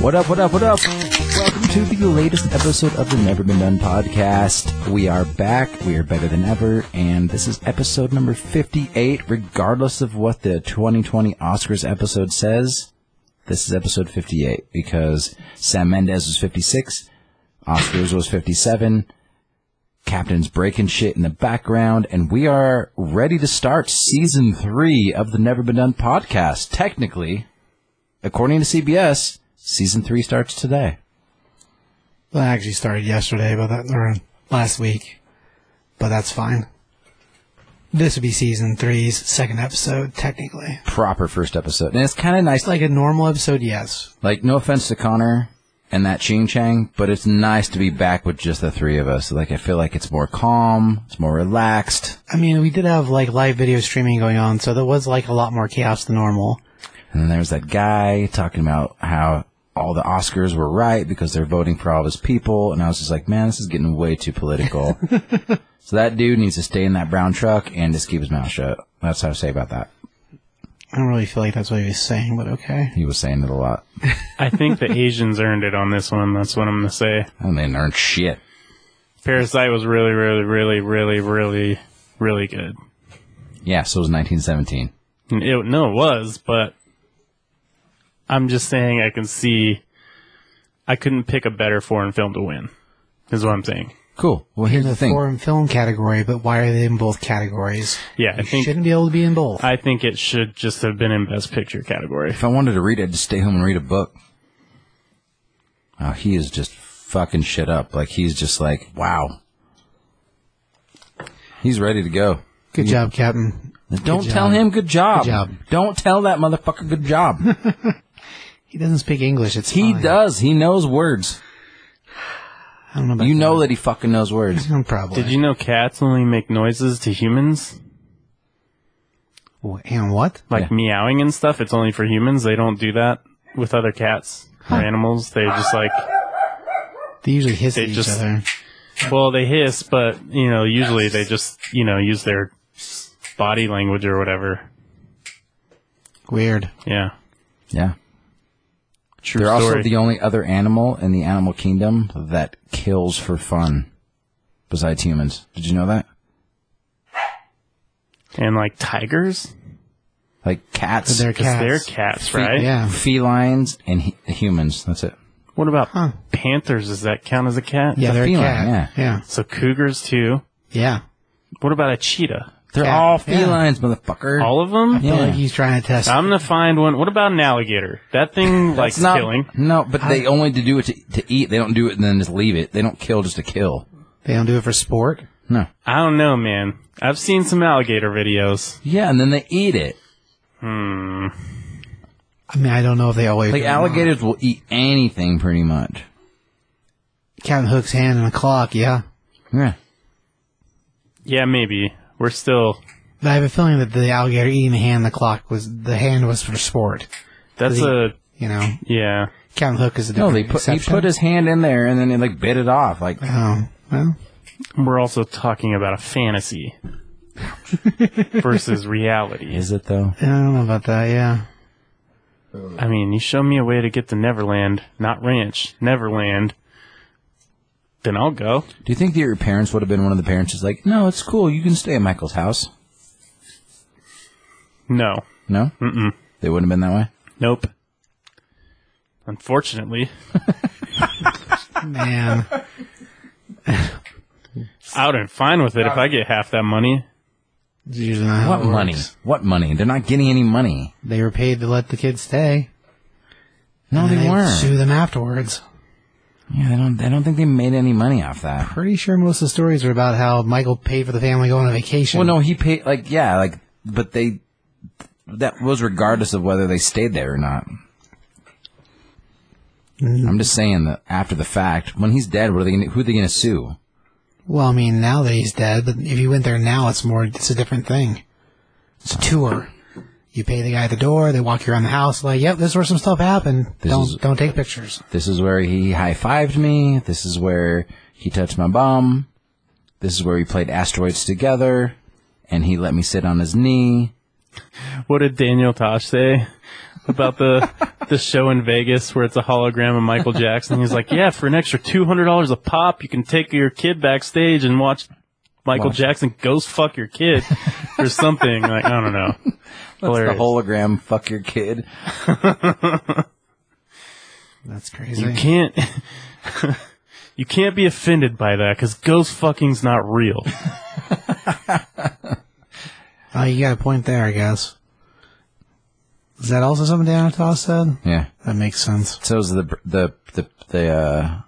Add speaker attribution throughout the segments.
Speaker 1: What up, what up, what up? Welcome to the latest episode of the Never Been Done podcast. We are back, we are better than ever, and this is episode number 58. Regardless of what the 2020 Oscars episode says, this is episode 58 because Sam Mendes was 56, Oscars was 57, Captain's breaking shit in the background, and we are ready to start season three of the Never Been Done podcast. Technically, according to CBS, season three starts today.
Speaker 2: That actually started yesterday, but that or last week, but that's fine. This would be season three's second episode, technically.
Speaker 1: Proper first episode. And it's kind of nice.
Speaker 2: It's like a normal episode, yes.
Speaker 1: Like, no offense to Connor and that Ching Chang, but it's nice to be back with just the three of us. Like, I feel like it's more calm, it's more relaxed.
Speaker 2: I mean, we did have like live video streaming going on, so there was like a lot more chaos than normal.
Speaker 1: And then there's that guy talking about how all the Oscars were right because they're voting for all of his people. And I was just like, man, this is getting way too political. so that dude needs to stay in that brown truck and just keep his mouth shut. That's how I say about that.
Speaker 2: I don't really feel like that's what he was saying, but okay.
Speaker 1: He was saying it a lot.
Speaker 3: I think the Asians earned it on this one. That's what I'm gonna say.
Speaker 1: And they didn't earn shit.
Speaker 3: Parasite was really, really, really, really, really, really good.
Speaker 1: Yeah, so it was 1917.
Speaker 3: And It, no, it was, but I'm just saying I can see. I couldn't pick a better foreign film to win. Is what I'm saying.
Speaker 1: Cool. Well, here's the thing.
Speaker 2: Foreign film category, but why are they in both categories?
Speaker 3: Yeah, I
Speaker 2: You
Speaker 3: think-
Speaker 2: shouldn't be able to be in both.
Speaker 3: I think it should just have been in Best Picture category.
Speaker 1: If I wanted to read it, I'd just stay home and read a book. Oh, he is just fucking shit up. Like, he's just like, wow. He's ready to go.
Speaker 2: Good job, Captain.
Speaker 1: Don't
Speaker 2: job.
Speaker 1: tell him good job.
Speaker 2: Good job.
Speaker 1: Don't tell that motherfucker good job.
Speaker 2: He doesn't speak English. It's
Speaker 1: he
Speaker 2: fine.
Speaker 1: does. He knows words.
Speaker 2: I don't know about
Speaker 1: You know that he fucking knows words.
Speaker 2: that. Probably.
Speaker 3: Did you know cats only make noises to humans,
Speaker 2: you? And what?
Speaker 3: like
Speaker 1: Yeah.
Speaker 3: meowing and stuff? It's only for humans. They don't do that with other cats or animals. They just like
Speaker 2: They usually hiss
Speaker 3: They
Speaker 2: at
Speaker 3: just-
Speaker 2: each other.
Speaker 3: Well, they hiss, but you know, usually they just you know use their body language or whatever.
Speaker 2: Weird.
Speaker 3: Yeah,
Speaker 1: Yeah.
Speaker 3: true
Speaker 1: They're
Speaker 3: story.
Speaker 1: also the only other animal in the animal kingdom that kills for fun, besides humans. Did you know that?
Speaker 3: and like tigers,
Speaker 1: Like cats,
Speaker 2: They're
Speaker 3: 'Cause
Speaker 2: cats.
Speaker 3: they're cats, right?
Speaker 2: Yeah.
Speaker 1: felines, and hu- humans. That's it.
Speaker 3: What about
Speaker 2: Huh.
Speaker 3: panthers? Does that count as a cat?
Speaker 2: Yeah,
Speaker 1: a
Speaker 2: they're
Speaker 1: feline,
Speaker 2: a cat. Yeah.
Speaker 3: So cougars too.
Speaker 2: Yeah.
Speaker 3: What about a cheetah?
Speaker 1: They're
Speaker 2: Cat.
Speaker 1: all
Speaker 2: Yeah.
Speaker 1: felines, motherfucker.
Speaker 3: All of
Speaker 1: Yeah.
Speaker 3: them?
Speaker 2: Feel like he's trying to test.
Speaker 3: I'm gonna find one. What about an alligator? That thing likes
Speaker 1: It's not-
Speaker 3: killing.
Speaker 1: No, but they only to do it to, to eat. They don't do it and then just leave it. They don't kill just to kill.
Speaker 2: they don't do it for sport.
Speaker 1: No.
Speaker 3: I don't know, man. I've seen some alligator videos.
Speaker 1: Yeah, and then they eat it.
Speaker 3: Hmm.
Speaker 2: I mean, I don't know if they always
Speaker 1: Like alligators will eat anything pretty much.
Speaker 2: Captain Hook's hand and a clock. Yeah,
Speaker 1: Yeah.
Speaker 3: Yeah, maybe. We're still.
Speaker 2: but I have a feeling that the alligator eating the hand, and the clock was the hand was for sport.
Speaker 3: That's
Speaker 2: The-
Speaker 3: a.
Speaker 2: You know,
Speaker 3: Yeah.
Speaker 2: Captain Hook is a
Speaker 1: No,
Speaker 2: different
Speaker 1: they put
Speaker 2: exception.
Speaker 1: he put his hand in there and then he like bit it off. Like
Speaker 2: Oh well,
Speaker 3: we're also talking about a fantasy versus reality.
Speaker 1: is it though?
Speaker 2: I don't know about that. Yeah,
Speaker 3: I mean, you show me a way to get to Neverland, not Ranch, Neverland, then I'll go.
Speaker 1: Do you think that your parents would have been one of the parents who's like, No, it's cool, you can stay at Michael's house?
Speaker 3: No.
Speaker 1: No? Mm mm. They wouldn't have been that way?
Speaker 3: Nope. Unfortunately,
Speaker 2: man,
Speaker 3: out and fine with it if I get half that money.
Speaker 2: it's usually not how
Speaker 1: What
Speaker 2: it works.
Speaker 1: money? What money? They're not getting any money.
Speaker 2: They were paid to let the kids stay.
Speaker 1: No,
Speaker 2: and
Speaker 1: they
Speaker 2: they'd
Speaker 1: weren't.
Speaker 2: Sue them afterwards.
Speaker 1: Yeah, they don't I don't think they made any money off that.
Speaker 2: Pretty sure most of the stories were about how Michael paid for the family going on vacation.
Speaker 1: Well, no, he paid like yeah, like but they that was regardless of whether they stayed there or not. I'm just saying that after the fact, when he's dead, what are they gonna, who are they going to sue?
Speaker 2: Well, I mean, now that he's dead, but if you went there now, it's more, it's a different thing. It's a tour. You pay the guy at the door, they walk you around the house, like, yep, this is where some stuff happened.
Speaker 1: This
Speaker 2: don't,
Speaker 1: is-
Speaker 2: don't take pictures.
Speaker 1: This is where he high fived me. This is where he touched my bum. This is where we played asteroids together, and he let me sit on his knee.
Speaker 3: What did Daniel Tosh say? about the the show in Vegas where it's a hologram of Michael Jackson. He's like, yeah, for an extra two hundred dollars a pop, you can take your kid backstage and watch Michael
Speaker 1: Watch.
Speaker 3: Jackson ghost fuck your kid or something. Like I don't know.
Speaker 1: The
Speaker 3: Hilarious.
Speaker 1: hologram, fuck your kid.
Speaker 2: That's crazy.
Speaker 3: you can't. You can't be offended by that because ghost fucking's not real.
Speaker 2: Oh, you got a point there, I guess. Is that also something Dan Toss said?
Speaker 1: Yeah.
Speaker 2: That makes sense.
Speaker 1: So is the the the the uh,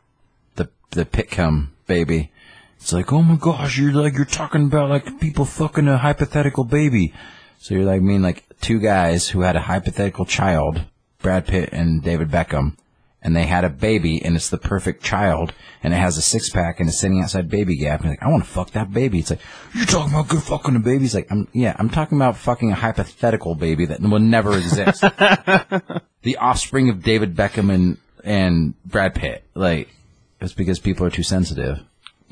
Speaker 1: the the pitcom baby. It's like, oh my gosh, you're like you're talking about like people fucking a hypothetical baby. So you're like, I mean, like two guys who had a hypothetical child, Brad Pitt and David Beckham, and they had a baby, and it's the perfect child, and it has a six pack, and it's sitting outside Baby Gap, and you're like, I want to fuck that baby. It's like, you're talking about good fucking a baby. It's like, I'm, yeah, I'm talking about fucking a hypothetical baby that will never exist the offspring of David Beckham and and Brad Pitt. Like it's because people are too sensitive.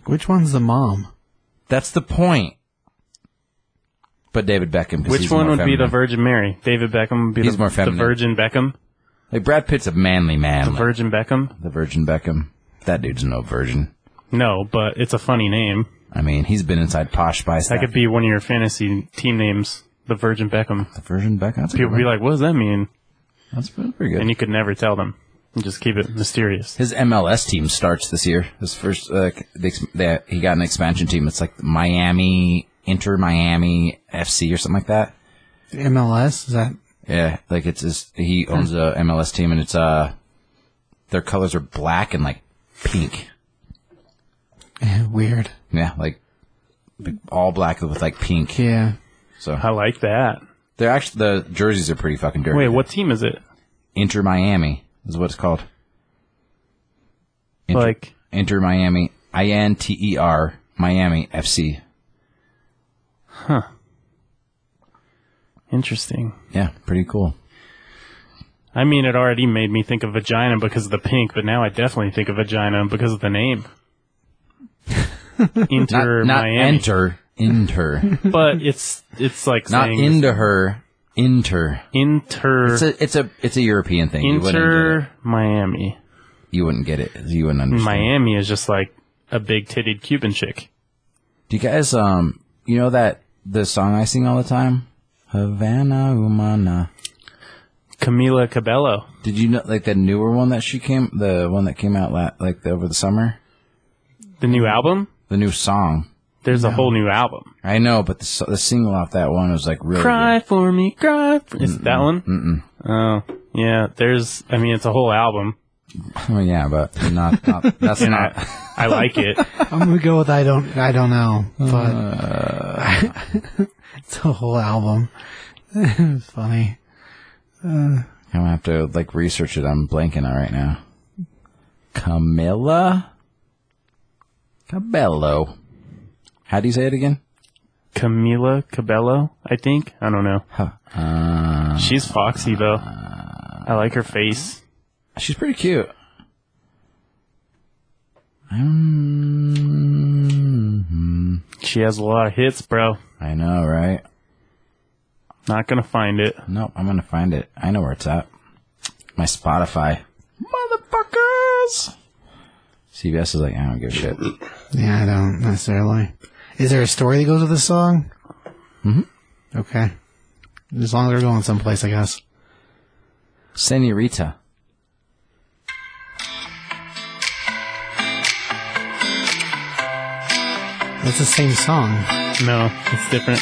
Speaker 2: Which one's the mom?
Speaker 1: That's the point. But David Beckham. 'cause
Speaker 3: Which
Speaker 1: he's
Speaker 3: one
Speaker 1: more
Speaker 3: would be the
Speaker 1: feminine.
Speaker 3: Virgin Mary? David Beckham would be
Speaker 1: He's
Speaker 3: the,
Speaker 1: more
Speaker 3: the
Speaker 1: feminine.
Speaker 3: Virgin Beckham.
Speaker 1: like Brad Pitt's a manly man.
Speaker 3: The
Speaker 1: like,
Speaker 3: Virgin Beckham.
Speaker 1: the Virgin Beckham. That dude's no virgin.
Speaker 3: No, but it's a funny name.
Speaker 1: I mean, he's been inside posh by
Speaker 3: That could be one of your fantasy team names, the Virgin Beckham.
Speaker 1: the Virgin Beckham. That's, a
Speaker 3: People
Speaker 1: good
Speaker 3: would be
Speaker 1: one.
Speaker 3: like, what does that mean?
Speaker 1: That's pretty good.
Speaker 3: And you could never tell them. You just keep it mysterious.
Speaker 1: His MLS team starts this year. His first, uh, the, ex- the, he got an expansion team. It's like Miami Inter Miami FC or something like that.
Speaker 2: MLS? Is that
Speaker 1: Yeah, like it's his, he owns a MLS team, and it's uh, their colors are black and like pink.
Speaker 2: eh, weird?
Speaker 1: Yeah, like like, all black with like pink.
Speaker 2: Yeah.
Speaker 1: So
Speaker 3: I like that.
Speaker 1: they're actually the jerseys are pretty fucking dirty.
Speaker 3: Wait, what team is it?
Speaker 1: Inter Miami is what it's called. Inter,
Speaker 3: Like,
Speaker 1: Inter Miami, I N T E R Miami FC.
Speaker 3: interesting.
Speaker 1: Yeah, pretty cool.
Speaker 3: I mean, it already made me think of vagina because of the pink, but now I definitely think of vagina because of the name.
Speaker 1: Not,
Speaker 3: Inter
Speaker 1: not
Speaker 3: Miami,
Speaker 1: enter, inter,
Speaker 3: but it's it's like
Speaker 1: not
Speaker 3: saying
Speaker 1: into her, inter.
Speaker 3: inter
Speaker 1: It's a it's a it's a European thing. You wouldn't get it.
Speaker 3: inter Miami.
Speaker 1: you wouldn't get it. You wouldn't understand.
Speaker 3: Miami is just like a big titted Cuban chick.
Speaker 1: Do you guys um you know that the song I sing all the time? Havana Humana.
Speaker 3: Camila Cabello.
Speaker 1: Did you know like the newer one that she came the one that came out la- like the, over the summer?
Speaker 3: The new
Speaker 1: Mm-hmm.
Speaker 3: album?
Speaker 1: The new song.
Speaker 3: There's a whole new album.
Speaker 1: I know, but the, so- the single off that one was like really
Speaker 3: Cry for me, cry for Is it that one? Mm-mm. Oh, yeah. There's, I mean, it's a whole album.
Speaker 1: good. Oh yeah, but not, not that's
Speaker 3: And
Speaker 1: not
Speaker 3: I, I like it.
Speaker 2: I'm gonna go with I don't I don't know, but Uh. it's a whole album. Funny.
Speaker 1: I'm gonna have to like research it. I'm blanking on it right now. Camilla Cabello. How do you say it again?
Speaker 3: Camila Cabello, I think. I don't know.
Speaker 1: Huh. Uh,
Speaker 3: She's foxy, though. I like her face.
Speaker 1: She's pretty cute.
Speaker 3: She has a lot of hits, bro.
Speaker 1: I know, right?
Speaker 3: Not gonna find it.
Speaker 1: Nope, I'm gonna find it. I know where it's at. My Spotify. Motherfuckers! CBS is like, I don't give a shit.
Speaker 2: Yeah, I don't necessarily. Is there a story that goes with this song? Mm-hmm. Okay. As long as we're going someplace, I guess.
Speaker 1: Senorita.
Speaker 2: That's the same song. Are
Speaker 3: No, it's different.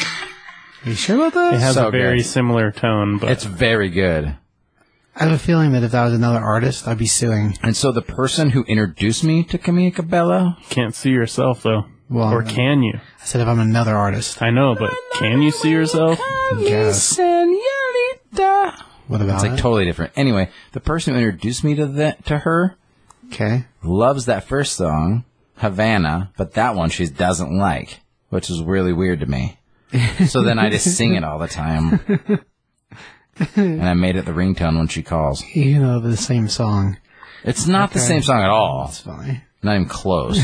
Speaker 2: you sure about that?
Speaker 3: It has
Speaker 1: So
Speaker 3: a very
Speaker 1: good.
Speaker 3: similar tone, but
Speaker 1: It's very good.
Speaker 2: I have a feeling that if that was another artist, I'd be suing.
Speaker 1: And so the person who introduced me to Camila Cabello,
Speaker 3: can't see yourself, though.
Speaker 2: Well,
Speaker 1: uh,
Speaker 3: or can you?
Speaker 2: I said if I'm another artist.
Speaker 3: I know, but can you see yourself?
Speaker 2: Yes.
Speaker 1: Senorita.
Speaker 2: What about
Speaker 1: It's like
Speaker 2: it?
Speaker 1: totally different. Anyway, the person who introduced me to that to her
Speaker 2: okay.
Speaker 1: loves that first song, Havana, but that one she doesn't like, which is really weird to me. so then I just sing it all the time. and I made it the ringtone when she calls.
Speaker 2: Even though they're the same song.
Speaker 1: It's not the same song at all.
Speaker 2: That's funny.
Speaker 1: Not even close.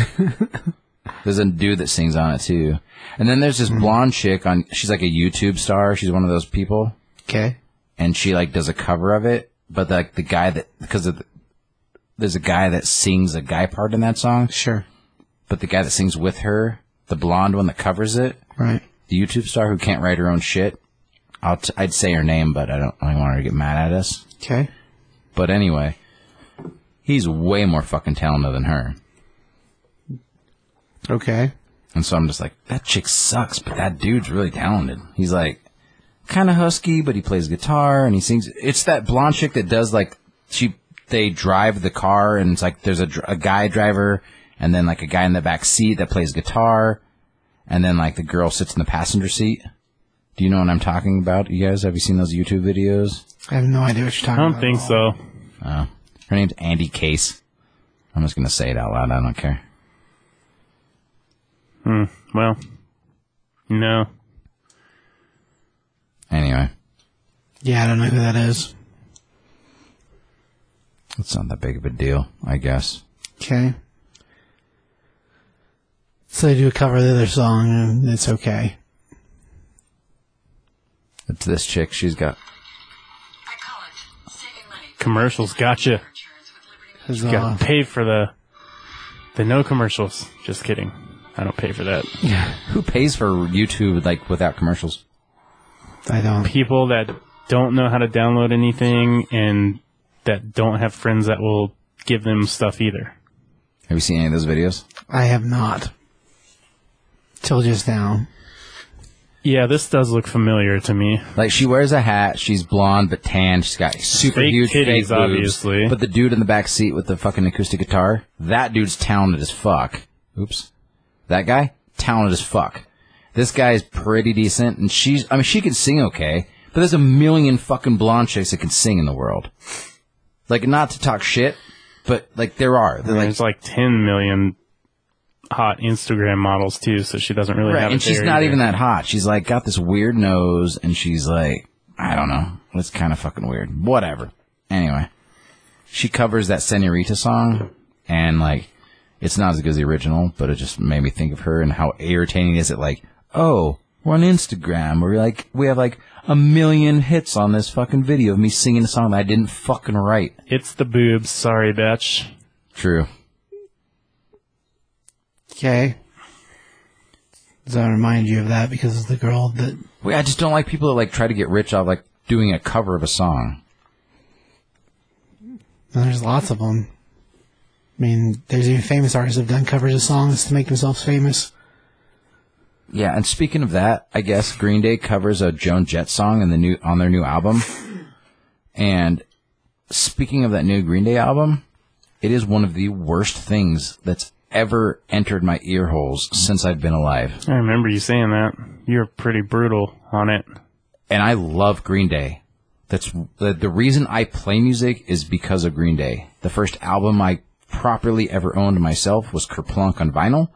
Speaker 1: there's a dude that sings on it too. And then there's this blonde chick on she's like a YouTube star. She's one of those people.
Speaker 2: Okay.
Speaker 1: and she like does a cover of it, but like the guy that because of the, there's a guy that sings a guy part in that song,
Speaker 2: Sure.
Speaker 1: but the guy that sings with her, the blonde one that covers it,
Speaker 2: Right.
Speaker 1: the YouTube star who can't write her own shit. I'll t- I'd say her name, but I don't. I want her to get mad at us.
Speaker 2: Okay.
Speaker 1: But anyway, he's way more fucking talented than her.
Speaker 2: Okay.
Speaker 1: And so I'm just like, that chick sucks, but that dude's really talented. He's like, kind of husky, but he plays guitar and he sings. It's that blonde chick that does like, she, they drive the car and it's like there's a, dr- a guy driver and then like a guy in the back seat that plays guitar. And then like the girl sits in the passenger seat. Do you know what I'm talking about? You guys, have you seen those YouTube videos?
Speaker 2: I have no idea what you're talking
Speaker 3: I don't
Speaker 2: about.
Speaker 3: think so.
Speaker 1: Her name's Andy Case. I'm just going to say it out loud. I don't care.
Speaker 3: Well, no.
Speaker 1: Anyway,
Speaker 2: Yeah, I don't know who that is.
Speaker 1: it's not that big of a deal, I guess.
Speaker 2: Okay. So they do a cover of the other song, and it's okay.
Speaker 1: It's this chick. She's got
Speaker 4: At college, saving money for
Speaker 3: Commercials, gotcha.
Speaker 4: insurance with Liberty Mutual.
Speaker 2: 'Cause,
Speaker 3: Got
Speaker 2: uh,
Speaker 3: to pay for the the no commercials. Just kidding. I don't pay for that.
Speaker 1: Who pays for YouTube like without commercials?
Speaker 2: I don't.
Speaker 3: People that don't know how to download anything and that don't have friends that will give them stuff either.
Speaker 1: Have you seen any of those videos?
Speaker 2: I have not. Till just now.
Speaker 3: Yeah, this does look familiar to me.
Speaker 1: Like she wears a hat, she's blonde but tan, she's got super
Speaker 3: Fake
Speaker 1: huge fake
Speaker 3: titties,
Speaker 1: boobs.
Speaker 3: obviously.
Speaker 1: But the dude in the back seat with the fucking acoustic guitar, that dude's talented as fuck. Oops, that guy talented as fuck. This guy's pretty decent, and she's—I mean, she can sing okay, but there's a million fucking blonde chicks that can sing in the world. Like, not to talk shit, but like there are. They're, like
Speaker 3: There's like 10 million hot Instagram models too, so she doesn't really have.
Speaker 1: right,
Speaker 3: it
Speaker 1: and she's
Speaker 3: there
Speaker 1: not
Speaker 3: either.
Speaker 1: even that hot. She's like got this weird nose, and she's like, I don't know, it's kind of fucking weird. Whatever. Anyway, she covers that Senorita song, and like, it's not as good as the original, but it just made me think of her and how irritating is it. Like, oh, we're on Instagram, where we like we have like a million hits on this fucking video of me singing a song that I didn't fucking write.
Speaker 3: It's the boobs. Sorry, bitch.
Speaker 1: True.
Speaker 2: Okay. Does that remind you of that because of the girl that.
Speaker 1: Wait, I just don't like people that like try to get rich off like doing a cover of a song.
Speaker 2: and there's lots of them. I mean, there's even famous artists that have done covers of songs to make themselves famous.
Speaker 1: Yeah, and speaking of that, I guess Green Day covers a Joan Jett song in the new on their new album. And speaking of that new Green Day album, it is one of the worst things that's ever entered my ear holes since I've been alive.
Speaker 3: I remember you saying that. You're pretty brutal on it.
Speaker 1: And I love Green Day. That's the, the reason I play music is because of Green Day. The first album I properly ever owned myself was Kerplunk on vinyl.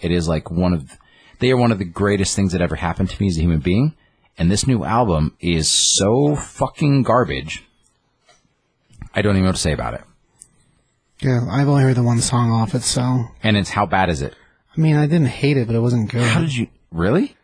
Speaker 1: It is like one of they are one of the greatest things that ever happened to me as a human being. And this new album is so fucking garbage. I don't even know what to say about it.
Speaker 2: Yeah, I've only heard the one song off it, so. I
Speaker 1: And it's how bad is it?
Speaker 2: mean, I didn't hate it, but it wasn't good.
Speaker 1: How did you really?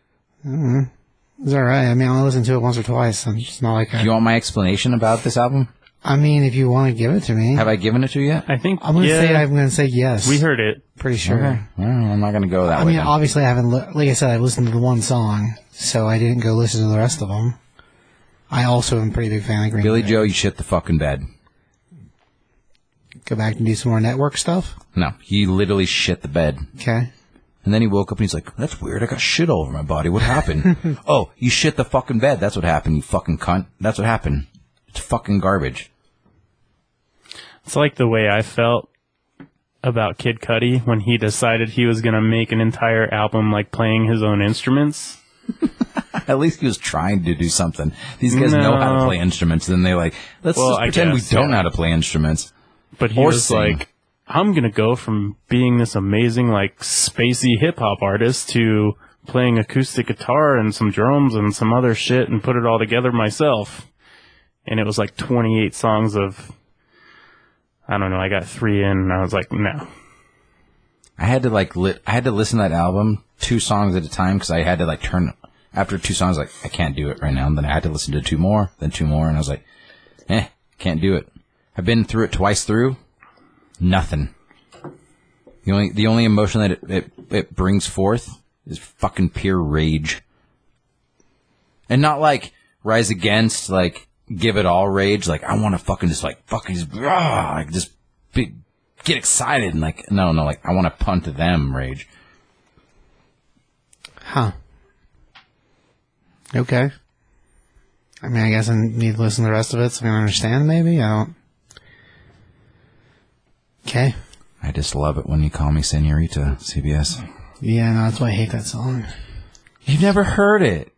Speaker 2: It was alright. I mean, I listened to it once or twice, and it's not like I.
Speaker 1: Do you want my explanation about this album?
Speaker 2: I mean, if you want to give it to me,
Speaker 1: Have I given it to you yet?
Speaker 3: I think
Speaker 2: I'm gonna
Speaker 3: yeah,
Speaker 2: say I'm gonna say yes.
Speaker 3: we heard it.
Speaker 2: pretty sure.
Speaker 1: Well, I'm not going to go that
Speaker 2: I
Speaker 1: way.
Speaker 2: mean,
Speaker 1: then.
Speaker 2: obviously, I haven't. Li- like I said, I listened to the one song, so I didn't go listen to the rest of them. I also am a pretty big fan of Green.
Speaker 1: Billy
Speaker 2: Day.
Speaker 1: Joe, you shit the fucking bed.
Speaker 2: Go back and do some more network stuff.
Speaker 1: No, he literally shit the bed.
Speaker 2: Okay.
Speaker 1: And then he woke up and he's like, "That's weird. I got shit all over my body. What happened? oh, you shit the fucking bed. That's what happened. You fucking cunt. That's what happened. It's fucking garbage."
Speaker 3: It's like the way I felt about Kid Cudi when he decided he was gonna make an entire album like playing his own instruments.
Speaker 1: At least he was trying to do something. These guys know how to
Speaker 3: No.
Speaker 1: play instruments. Then they like, let's
Speaker 3: Well,
Speaker 1: just
Speaker 3: I
Speaker 1: pretend
Speaker 3: guess,
Speaker 1: we don't
Speaker 3: yeah.
Speaker 1: know how to play instruments.
Speaker 3: But he
Speaker 1: Or
Speaker 3: was
Speaker 1: sing.
Speaker 3: like, I'm gonna go from being this amazing like spacey hip hop artist to playing acoustic guitar and some drums and some other shit and put it all together myself. And it was like 28 songs of, I don't know. I got three in and I was like, no.
Speaker 1: I had to like, lit I had to listen to that album two songs at a time because I had to like turn after two songs, like I can't do it right now. And then I had to listen to two more, then two more, and I was like, eh, can't do it. I've been through it twice through. Nothing. The only the only emotion that it it, it brings forth is fucking pure rage, and not like rise against like give it all rage. Like I want to fucking just like fucking just, rah, like just be, get excited and like no no like I want to punt to them rage.
Speaker 2: Huh. Okay. I mean, I guess I need to listen to the rest of it so I can understand, maybe? I don't. Okay.
Speaker 1: I just love it when you call me Senorita, CBS.
Speaker 2: Yeah, no, that's why I hate that song.
Speaker 1: You've never heard it.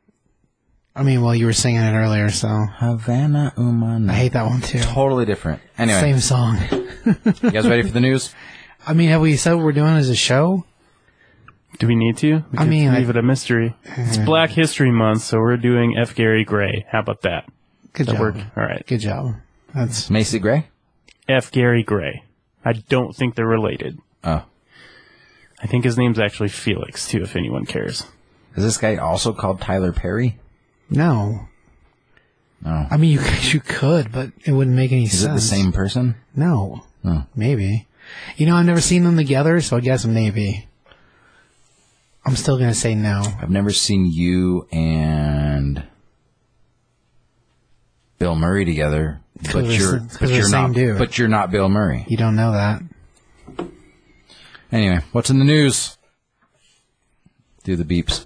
Speaker 2: I mean, well, you were singing it earlier, so.
Speaker 1: Havana Umana.
Speaker 2: I hate that one too.
Speaker 1: Totally different. Anyway,
Speaker 2: Same song.
Speaker 1: you guys ready for the news?
Speaker 2: I mean, have we said what we're doing as a show?
Speaker 3: Do we need to? We
Speaker 2: I
Speaker 3: could
Speaker 2: mean,
Speaker 3: leave
Speaker 2: I-
Speaker 3: it a mystery. It's Black History Month, so we're doing F. Gary Gray. How about that?
Speaker 2: Good
Speaker 3: That
Speaker 2: job.
Speaker 3: worked. All right.
Speaker 2: Good job. That's
Speaker 1: Macy Gray.
Speaker 3: F. Gary Gray. I don't think they're related.
Speaker 1: Oh,
Speaker 3: I think his name's actually Felix too, if anyone cares.
Speaker 1: is this guy also called Tyler Perry?
Speaker 2: no.
Speaker 1: No.
Speaker 2: I mean, you you could, but it wouldn't make any
Speaker 1: Is it
Speaker 2: sense.
Speaker 1: the same person?
Speaker 2: No.
Speaker 1: No.
Speaker 2: Maybe. You know, I've never seen them together, so I guess maybe. I'm still gonna say no.
Speaker 1: I've never seen you and Bill Murray together, but
Speaker 2: we're the
Speaker 1: you're
Speaker 2: same- 'cause
Speaker 1: but
Speaker 2: we're the
Speaker 1: you're
Speaker 2: same
Speaker 1: not
Speaker 2: dude.
Speaker 1: but you're not Bill Murray.
Speaker 2: You don't know that.
Speaker 1: Anyway, what's in the news? Do the beeps.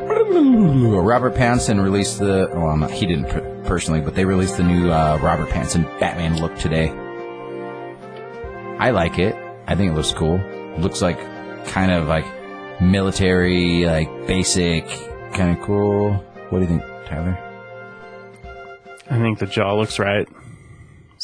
Speaker 1: Robert Pattinson released the. Well, not, he didn't per- personally, but they released the new uh, Robert Pattinson Batman look today. I like it. I think it looks cool. looks like kind of like military, like basic, kind of cool. What do you think, Tyler?
Speaker 3: I think the jaw looks right,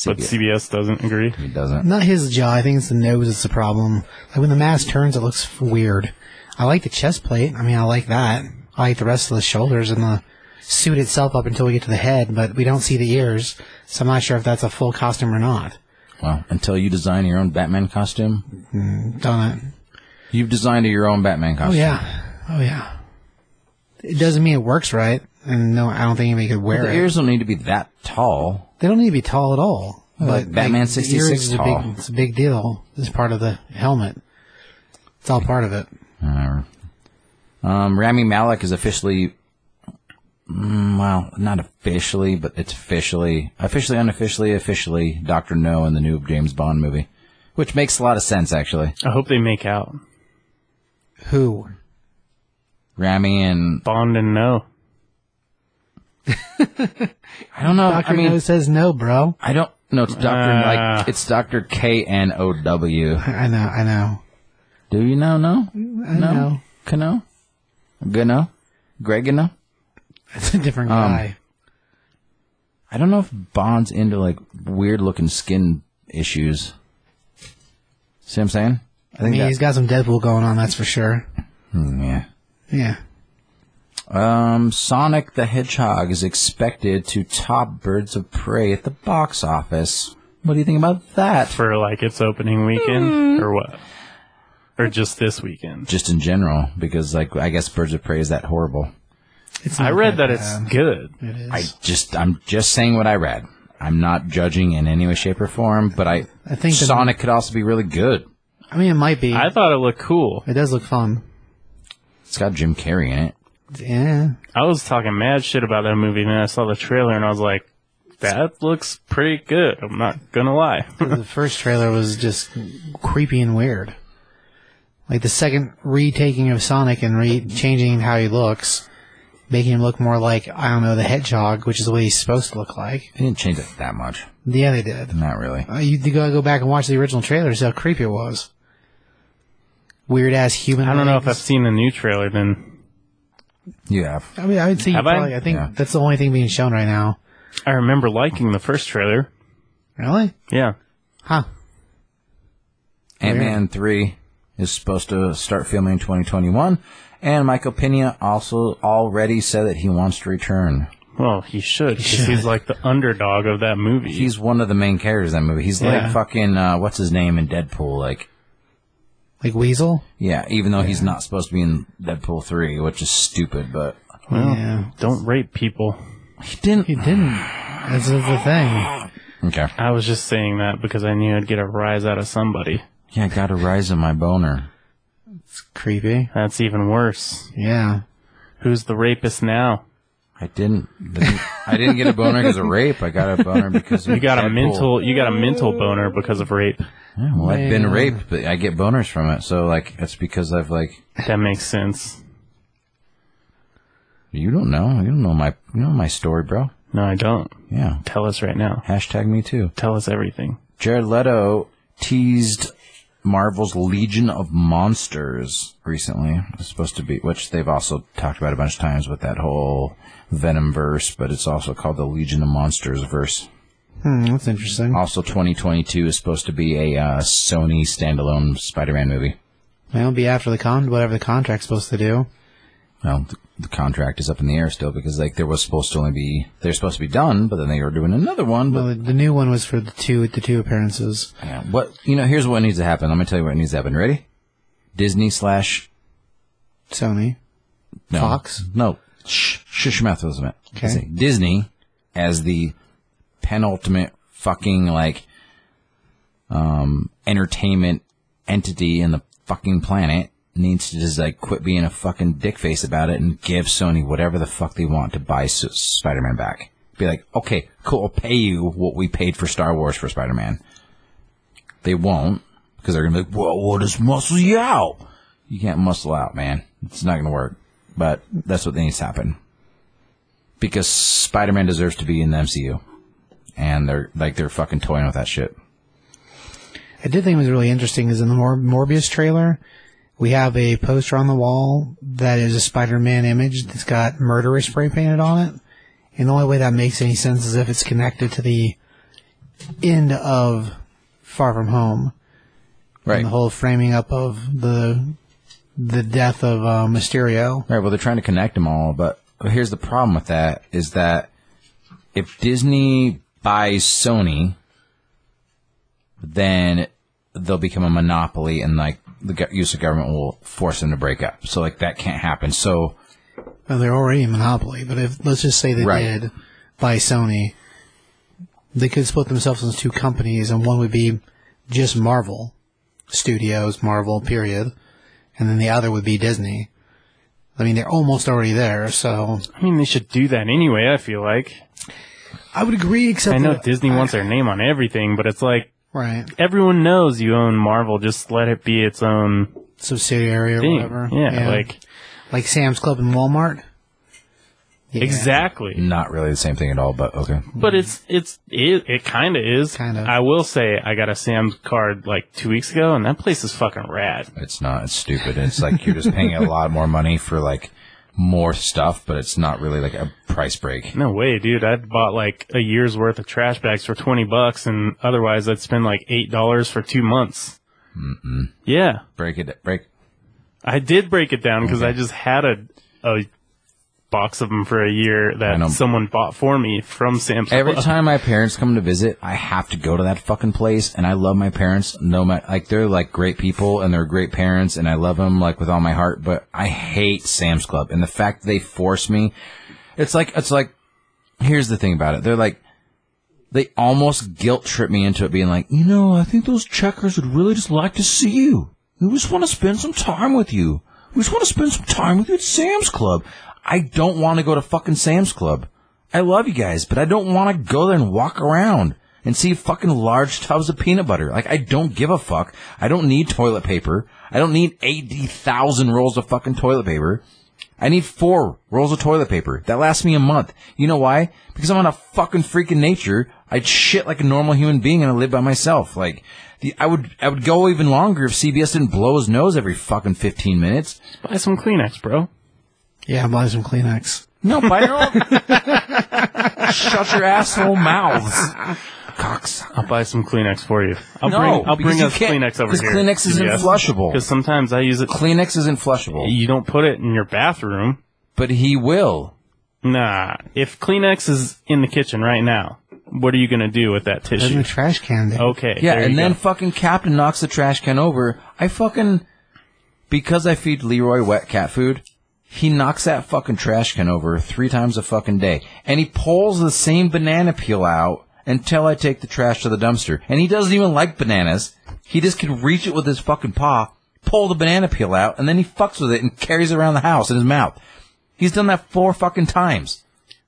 Speaker 3: but
Speaker 1: CBS.
Speaker 3: CBS doesn't agree.
Speaker 1: He doesn't.
Speaker 2: Not his jaw. I think it's the nose that's the problem. Like when the mask turns, it looks f- weird. I like the chest plate. I mean, I like that. I like the rest of the shoulders and the suit itself up until we get to the head, but we don't see the ears, so I'm not sure if that's a full costume or not.
Speaker 1: Well, until you design your own Batman costume,
Speaker 2: Don't it?
Speaker 1: you've designed your own Batman
Speaker 2: Oh
Speaker 1: costume.
Speaker 2: yeah. Oh yeah. It doesn't mean it works right, and no, I don't think anybody could wear
Speaker 1: The
Speaker 2: it.
Speaker 1: ears don't need to be that tall.
Speaker 2: They don't need to be tall at all.
Speaker 1: Like
Speaker 2: But
Speaker 1: Uh, Batman
Speaker 2: like, the
Speaker 1: 66
Speaker 2: ears is a
Speaker 1: tall.
Speaker 2: Big, it's a big deal. It's part of the helmet. It's all part of it.
Speaker 1: Uh, um, Rami Malek is officially, mm, well, not officially, but it's officially, officially, unofficially, officially Doctor No in the new James Bond movie, which makes a lot of sense actually.
Speaker 3: I hope they make out.
Speaker 2: Who?
Speaker 1: Rami and
Speaker 3: Bond and no.
Speaker 1: I don't know.
Speaker 2: Doctor
Speaker 1: I mean,
Speaker 2: No says no, bro.
Speaker 1: I don't. No, it's Doctor
Speaker 3: Ah.
Speaker 1: like it's Doctor K N O W.
Speaker 2: I know. I know.
Speaker 1: Do you know? No,
Speaker 2: I know.
Speaker 1: Cano, Gano, Gregano.
Speaker 2: It's a different
Speaker 1: Um,
Speaker 2: guy.
Speaker 1: I don't know if Bond's into like weird looking skin issues. See what I'm saying? I
Speaker 2: I
Speaker 1: think
Speaker 2: mean,
Speaker 1: that-
Speaker 2: he's got some Deadpool going on. That's for sure.
Speaker 1: Hmm, yeah.
Speaker 2: Yeah.
Speaker 1: Um, Sonic the Hedgehog is expected to top Birds of Prey at the box office. What do you think about that?
Speaker 3: for like its opening weekend or what? Or just this weekend?
Speaker 1: Just in general, because like I guess Birds of Prey is that horrible.
Speaker 2: It's
Speaker 3: I
Speaker 2: not
Speaker 3: read that it's
Speaker 2: bad.
Speaker 3: good.
Speaker 2: It is.
Speaker 1: I
Speaker 2: I,
Speaker 1: just I'm just saying what I read. I'm not judging in any way, shape, or form, but I,
Speaker 2: I think the-
Speaker 1: Sonic could also be really good.
Speaker 2: mean, it might be.
Speaker 3: I thought it looked cool.
Speaker 2: it does look fun.
Speaker 1: It's got Jim Carrey in it.
Speaker 2: Yeah.
Speaker 3: I was talking mad shit about that movie, and then I saw the trailer, and I was like, "That looks pretty good." I'm not gonna lie.
Speaker 2: the first trailer was just creepy and weird. Like the second retaking of Sonic and re changing how he looks, making him look more like I don't know the hedgehog, which is the way he's supposed to look like.
Speaker 1: They didn't change it that much.
Speaker 2: Yeah, they did.
Speaker 1: Not really.
Speaker 2: Uh, you, you gotta go back and watch the original trailer to see how creepy it was. Weird ass human.
Speaker 3: I don't know if I've
Speaker 2: legs.
Speaker 3: seen the new trailer. Then
Speaker 1: You have.
Speaker 2: I mean, I would say you
Speaker 3: Have I?
Speaker 2: probably. I, think
Speaker 1: Yeah.
Speaker 2: that's the only thing being shown right now.
Speaker 3: I remember liking the first trailer.
Speaker 2: Really?
Speaker 3: Yeah,
Speaker 2: Huh?
Speaker 1: Ant Man 3 is supposed to start filming in 2021. And Michael Pena also already said that he wants to return.
Speaker 3: well, he should because
Speaker 2: should.
Speaker 3: he's like the underdog of that movie.
Speaker 1: He's one of the main characters in that movie. He's
Speaker 2: Yeah.
Speaker 1: like fucking, uh, what's his name in Deadpool? Like,
Speaker 2: Like Weasel?
Speaker 1: Yeah, even though he's not supposed to be in Deadpool 3, which is stupid, but.
Speaker 3: Well,
Speaker 2: Yeah.
Speaker 3: Don't rape people.
Speaker 1: He didn't.
Speaker 2: He didn't. That's the the thing.
Speaker 1: Okay.
Speaker 3: I was just saying that because I knew I'd get a rise out of somebody.
Speaker 1: Yeah, I got a rise in my boner.
Speaker 2: It's creepy.
Speaker 3: That's even worse.
Speaker 2: Yeah.
Speaker 3: Who's the rapist now?
Speaker 1: I didn't. didn't- I didn't get a boner because of rape. I got a boner because of
Speaker 3: You got a
Speaker 1: Deadpool.
Speaker 3: mental you got a mental boner because of rape.
Speaker 1: Yeah, well, I've been
Speaker 2: Man.
Speaker 1: raped, but I get boners from it. So like, that's because I've like.
Speaker 3: That makes sense.
Speaker 1: You don't know. You don't know my. You know my story, bro.
Speaker 3: No, I don't.
Speaker 1: Yeah.
Speaker 3: Tell us right now.
Speaker 1: Hashtag me too.
Speaker 3: Tell us everything.
Speaker 1: Jared Leto teased Marvel's Legion of Monsters recently. It's supposed to be, which they've also talked about a bunch of times with that whole Venom verse, but it's also called the Legion of Monsters verse.
Speaker 2: Hmm, that's interesting.
Speaker 1: Also, 2022 is supposed to be a uh, Sony standalone Spider-Man movie.
Speaker 2: That'll be after the con, whatever the contract's supposed to do.
Speaker 1: Well, the, the contract is up in the air still because like there was supposed to only be they're supposed to be done, but then they were doing another one. But
Speaker 2: Well, the, the new one was for the two, the two appearances.
Speaker 1: Yeah, what you know? Here's what needs to happen. Let me tell you what needs to happen. Ready? Disney slash
Speaker 2: Sony.
Speaker 1: no,
Speaker 2: Fox?
Speaker 1: No, shh, shush your mouth for a minute.
Speaker 2: Okay.
Speaker 1: I say Disney as the penultimate fucking like um entertainment entity in the fucking planet needs to just like quit being a fucking dickface about it and give Sony whatever the fuck they want to buy S- Spider-Man back. Be like, okay, cool, I'll pay you what we paid for Star Wars for Spider-Man. They won't because they're gonna be like, well, what is muscle you out? You can't muscle out, man. It's not gonna work. But that's what needs to happen because Spider-Man deserves to be in the MCU, and they're like they're fucking toying with that shit.
Speaker 2: I did think it was really interesting is in the Mor- Morbius trailer, we have a poster on the wall that is a Spider-Man image that's got murderer spray painted on it. And the only way that makes any sense is if it's connected to the end of Far From Home and the whole framing up of the the death of uh, Mysterio.
Speaker 1: Right. Well, they're trying to connect them all, but here's the problem with that is that if Disney buys Sony, then they'll become a monopoly, and like the go- use of government will force them to break up. So like that can't happen. So
Speaker 2: Well, they're already a monopoly, but if let's just say they
Speaker 1: Right.
Speaker 2: did buy Sony, they could split themselves into two companies, and one would be just Marvel Studios, Marvel period, and then the other would be Disney. I mean, they're almost already there, so
Speaker 3: I mean they should do that anyway, I feel like.
Speaker 2: I would agree. Except
Speaker 3: I know
Speaker 2: that-
Speaker 3: Disney wants their name on everything, but it's like
Speaker 2: right
Speaker 3: everyone knows you own Marvel, just let it be its own
Speaker 2: subsidiary or
Speaker 3: thing.
Speaker 2: whatever.
Speaker 3: Yeah, like
Speaker 2: like Sam's Club and Walmart. Yeah.
Speaker 3: exactly.
Speaker 1: not really the same thing at all. But okay.
Speaker 3: But it's it's it, it kind of is.
Speaker 2: Kinda.
Speaker 3: I will say I got a Sam's card like two weeks ago, and that place is fucking rad.
Speaker 1: It's not. It's stupid. It's like you're just paying a lot more money for like more stuff, but it's not really like a price break.
Speaker 3: No way, dude! I bought like a year's worth of trash bags for twenty bucks, and otherwise I'd spend like eight dollars for two months. mm Yeah,
Speaker 1: Break it. Break.
Speaker 3: I did break it down because I just had a a box of them for a year
Speaker 1: I know.
Speaker 3: that someone bought for me from Sam's.
Speaker 1: Every
Speaker 3: Club.
Speaker 1: time my parents come to visit, I have to go to that fucking place, and I love my parents. No matter, like they're like great people, and they're great parents, and I love them like with all my heart. But I hate Sam's Club, and the fact that they force me, it's like it's like. Here's the thing about it. They're like, they almost guilt trip me into it, being like, you know, I think those checkers would really just like to see you. We just want to spend some time with you. We just want to spend some time with you at Sam's Club. I don't want to go to fucking Sam's Club. I love you guys, but I don't want to go there and walk around and see fucking large tubs of peanut butter. Like, I don't give a fuck. I don't need toilet paper. I don't need 80,000 rolls of fucking toilet paper. I need four rolls of toilet paper. That lasts me a month. You know why? Because I'm on a fucking freaking nature. I'd shit like a normal human being and I live by myself. Like, the, I would, I would go even longer if CBS didn't blow his nose every fucking 15 minutes.
Speaker 3: buy some Kleenex, bro.
Speaker 2: Yeah, buy some Kleenex.
Speaker 1: No, by your own. Shut your asshole mouths. Cocksucker.
Speaker 3: I'll buy some Kleenex for you. I'll
Speaker 1: No,
Speaker 3: bring I'll
Speaker 1: because
Speaker 3: bring
Speaker 1: you
Speaker 3: us
Speaker 1: can't-
Speaker 3: Kleenex over
Speaker 1: because
Speaker 3: here.
Speaker 1: Kleenex isn't flushable.
Speaker 3: Because sometimes I use it.
Speaker 1: Kleenex isn't flushable,
Speaker 3: You don't put it in your bathroom.
Speaker 1: but he will.
Speaker 3: Nah. If Kleenex is in the kitchen right now, what are you gonna do with that
Speaker 2: There's
Speaker 3: tissue?
Speaker 2: no trash can. There.
Speaker 3: Okay.
Speaker 1: Yeah,
Speaker 3: there
Speaker 1: and
Speaker 3: you
Speaker 1: then
Speaker 3: go.
Speaker 1: fucking Captain knocks the trash can over. I fucking because I feed Leroy wet cat food, he knocks that fucking trash can over three times a fucking day. And he pulls the same banana peel out until I take the trash to the dumpster. And he doesn't even like bananas. He just can reach it with his fucking paw, pull the banana peel out, and then he fucks with it and carries it around the house in his mouth. He's done that four fucking times.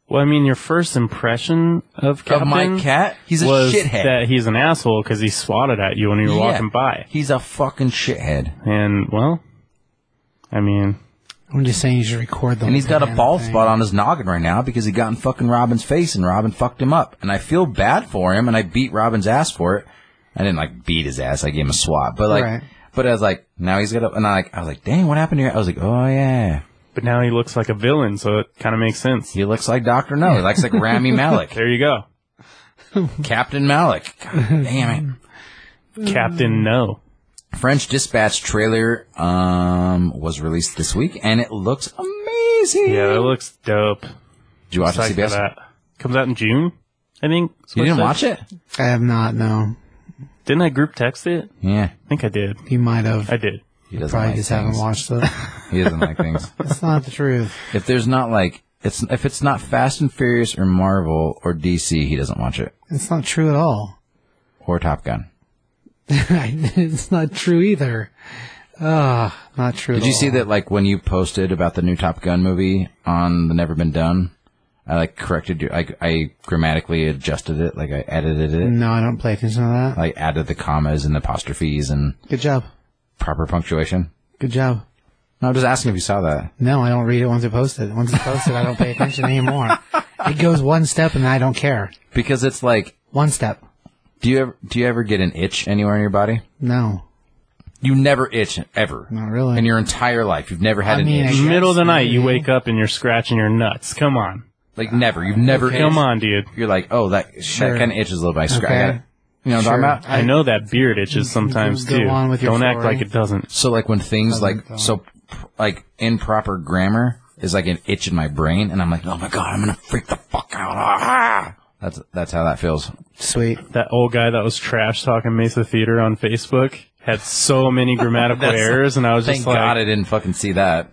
Speaker 3: Well, I mean, your first impression of Captain
Speaker 1: Of my cat? He's a
Speaker 3: was
Speaker 1: shithead.
Speaker 3: That he's an asshole because he swatted at you when you were
Speaker 1: Yeah.
Speaker 3: walking by,
Speaker 1: He's a fucking shithead.
Speaker 3: and well, I mean,
Speaker 2: I'm just saying you should record the.
Speaker 1: And he's got a
Speaker 2: damn
Speaker 1: bald
Speaker 2: thing.
Speaker 1: spot on his noggin right now because he got in fucking Robin's face and Robin fucked him up. And I feel bad for him and I beat Robin's ass for it. I didn't like beat his ass. I gave him a swat, but like,
Speaker 2: Right.
Speaker 1: but I was like, now he's got to, and I like, I was like, dang, what happened here? I was like, oh yeah,
Speaker 3: but now he looks like a villain, so it kind of makes sense.
Speaker 1: he looks like Dr. No. He looks like Rami Malik,
Speaker 3: There you go,
Speaker 1: Captain Malik. God damn
Speaker 2: Mm.
Speaker 3: Captain No.
Speaker 1: it. French Dispatch trailer, um, was released this week and it looks amazing.
Speaker 3: Yeah, that looks dope.
Speaker 1: Did you watch the
Speaker 3: Psyched for
Speaker 1: CBS?
Speaker 3: that. Comes out in June, I think.
Speaker 1: You didn't watch it?
Speaker 2: I have not. No,
Speaker 3: Didn't I group text it?
Speaker 1: Yeah.
Speaker 3: I think I did.
Speaker 2: you might have.
Speaker 3: I did.
Speaker 1: He doesn't
Speaker 2: Probably
Speaker 1: like
Speaker 2: just
Speaker 1: things.
Speaker 2: haven't watched it.
Speaker 1: He doesn't like things.
Speaker 2: That's not the truth.
Speaker 1: If there's not like it's if it's not Fast and Furious or Marvel or DC, he doesn't watch it.
Speaker 2: It's not true at all.
Speaker 1: Or Top Gun.
Speaker 2: it's not true either. Ah, not true.
Speaker 1: Did
Speaker 2: at
Speaker 1: you see
Speaker 2: all.
Speaker 1: that like when you posted about the new Top Gun movie on the Never Been Done? I like corrected you. I, I grammatically adjusted it. Like I edited it.
Speaker 2: No, I don't play attention to that.
Speaker 1: Like added the commas and apostrophes and
Speaker 2: Good job.
Speaker 1: proper punctuation.
Speaker 2: Good job.
Speaker 1: No, I'm just asking if you saw that.
Speaker 2: No, I don't read it once it's posted. Once it's posted, I don't pay attention anymore. It goes one step and I don't care.
Speaker 1: Because it's like,
Speaker 2: One step.
Speaker 1: do you ever do you ever get an itch anywhere in your body?
Speaker 2: No,
Speaker 1: You never itch ever
Speaker 2: not really.
Speaker 1: in your entire life. You've never had
Speaker 2: I
Speaker 1: an
Speaker 2: mean, I
Speaker 1: itch.
Speaker 2: guess
Speaker 3: Middle of the night, you
Speaker 2: maybe.
Speaker 3: wake up and you're scratching your nuts. Come on,
Speaker 1: Like never. You've never. itched.
Speaker 3: come on, dude.
Speaker 1: you're like, oh, that
Speaker 2: Sure.
Speaker 1: that kind of itches a little bit. I scratch.
Speaker 2: Okay.
Speaker 1: I gotta- You know what I'm
Speaker 2: Sure.
Speaker 1: talking about?
Speaker 3: I know that beard itches sometimes
Speaker 2: go
Speaker 3: too.
Speaker 2: on with your
Speaker 3: Don't act
Speaker 2: story.
Speaker 3: like it doesn't.
Speaker 1: So like when things like
Speaker 2: though.
Speaker 1: so p- like improper grammar is like an itch in my brain, and I'm like, oh my god, I'm gonna freak the fuck out. Ah! That's that's how that feels.
Speaker 2: Sweet.
Speaker 3: That old guy that was trash talking Mesa Theater on Facebook had so many grammatical errors, and I was
Speaker 1: Thank
Speaker 3: just like,
Speaker 1: God I didn't fucking see that.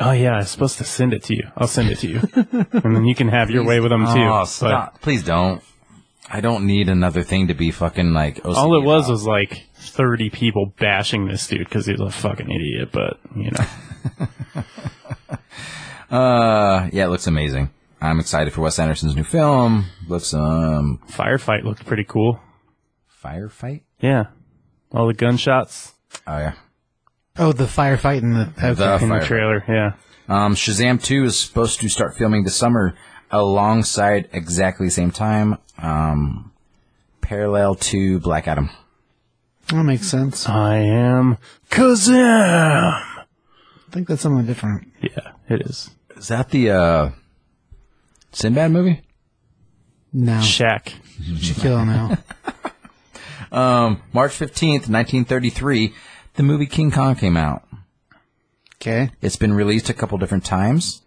Speaker 3: "Oh yeah, I was supposed to send it to you. I'll send it to you, and then you can have your way with them too."
Speaker 1: Oh,
Speaker 3: But
Speaker 1: stop. Please don't. I don't need another thing to be fucking like. OCD
Speaker 3: all it was
Speaker 1: about.
Speaker 3: was like thirty people bashing this dude because he's a fucking idiot. But you know,
Speaker 1: Uh, yeah, it looks amazing. I'm excited for Wes Anderson's new film. Looks um,
Speaker 3: firefight looked pretty cool.
Speaker 1: firefight.
Speaker 3: Yeah, all the gunshots
Speaker 1: Oh yeah,
Speaker 2: Oh, the firefight and the. Okay.
Speaker 1: the
Speaker 3: in the
Speaker 1: firefight.
Speaker 3: trailer. Yeah,
Speaker 1: Um, Shazam 2 is supposed to start filming this summer alongside exactly the same time, um, parallel to Black Adam.
Speaker 2: that makes sense. I
Speaker 3: I am Kazam.
Speaker 2: think that's something different.
Speaker 3: Yeah, it is.
Speaker 1: Is that the, uh, Sinbad movie? Hmm.
Speaker 2: No,
Speaker 3: Shaq.
Speaker 2: Shaquille now.
Speaker 1: Um, March 15th, 1933, the movie King Kong came out.
Speaker 2: Okay.
Speaker 1: It's been released a couple different times,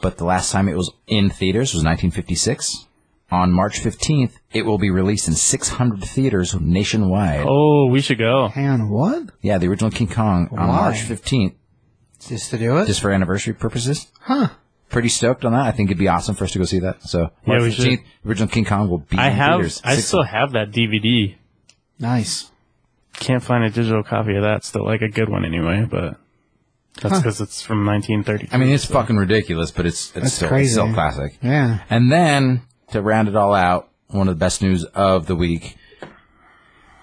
Speaker 1: but the last time it was in theaters was 1956. On March 15th, it will be released in 600 theaters nationwide.
Speaker 3: Oh, we should go.
Speaker 2: Hang on, what?
Speaker 1: Yeah, the original King Kong on
Speaker 2: Why?
Speaker 1: March 15th.
Speaker 2: Just to do it?
Speaker 1: just for anniversary purposes.
Speaker 2: huh.
Speaker 1: Pretty stoked on that. I think it'd be awesome for us to go see that. So March
Speaker 3: we
Speaker 1: 15th,
Speaker 3: should.
Speaker 1: the original King Kong will be
Speaker 3: I
Speaker 1: in
Speaker 3: have.
Speaker 1: theaters.
Speaker 3: I
Speaker 1: Six-
Speaker 3: still have that DVD.
Speaker 2: Nice.
Speaker 3: Can't find a digital copy of that. Still, like a good one anyway. But that's because it's from 1930.
Speaker 1: I mean, it's fucking ridiculous, but it's it's
Speaker 2: That's
Speaker 1: still,
Speaker 2: crazy.
Speaker 1: it's still a classic.
Speaker 2: Yeah.
Speaker 1: And then to round it all out, one of the best news of the week.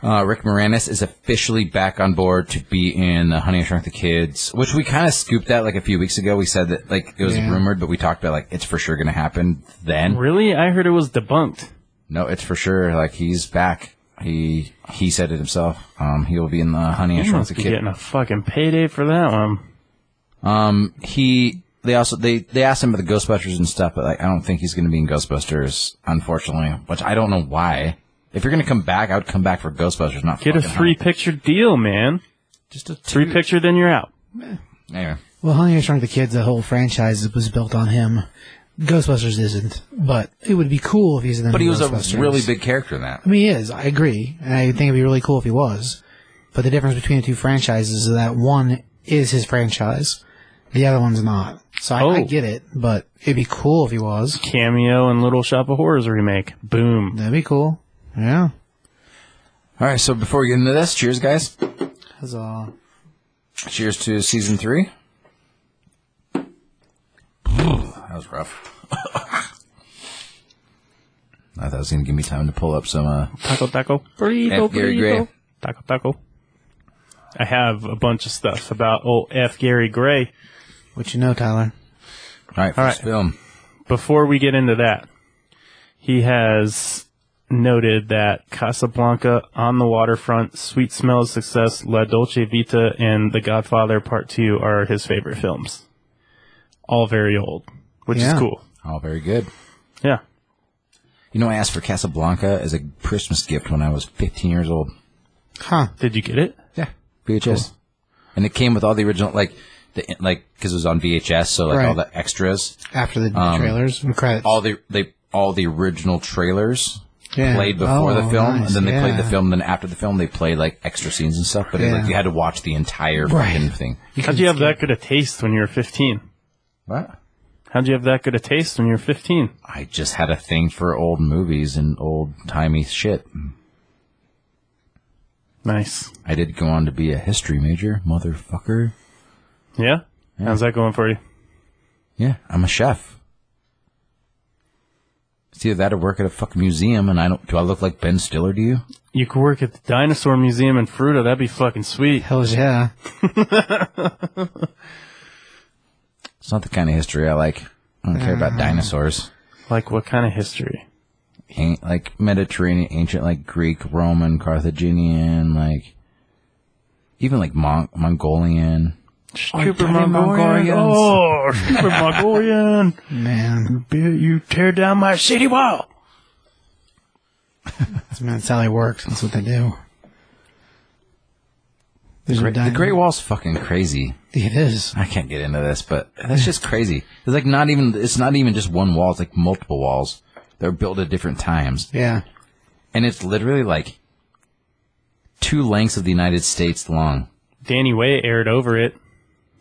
Speaker 1: Uh, Rick Moranis is officially back on board to be in uh, Honey I Shrunk the Kids, which we kind of scooped that like a few weeks ago. We said that like it was
Speaker 2: Yeah.
Speaker 1: rumored, but we talked about like it's for sure going to happen. Then
Speaker 3: really, I heard it was debunked.
Speaker 1: No, it's for sure. Like he's back. He he said it himself. Um, he will be in the Honey I
Speaker 3: You
Speaker 1: Shrunk
Speaker 3: must
Speaker 1: the
Speaker 3: be
Speaker 1: Kid.
Speaker 3: getting a fucking payday for that one.
Speaker 1: Um, he they also they they asked him about the Ghostbusters and stuff, but like I don't think he's going to be in Ghostbusters, unfortunately. Which I don't know why. If you're going to come back, I would come back for Ghostbusters, not
Speaker 3: Get a
Speaker 1: fucking
Speaker 3: three
Speaker 1: Honey.
Speaker 3: picture deal, man.
Speaker 1: Just a
Speaker 3: Three picture, then you're out.
Speaker 1: Anyway,
Speaker 2: Well, Honey, I Shrunk the Kids, the whole franchise was built on him. Ghostbusters isn't, but it would be cool if he's in
Speaker 1: but he was
Speaker 2: Ghostbusters.
Speaker 1: a really big character in that.
Speaker 2: I mean, he is. I agree. And I think it'd be really cool if he was. But the difference between the two franchises is that one is his franchise. The other one's not. So I, I
Speaker 3: Oh.
Speaker 2: get it, but it'd be cool if he was.
Speaker 3: Cameo and Little Shop of Horrors remake. Boom.
Speaker 2: That'd be cool. Yeah.
Speaker 1: All right, so before we get into this, cheers, guys.
Speaker 2: Huzzah.
Speaker 1: Cheers to season three. that was rough. I thought it was going to give me time to pull up some. Uh,
Speaker 3: Taco Taco. Burrito,
Speaker 1: F. Gary Gray.
Speaker 3: burrito. Taco Taco. I have a bunch of stuff about old F. Gary Gray.
Speaker 2: What you know, Tyler?
Speaker 1: all right, first
Speaker 3: right.
Speaker 1: film.
Speaker 3: before we get into that, he has noted that Casablanca, On the Waterfront, Sweet Smell of Success, La Dolce Vita, and The Godfather Part 2 are his favorite films. All very old, which
Speaker 2: Yeah.
Speaker 3: is cool.
Speaker 1: All very good.
Speaker 3: Yeah.
Speaker 1: You know, I asked for Casablanca as a Christmas gift when I was 15 years old.
Speaker 2: Huh.
Speaker 3: Did you get it?
Speaker 1: Yeah, VHS, and it came with all the original, like, the like because it was on VHS, so like all
Speaker 2: Right.
Speaker 1: the extras,
Speaker 2: After the trailers and credits.
Speaker 1: Um, all the they all the original trailers
Speaker 2: Yeah.
Speaker 1: played before
Speaker 2: Oh,
Speaker 1: the film,
Speaker 2: nice,
Speaker 1: and then they played the
Speaker 2: yeah.
Speaker 1: film. Then after the film, they played like extra scenes and stuff. But it, like
Speaker 2: Yeah.
Speaker 1: you had to watch the entire
Speaker 2: Right.
Speaker 1: fucking thing.
Speaker 3: How'd you have that good a taste when you were 15?
Speaker 1: What?
Speaker 3: How'd you have that good a taste when you were 15?
Speaker 1: I just had a thing for old movies and old timey shit.
Speaker 3: Nice.
Speaker 1: I did go on to be a history major, motherfucker.
Speaker 3: Yeah? How's that going for you?
Speaker 1: Yeah, I'm a chef. It's either that or work at a fucking museum, and I don't. Do I look like Ben Stiller to you?
Speaker 3: You could work at the Dinosaur Museum in Fruta. That'd be fucking sweet.
Speaker 2: Hells yeah.
Speaker 1: It's not the kind of history I like. I don't care
Speaker 2: Uh-huh.
Speaker 1: about dinosaurs.
Speaker 3: Like, what kind of history?
Speaker 1: Ain't like Mediterranean, ancient, like Greek, Roman, Carthaginian, like even like Mon- Mongolian.
Speaker 3: Super
Speaker 1: Tiny
Speaker 3: Mongolian.
Speaker 1: Mongolians.
Speaker 3: Oh, Super Mongolian.
Speaker 2: Man.
Speaker 3: Bill, you tear down my city wall.
Speaker 2: That's, man, that's how they work. That's what they do. There's
Speaker 1: Great,
Speaker 2: a
Speaker 1: the
Speaker 2: dime-
Speaker 1: Great Wall's fucking crazy.
Speaker 2: It is.
Speaker 1: I can't get into this, but that's just crazy. It's like not even. It's not even just one wall. It's like multiple walls. They're built at different times.
Speaker 2: Yeah.
Speaker 1: and it's literally like two lengths of the United States long.
Speaker 3: Danny Way aired over it.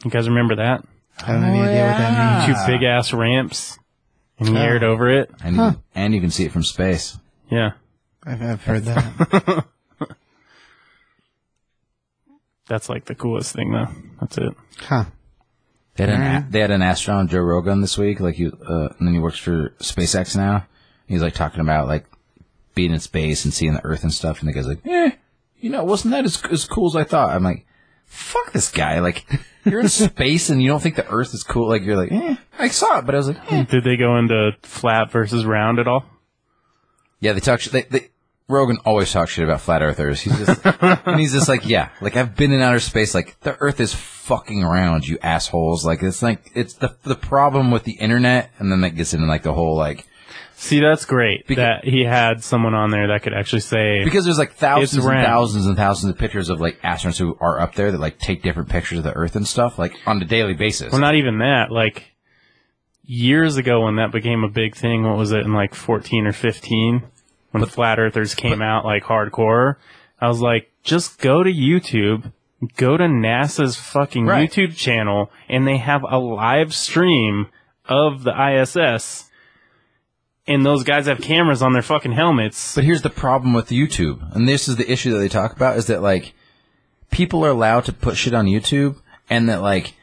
Speaker 3: You guys remember that?
Speaker 2: I don't have any idea what that means.
Speaker 3: Two big ass ramps, and he aired over it.
Speaker 1: And, you, and you can see it from space.
Speaker 3: Yeah,
Speaker 2: I've, I've heard that.
Speaker 3: that's like the coolest thing though. That's it.
Speaker 2: huh.
Speaker 1: They had an, a- they had an astronaut, Joe Rogan, this week. Like he, uh, and then he works for SpaceX now. He's like talking about like being in space and seeing the Earth and stuff. And the guy's like, eh, you know, wasn't that as, as cool as I thought? I'm like, fuck this guy. Like you're in space and you don't think the Earth is cool. Like you're like, eh, I saw it, but I was like, eh.
Speaker 3: Did they go into flat versus round at all?
Speaker 1: Yeah, they talk. Sh- they, they, Rogan always talks shit about flat earthers. He's just, and he's just like, yeah, like I've been in outer space. Like the Earth is fucking round, you assholes. Like it's like it's the the problem with the internet, and then that gets into like the whole like
Speaker 3: See, that's great
Speaker 1: Because-
Speaker 3: that he had someone on there that could actually say,
Speaker 1: because there's like thousands
Speaker 3: It's
Speaker 1: and
Speaker 3: round.
Speaker 1: thousands and thousands of pictures of like astronauts who are up there that like take different pictures of the Earth and stuff like on a daily basis.
Speaker 3: well, not even that. Like years ago when that became a big thing. What was it in like fourteen or fifteen when the flat earthers came out like hardcore? I was like, just go to YouTube, go to NASA's fucking
Speaker 1: Right.
Speaker 3: YouTube channel, and they have a live stream of the ISS. And those guys have cameras on their fucking helmets.
Speaker 1: But here's the problem with YouTube, and this is the issue that they talk about is that like people are allowed to put shit on YouTube, and that like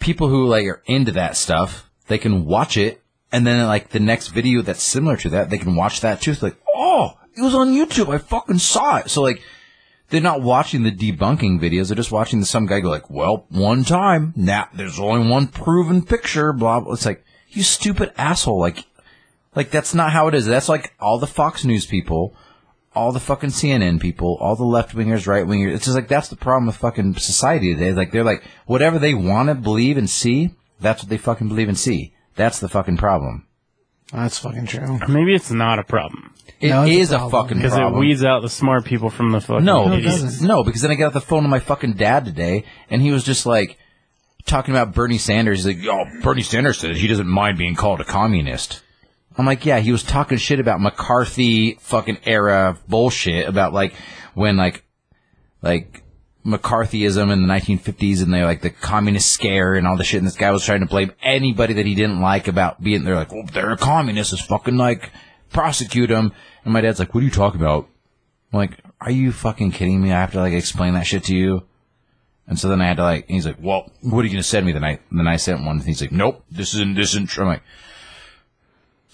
Speaker 1: people who like are into that stuff, they can watch it, and then like the next video that's similar to that, they can watch that too. It's like, oh, it was on YouTube, I fucking saw it. So like. They're not watching the debunking videos. They're just watching some guy go like, "Well, one time, now there's only one proven picture." Blah. blah. It's like you stupid asshole. Like like that's not how it is. That's like all the Fox News people, all the fucking CNN people, all the left wingers, right wingers. It's just like that's the problem with fucking society today. Like they're like whatever they want to believe and see, that's what they fucking believe and see. That's the fucking problem.
Speaker 2: That's fucking true.
Speaker 1: Oh.
Speaker 3: Maybe it's not a problem.
Speaker 1: It is
Speaker 2: No, it's a
Speaker 1: a,
Speaker 2: problem.
Speaker 1: fucking
Speaker 3: Because it
Speaker 1: problem.
Speaker 3: weeds out the smart people from the fucking
Speaker 1: No,
Speaker 2: it
Speaker 1: because-
Speaker 2: doesn't.
Speaker 1: no, because then I got off the phone to my fucking dad today, and he was just like talking about Bernie Sanders. He's like, "Yo, Bernie Sanders says he doesn't mind being called a communist." I'm like, yeah, he was talking shit about McCarthy fucking era bullshit about like when like like McCarthyism in the 1950s and they like the communist scare and all the shit. And this guy was trying to blame anybody that he didn't like about being. They're like, well, they're a communist. It's fucking like prosecute them. And my dad's like, what are you talking about? I'm like, are you fucking kidding me? I have to like explain that shit to you. And so then I had to like. And he's like, well, what are you gonna send me? Then I then I sent one. And he's like, nope, this isn't this isn't. true." I'm like.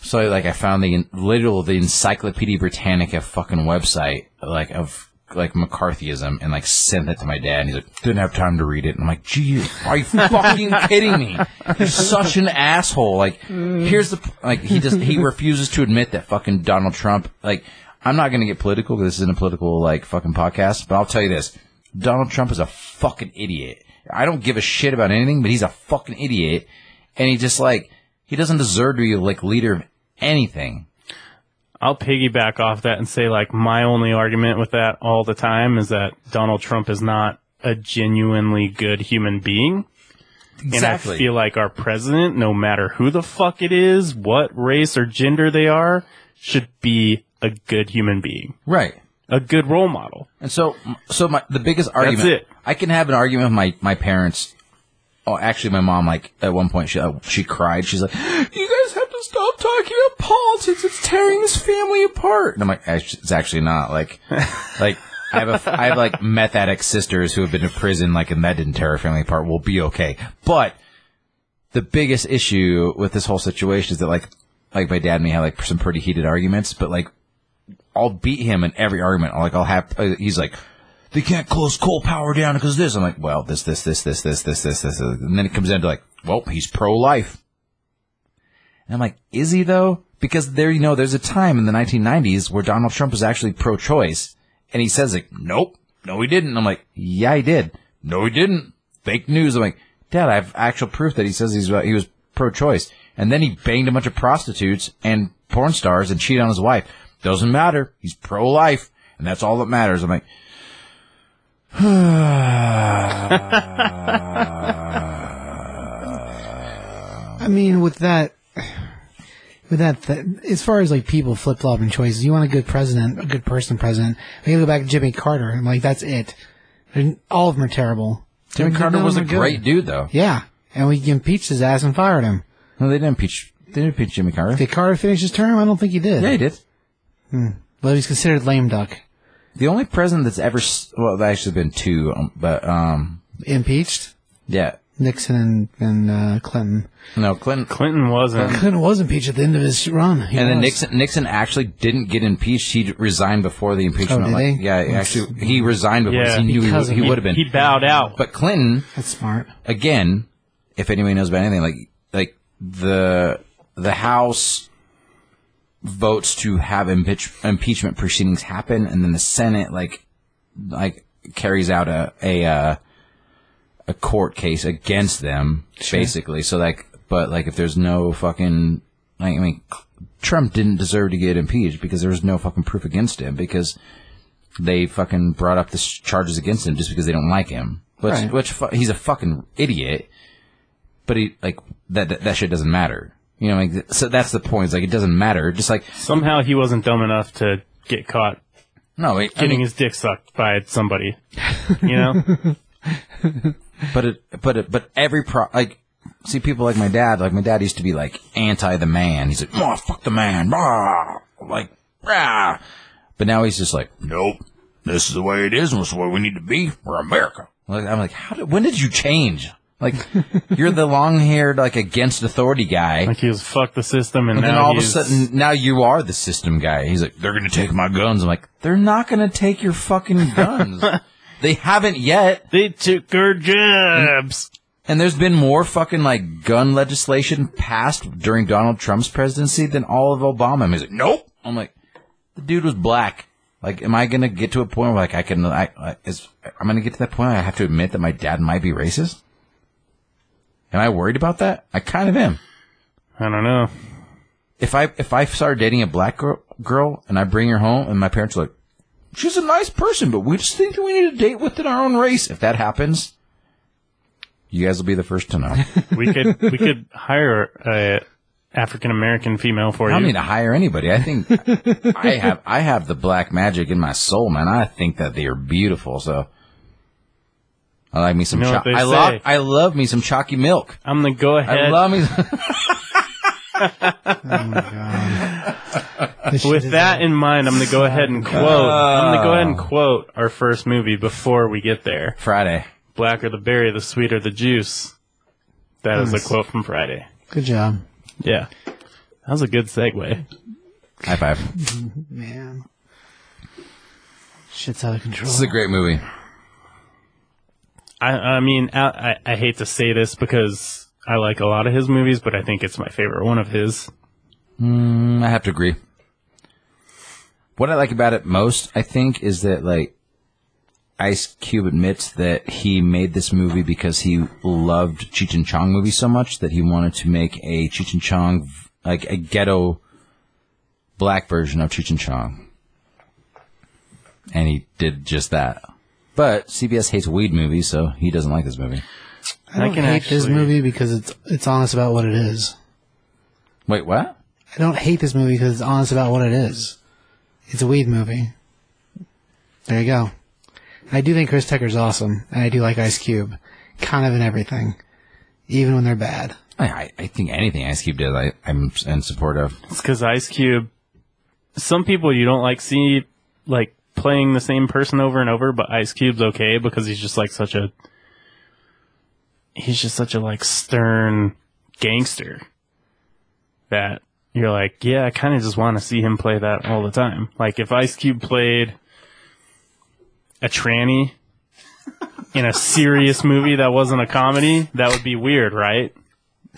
Speaker 1: So like I found the literal the Encyclopedia Britannica fucking website like of like McCarthyism and like sent it to my dad and he's like didn't have time to read it and I'm like Jesus are you fucking kidding me you're such an asshole like here's the like he just he refuses to admit that fucking Donald Trump like I'm not gonna get political 'cause this isn't a political like fucking podcast but I'll tell you this Donald Trump is a fucking idiot I don't give a shit about anything but he's a fucking idiot and he just like he doesn't deserve to be like leader of anything.
Speaker 3: I'll piggyback off that and say like my only argument with that all the time is that Donald Trump is not a genuinely good human being. And I feel like our president, no matter who the fuck it is, what race or gender they are, should be a good human being,
Speaker 1: right.
Speaker 3: a good role model.
Speaker 1: And so, so my the biggest argument.
Speaker 3: it.
Speaker 1: I can have an argument with my my parents. Oh, actually, my mom like at one point she uh, she cried. She's like, "You guys have to stop talking about politics. It's tearing this family apart." And I'm like, "Act- "It's actually not like, like." I have, a, I have like meth addict sisters who have been to prison, like, and that didn't tear our family apart. We'll be okay. But the biggest issue with this whole situation is that, like, like my dad and me had like some pretty heated arguments, but like I'll beat him in every argument. Like I'll have, uh, he's like, they can't close coal power down because this. I'm like, well, this, this, this, this, this, this, this, this, and then it comes down to like, well, he's pro-life. And I'm like, is he though? Because there, you know, there's a time in the 1990s where Donald Trump was actually pro-choice, and he says like, nope, no, he didn't. I'm like, yeah, he did. No, he didn't. Fake news. I'm like, Dad, I have actual proof that he says he's uh, he was pro-choice, and then he banged a bunch of prostitutes and porn stars and cheated on his wife. Doesn't matter. He's pro-life, and that's all that matters. I'm like.
Speaker 2: I mean, with that, with that, th- as far as like people flip flopping choices, you want a good president, a good person president. We gotta go back to Jimmy Carter, and like that's it. And all of them are terrible.
Speaker 1: Jimmy
Speaker 2: None
Speaker 1: Carter
Speaker 2: of
Speaker 1: was a
Speaker 2: them are good.
Speaker 1: great dude, though.
Speaker 2: Yeah, and we impeached his ass and fired him.
Speaker 1: No, they didn't impeach. They didn't impeach Jimmy Carter.
Speaker 2: Did Carter finish his term? I don't think he did.
Speaker 1: yeah, he did.
Speaker 2: But he's considered lame duck.
Speaker 1: The only president that's ever s- well, there actually been two, um, but um,
Speaker 2: Impeached
Speaker 1: yeah,
Speaker 2: Nixon and, and uh, Clinton.
Speaker 1: no, Clinton.
Speaker 3: Clinton wasn't.
Speaker 2: Clinton was impeached at the end of his run. He
Speaker 1: and then
Speaker 2: was.
Speaker 1: Nixon, Nixon actually didn't get impeached. He resigned before the impeachment.
Speaker 2: Oh, did
Speaker 1: like-
Speaker 2: he?
Speaker 1: yeah, he
Speaker 2: That's-
Speaker 1: actually, he resigned before
Speaker 3: Yeah.
Speaker 1: he knew he,
Speaker 2: Because
Speaker 1: would-
Speaker 2: of-
Speaker 1: he would have been.
Speaker 3: He bowed out.
Speaker 1: but Clinton,
Speaker 2: That's smart.
Speaker 1: again, if anybody knows about anything, like like the the House votes to have impeach, impeachment proceedings happen, and then the Senate like like carries out a a uh, a court case against them, basically. So like, but like if there's no fucking, like, I mean, Trump didn't deserve to get impeached because there was no fucking proof against him because they fucking brought up the s- charges against him just because they don't like him. Which,
Speaker 2: Right.
Speaker 1: which fu- he's a fucking idiot. But he like that that, that shit doesn't matter. You know, like th- so that's the point. It's like it doesn't matter. Just like
Speaker 3: Somehow he wasn't dumb enough to get caught
Speaker 1: no, it, I
Speaker 3: getting
Speaker 1: mean,
Speaker 3: his dick sucked by somebody. You know?
Speaker 1: but it, but it, but every pro like. See people like my dad. Like my dad used to be like anti the man. He's like, oh fuck the man, rah, like rah. But now he's just like, nope, this is the way it is, and this is where we need to be. We're America. Like, I'm like, how did, when did you change? Like, you're the long haired, like, against authority guy.
Speaker 3: Like he was fuck the system and,
Speaker 1: and then
Speaker 3: now
Speaker 1: all
Speaker 3: he's,
Speaker 1: of a sudden, now you are the system guy. He's like, they're going to take my guns. I'm like, they're not going to take your fucking guns. they haven't yet.
Speaker 3: they took our jobs.
Speaker 1: And there's been more fucking like gun legislation passed during Donald Trump's presidency than all of Obama. He's like, nope. I'm like, the dude was black. Like, am I gonna get to a point where like I can, I, I is, I'm gonna get to that point where I have to admit that my dad might be racist? Am I worried about that? I kind of am.
Speaker 3: I don't know.
Speaker 1: If I, if I start dating a black girl, girl and I bring her home and my parents are like, she's a nice person, but we just think that we need to date within our own race. If that happens, you guys will be the first to know.
Speaker 3: We could we could hire a African American female for
Speaker 1: I don't
Speaker 3: you.
Speaker 1: need to hire anybody. I think I have I have the black magic in my soul, man. I think that they are beautiful. So I like me some.
Speaker 3: You know
Speaker 1: cho-
Speaker 3: what they
Speaker 1: I love.
Speaker 3: say.
Speaker 1: I love me some chalky milk.
Speaker 3: I'm gonna go ahead.
Speaker 1: I love me.
Speaker 2: This shit
Speaker 3: With
Speaker 2: is-
Speaker 3: that in mind, I'm going to go ahead and quote. I'm going to go ahead and quote our first movie before we get there.
Speaker 1: Friday.
Speaker 3: Blacker the berry, the sweeter the juice. That is a quote from Friday.
Speaker 2: good job,
Speaker 3: Yeah. That was a good segue.
Speaker 1: High five.
Speaker 2: man. Shit's out of control.
Speaker 1: This is a great movie.
Speaker 3: I, I mean, I, I, I hate to say this because I like a lot of his movies, but I think it's my favorite one of his.
Speaker 1: Mm, I have to agree. What I like about it most, I think, is that like Ice Cube admits that he made this movie because he loved Cheech and Chong movies so much that he wanted to make a Cheech and Chong like a ghetto black version of Cheech and Chong, and he did just that. But CBS hates weed movies, so he doesn't like this movie.
Speaker 2: I don't
Speaker 3: I can
Speaker 2: hate this
Speaker 3: actually-
Speaker 2: movie because it's it's honest about what it is.
Speaker 1: Wait, what?
Speaker 2: I don't hate this movie because it's honest about what it is. It's a weed movie. There you go. I do think Chris Tucker's awesome, and I do like Ice Cube, kind of in everything, even when they're bad.
Speaker 1: I- I, I think anything Ice Cube did, I, I'm in support of.
Speaker 3: It's because Ice Cube, some people you don't like see, like, playing the same person over and over, but Ice Cube's okay because he's just like such a, he's just such a, like, stern gangster that you're like, yeah, I kind of just want to see him play that all the time. Like, if Ice Cube played a tranny in a serious movie that wasn't a comedy, that would be weird, right?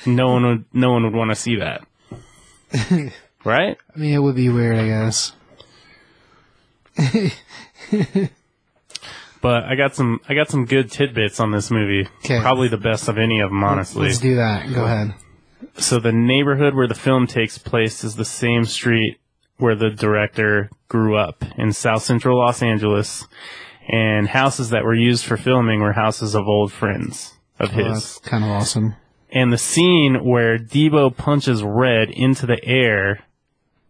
Speaker 3: No one would, no one would want to see that. Right?
Speaker 2: I mean, it would be weird, I guess.
Speaker 3: But I got some I got some good tidbits on this movie.
Speaker 2: 'Kay.
Speaker 3: Probably the best of any of them, honestly.
Speaker 2: Let's do that. Go ahead.
Speaker 3: So the neighborhood where the film takes place is the same street where the director grew up in South Central Los Angeles, and houses that were used for filming were houses of old friends of
Speaker 2: Well,
Speaker 3: his.
Speaker 2: that's kind of awesome.
Speaker 3: and the scene where Debo punches Red into the air,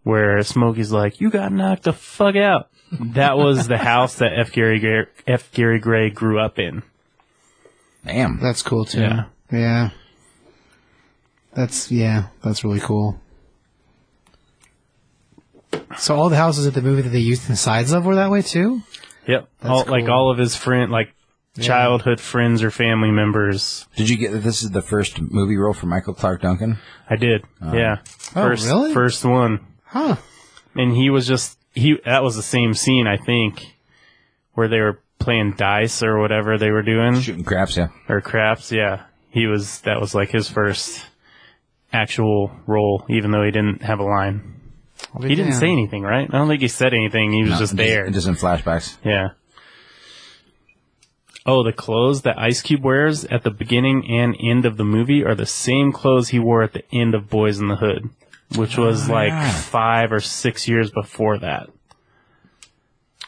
Speaker 3: where Smokey's like, "You got knocked the fuck out." That was the house that F. Gary Gray, F. Gary Gray grew up in.
Speaker 1: Damn.
Speaker 2: That's cool too.
Speaker 3: Yeah.
Speaker 2: Yeah. That's yeah. That's really cool. So all the houses at the movie that they used the sides of were that way too.
Speaker 3: Yep, all, like
Speaker 2: cool.
Speaker 3: all of his friend, like childhood friends or family members.
Speaker 1: Did you get that this is the first movie role for Michael Clark Duncan?
Speaker 3: I did. yeah,
Speaker 2: Oh,
Speaker 3: first
Speaker 2: really?
Speaker 3: first one,
Speaker 2: Huh.
Speaker 3: and he was just he. That was the same scene, I think, where they were playing dice or whatever they were doing.
Speaker 1: Shooting craps, yeah.
Speaker 3: or craps yeah he was that was like his first actual role even though he didn't have a line
Speaker 2: I'll be
Speaker 3: he didn't
Speaker 2: damned.
Speaker 3: say anything right i don't think he said anything he was
Speaker 1: No,
Speaker 3: just there
Speaker 1: Just, in flashbacks.
Speaker 3: yeah oh the clothes that ice cube wears at the beginning and end of the movie are the same clothes he wore at the end of boys in the hood which was like five or six years before that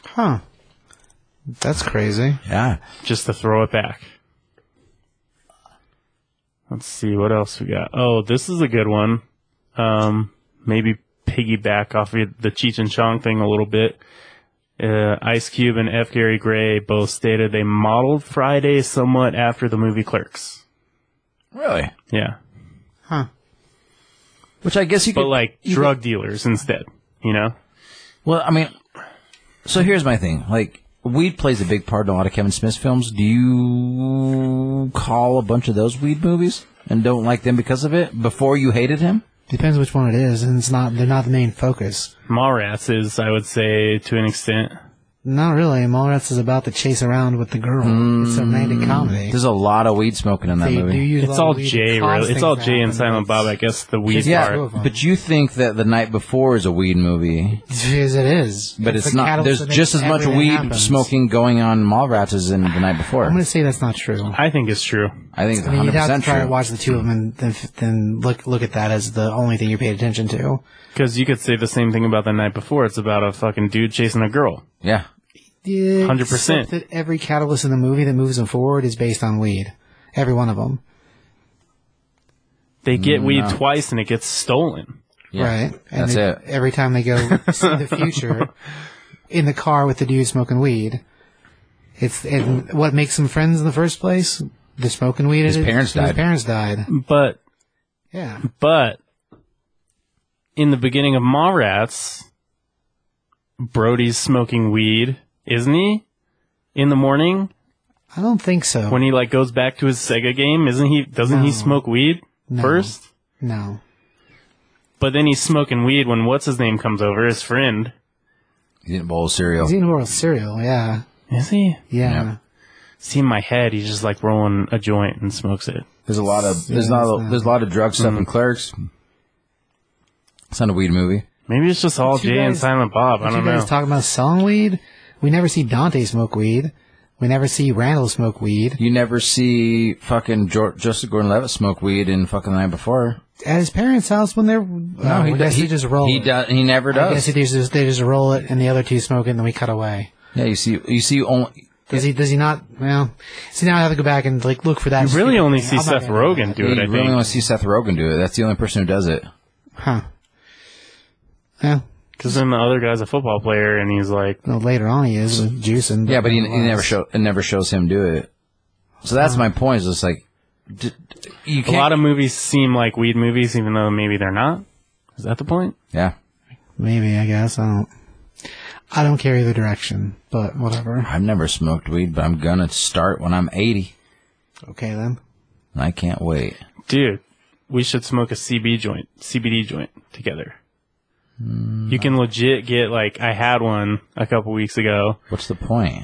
Speaker 2: Huh. That's crazy.
Speaker 1: Yeah.
Speaker 3: just to throw it back. Let's see what else we got. Oh, this is a good one. Um, maybe piggyback off of the Cheech and Chong thing a little bit. Uh, Ice Cube and F. Gary Gray both stated they modeled Friday somewhat after the movie Clerks.
Speaker 1: Really?
Speaker 3: Yeah,
Speaker 2: Huh.
Speaker 1: Which I guess you
Speaker 3: but
Speaker 1: could.
Speaker 3: like drug dealers instead. You know?
Speaker 1: well, I mean, so here's my thing. Like, weed plays a big part in a lot of Kevin Smith's films. Do you call a bunch of those weed movies and don't like them because of it before you hated him?
Speaker 2: Depends which one it is, and it's not. They're not the main focus.
Speaker 3: Mallrats is, I would say, to an extent.
Speaker 2: Not really. Mallrats is about the chase around with the girl. It's a romantic comedy.
Speaker 1: There's a lot of weed smoking in that
Speaker 2: They
Speaker 1: movie.
Speaker 2: do use a
Speaker 3: Mm. It's
Speaker 2: lot
Speaker 3: all
Speaker 2: of weed to
Speaker 3: Jay,
Speaker 2: cause
Speaker 3: really. It's
Speaker 2: things
Speaker 3: all
Speaker 2: to
Speaker 3: Jay and
Speaker 2: happen.
Speaker 3: Silent Bob. I guess the weed
Speaker 2: Yeah.
Speaker 3: part.
Speaker 2: Two of 'em.
Speaker 1: but you think that the night before is a weed movie,
Speaker 2: Yes, it is.
Speaker 1: but it's,
Speaker 2: the
Speaker 1: not.
Speaker 2: catalyst
Speaker 1: There's
Speaker 2: that makes
Speaker 1: just as much
Speaker 2: everything
Speaker 1: weed
Speaker 2: happens.
Speaker 1: smoking going on in Mallrats as in the night before.
Speaker 2: I'm gonna say that's not true.
Speaker 3: I think it's true.
Speaker 1: I think it's
Speaker 2: I mean,
Speaker 1: 100
Speaker 2: you'd have to
Speaker 1: percent
Speaker 2: try
Speaker 1: true.
Speaker 2: to watch the two of them and then, then look look at that as the only thing you paid attention to.
Speaker 3: Because you could say the same thing about the night before. It's about a fucking dude chasing a girl.
Speaker 1: yeah,
Speaker 3: 100%.
Speaker 2: Except That every catalyst in the movie that moves them forward is based on weed. Every one of them,
Speaker 3: They get weed twice and it gets stolen.
Speaker 1: yeah.
Speaker 2: right? And
Speaker 1: That's
Speaker 2: they-
Speaker 1: it.
Speaker 2: Every time they go see the future in the car with the dude smoking weed, It's and what makes them friends in the first place? They're smoking weed.
Speaker 1: His
Speaker 2: at it-
Speaker 1: parents died.
Speaker 2: His parents died.
Speaker 3: But
Speaker 2: Yeah.
Speaker 3: But in the beginning of Mallrats, Brody's smoking weed, isn't he? In the morning,
Speaker 2: I don't think so.
Speaker 3: when he like goes back to his Sega game, isn't he? Doesn't he
Speaker 2: No.
Speaker 3: smoke weed
Speaker 2: No.
Speaker 3: first?
Speaker 2: no.
Speaker 3: But then he's smoking weed when what's his name comes over, his friend.
Speaker 1: He's eating a bowl of cereal.
Speaker 2: He's eating oral cereal. Yeah.
Speaker 3: Is he?
Speaker 2: Yeah.
Speaker 1: Yeah.
Speaker 3: See, in my head, he's just like rolling a joint and smokes it.
Speaker 1: There's a lot of there's not a, there's a lot of drug stuff
Speaker 2: Mm-hmm.
Speaker 1: in Clerks. It's not a weed movie.
Speaker 3: Maybe it's just all
Speaker 2: But you
Speaker 3: Jay and
Speaker 2: guys-
Speaker 3: Silent Bob. I
Speaker 2: But
Speaker 3: don't
Speaker 2: you guys
Speaker 3: know.
Speaker 2: talking about selling weed? We never see Dante smoke weed. We never see Randall smoke weed.
Speaker 1: You never see fucking George, Joseph Gordon-Levitt smoke weed in fucking the night before.
Speaker 2: At his parents' house when they're no,
Speaker 1: he
Speaker 2: I guess
Speaker 1: do-
Speaker 2: they just roll.
Speaker 1: He
Speaker 2: it.
Speaker 1: does. He never
Speaker 2: Oh. I guess
Speaker 1: does.
Speaker 2: he just, they just roll it, and the other two smoke, it, and then we cut away.
Speaker 1: yeah, you see. You see only.
Speaker 2: Does he? Does he not? Well, see now I have to go back and like look for that.
Speaker 3: You really only
Speaker 2: I'm
Speaker 3: see
Speaker 2: not gonna
Speaker 3: Seth
Speaker 2: do
Speaker 3: Rogen
Speaker 2: that.
Speaker 3: do it,
Speaker 1: you
Speaker 3: I
Speaker 1: really
Speaker 3: think.
Speaker 1: want to see Seth Rogen do it. That's the only person who does it.
Speaker 2: Huh? Yeah.
Speaker 3: Because then the other guy's a football player and he's like,
Speaker 2: Well, later on he is with juicing.
Speaker 1: Yeah, but he, he never
Speaker 2: nonetheless.
Speaker 1: show. It never shows him do it. So that's
Speaker 2: Uh-huh.
Speaker 1: my point. Is it's like d- d- you
Speaker 3: A
Speaker 1: can't.
Speaker 3: lot of movies seem like weed movies, even though maybe they're not. Is that the point?
Speaker 1: yeah,
Speaker 2: Maybe I guess I don't. I don't care either direction, but whatever.
Speaker 1: I've never smoked weed, but I'm gonna start when I'm 80,
Speaker 2: Okay then.
Speaker 1: and I can't wait.
Speaker 3: Dude, we should smoke a CB joint, CBD joint together.
Speaker 1: Hmm.
Speaker 3: You can legit get like I had one a couple weeks ago.
Speaker 1: What's the point?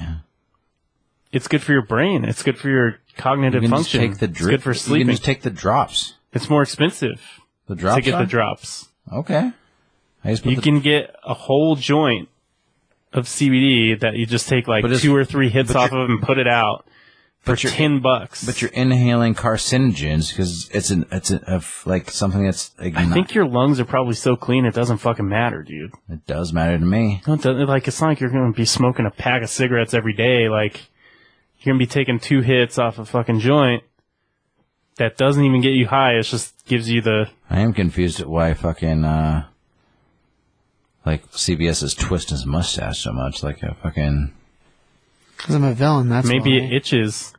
Speaker 3: It's good for your brain. It's good for your
Speaker 1: You
Speaker 3: cognitive
Speaker 1: can just
Speaker 3: function.
Speaker 1: take the
Speaker 3: it's
Speaker 1: drip.
Speaker 3: good for
Speaker 1: You
Speaker 3: sleeping.
Speaker 1: can just take the drops.
Speaker 3: it's more expensive
Speaker 1: The drops.
Speaker 3: to get
Speaker 1: are?
Speaker 3: the drops.
Speaker 1: Okay. I just put
Speaker 3: You
Speaker 1: the-
Speaker 3: can get a whole joint of CBD that you just take like
Speaker 1: But it's-
Speaker 3: two or three hits off of and put it out for
Speaker 1: you're-
Speaker 3: ten bucks.
Speaker 1: But you're inhaling carcinogens because it's an it's a, of like something that's like
Speaker 3: I
Speaker 1: not-
Speaker 3: think your lungs are probably so clean it doesn't fucking matter, dude.
Speaker 1: it does matter to me.
Speaker 3: No, it doesn't- like it's not like you're gonna be smoking a pack of cigarettes every day. Like you're gonna be taking two hits off a fucking joint that doesn't even get you high. It just gives you the
Speaker 1: I am confused at why fucking uh like CBS is twisting his mustache so much like a fucking
Speaker 2: Because I'm a villain. That's
Speaker 3: maybe it itches.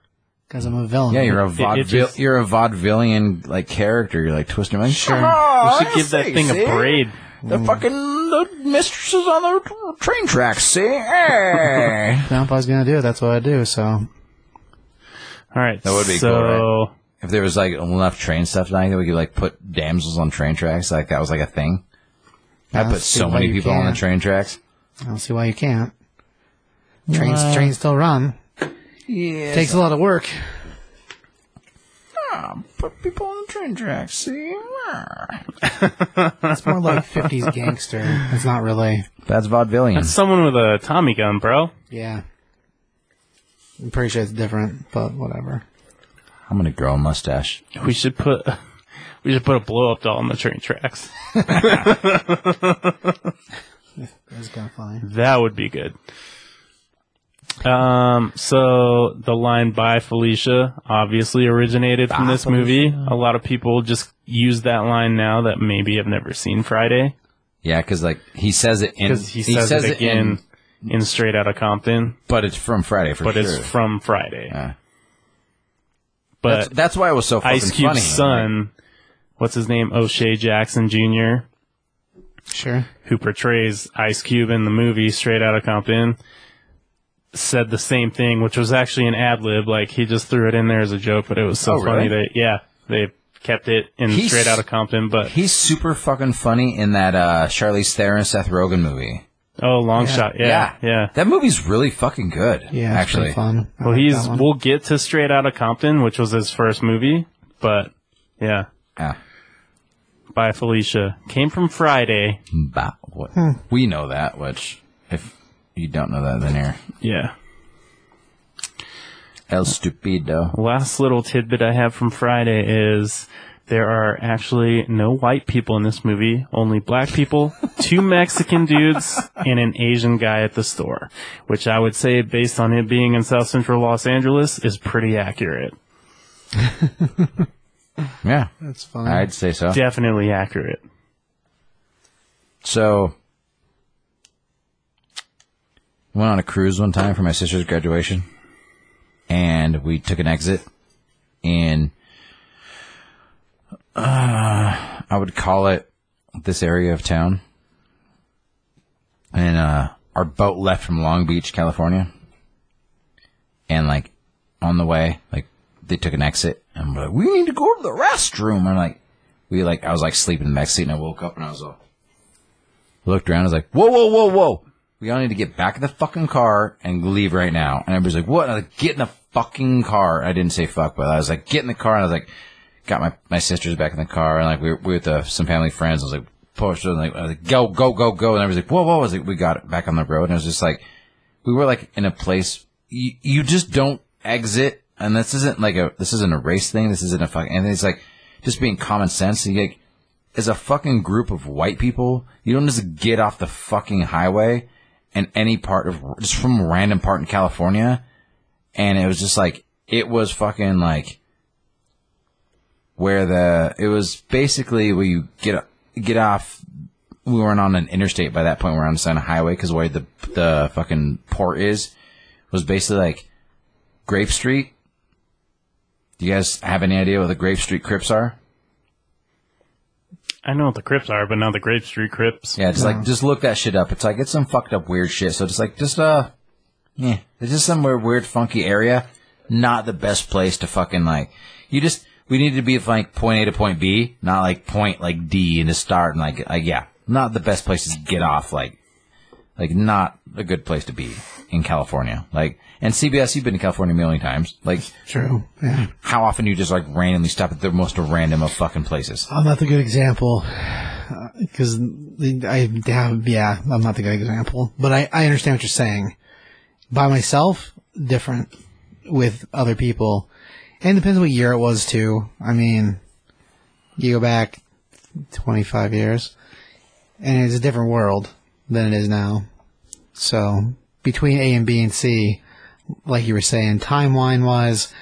Speaker 2: because I'm a villain.
Speaker 1: yeah you're a
Speaker 3: It- it
Speaker 1: vaudeville
Speaker 3: just-
Speaker 1: you're a vaudevillian like character you're like twisting Oh, like sure
Speaker 3: You should give that thing a braid.
Speaker 1: the fucking the mistress is on the train tracks see Eh. hey
Speaker 2: Grandpa's gonna do it. That's what I do. So
Speaker 3: All right,
Speaker 1: That would be
Speaker 3: so
Speaker 1: cool, right? if there was like enough train stuff tonight that we could like put damsels on train tracks like that was like a thing I
Speaker 2: Yeah,
Speaker 1: put
Speaker 2: see
Speaker 1: so
Speaker 2: why
Speaker 1: many
Speaker 2: you
Speaker 1: people on the
Speaker 2: can't.
Speaker 1: train tracks.
Speaker 2: I don't see why you can't. Trains trains still run.
Speaker 1: Yeah.
Speaker 2: Takes a lot of work.
Speaker 1: put people on the train tracks. See?
Speaker 2: It's more like '50s gangster. It's not really.
Speaker 1: That's vaudevillian.
Speaker 3: That's someone with a Tommy gun, bro.
Speaker 2: Yeah. I'm pretty sure it's different, but whatever.
Speaker 1: I'm gonna grow a mustache.
Speaker 3: We should put we should put a blow up doll on the train tracks.
Speaker 2: It's kind of funny.
Speaker 3: That would be good. Um, so the line by Felicia obviously originated from this movie. A lot of people just use that line now that maybe have never seen Friday
Speaker 1: Yeah, because like he says it in,
Speaker 3: because he, says, it again in, Straight Outta Compton,
Speaker 1: but it's from Friday for
Speaker 3: but
Speaker 1: sure.
Speaker 3: it's from Friday.
Speaker 1: Yeah. that's,
Speaker 3: But
Speaker 1: that's why it was so fucking
Speaker 3: Ice Cube's
Speaker 1: funny.
Speaker 3: son, what's his name, O'Shea Jackson Jr.,
Speaker 2: Sure.
Speaker 3: who portrays Ice Cube in the movie Straight Outta Compton, said the same thing, which was actually an ad lib. Like he just threw it in there as a joke, but it was so
Speaker 1: Oh,
Speaker 3: funny
Speaker 1: really?
Speaker 3: that yeah, they kept it in
Speaker 1: He's-
Speaker 3: Straight Outta Compton. But
Speaker 1: He's super fucking funny in that uh, Charlize Theron Seth Rogen movie.
Speaker 3: oh, long shot, yeah, yeah.
Speaker 1: That movie's really fucking good.
Speaker 2: Yeah. It's pretty
Speaker 1: actually.
Speaker 2: fun. I
Speaker 3: Well,
Speaker 2: like
Speaker 3: he's
Speaker 2: that one.
Speaker 3: we'll get to Straight Outta Compton, which was his first movie, but yeah,
Speaker 1: Yeah.
Speaker 3: by Felicia came from Friday.
Speaker 1: Bah, what?
Speaker 2: Hmm.
Speaker 1: We know that. Which, if you don't know that, then you're
Speaker 3: Yeah.
Speaker 1: El Stupido.
Speaker 3: Last little tidbit I have from Friday is there are actually no white people in this movie, only black people, two Mexican dudes, and an Asian guy at the store, which I would say, based on it being in South Central Los Angeles, is pretty accurate.
Speaker 1: Yeah,
Speaker 2: That's fun.
Speaker 1: I'd say so.
Speaker 3: Definitely accurate.
Speaker 1: So, went on a cruise one time for my sister's graduation. and we took an exit in uh, I would call it this area of town. And uh our boat left from Long Beach, California. And like on the way, like they took an exit and we're like, We need to go to the restroom. I'm like we like I was like sleeping in the back seat and I woke up and I was like looked around. I was like, whoa, whoa, whoa, whoa. We all need to get back in the fucking car and leave right now. And everybody's like, what? And I was like, get in the fucking car. I didn't say fuck, but I was like, get in the car. And I was like, got my, my sisters back in the car. And like, we were, we were with uh, some family friends. I was like, pushed. And like, I was like, go, go, go, go. And everybody's like, whoa, whoa. I was like, we got it back on the road. And it was just like, we were like in a place you, you just don't exit. And this isn't like a, this isn't a race thing. This isn't a fucking, and it's like just being common sense. And you like, as a fucking group of white people, you don't just get off the fucking highway in any part of just from a random part in California. And it was just like it was fucking like where the it was basically where you get get off. We weren't on an interstate by that point. We we're on the highway because where the the fucking port is was basically like Grape Street. Do you guys have any idea what the Grape Street Crips are?
Speaker 3: I know what the Crips are, but not the Grape Street Crips.
Speaker 1: Yeah, just like just look that shit up. It's like it's some fucked up weird shit. So just like just uh, yeah, it's just somewhere weird, funky area. Not the best place to fucking like. You just we need to be from, like point A to point B, not like point like D and to start and like like yeah, not the best places to get off. Like like not a good place to be in California. Like and CBS, you've been to California a million times. Like
Speaker 2: True. Yeah.
Speaker 1: how often you just like randomly stop at the most random of fucking places.
Speaker 2: I'm not the good example because I have, yeah, I'm not the good example, but I, I understand what you're saying. By myself, different with other people. And it depends what year it was too. I mean, you go back 25 years and it's a different world than it is now. So between A and B and C, like you were saying, timeline wise,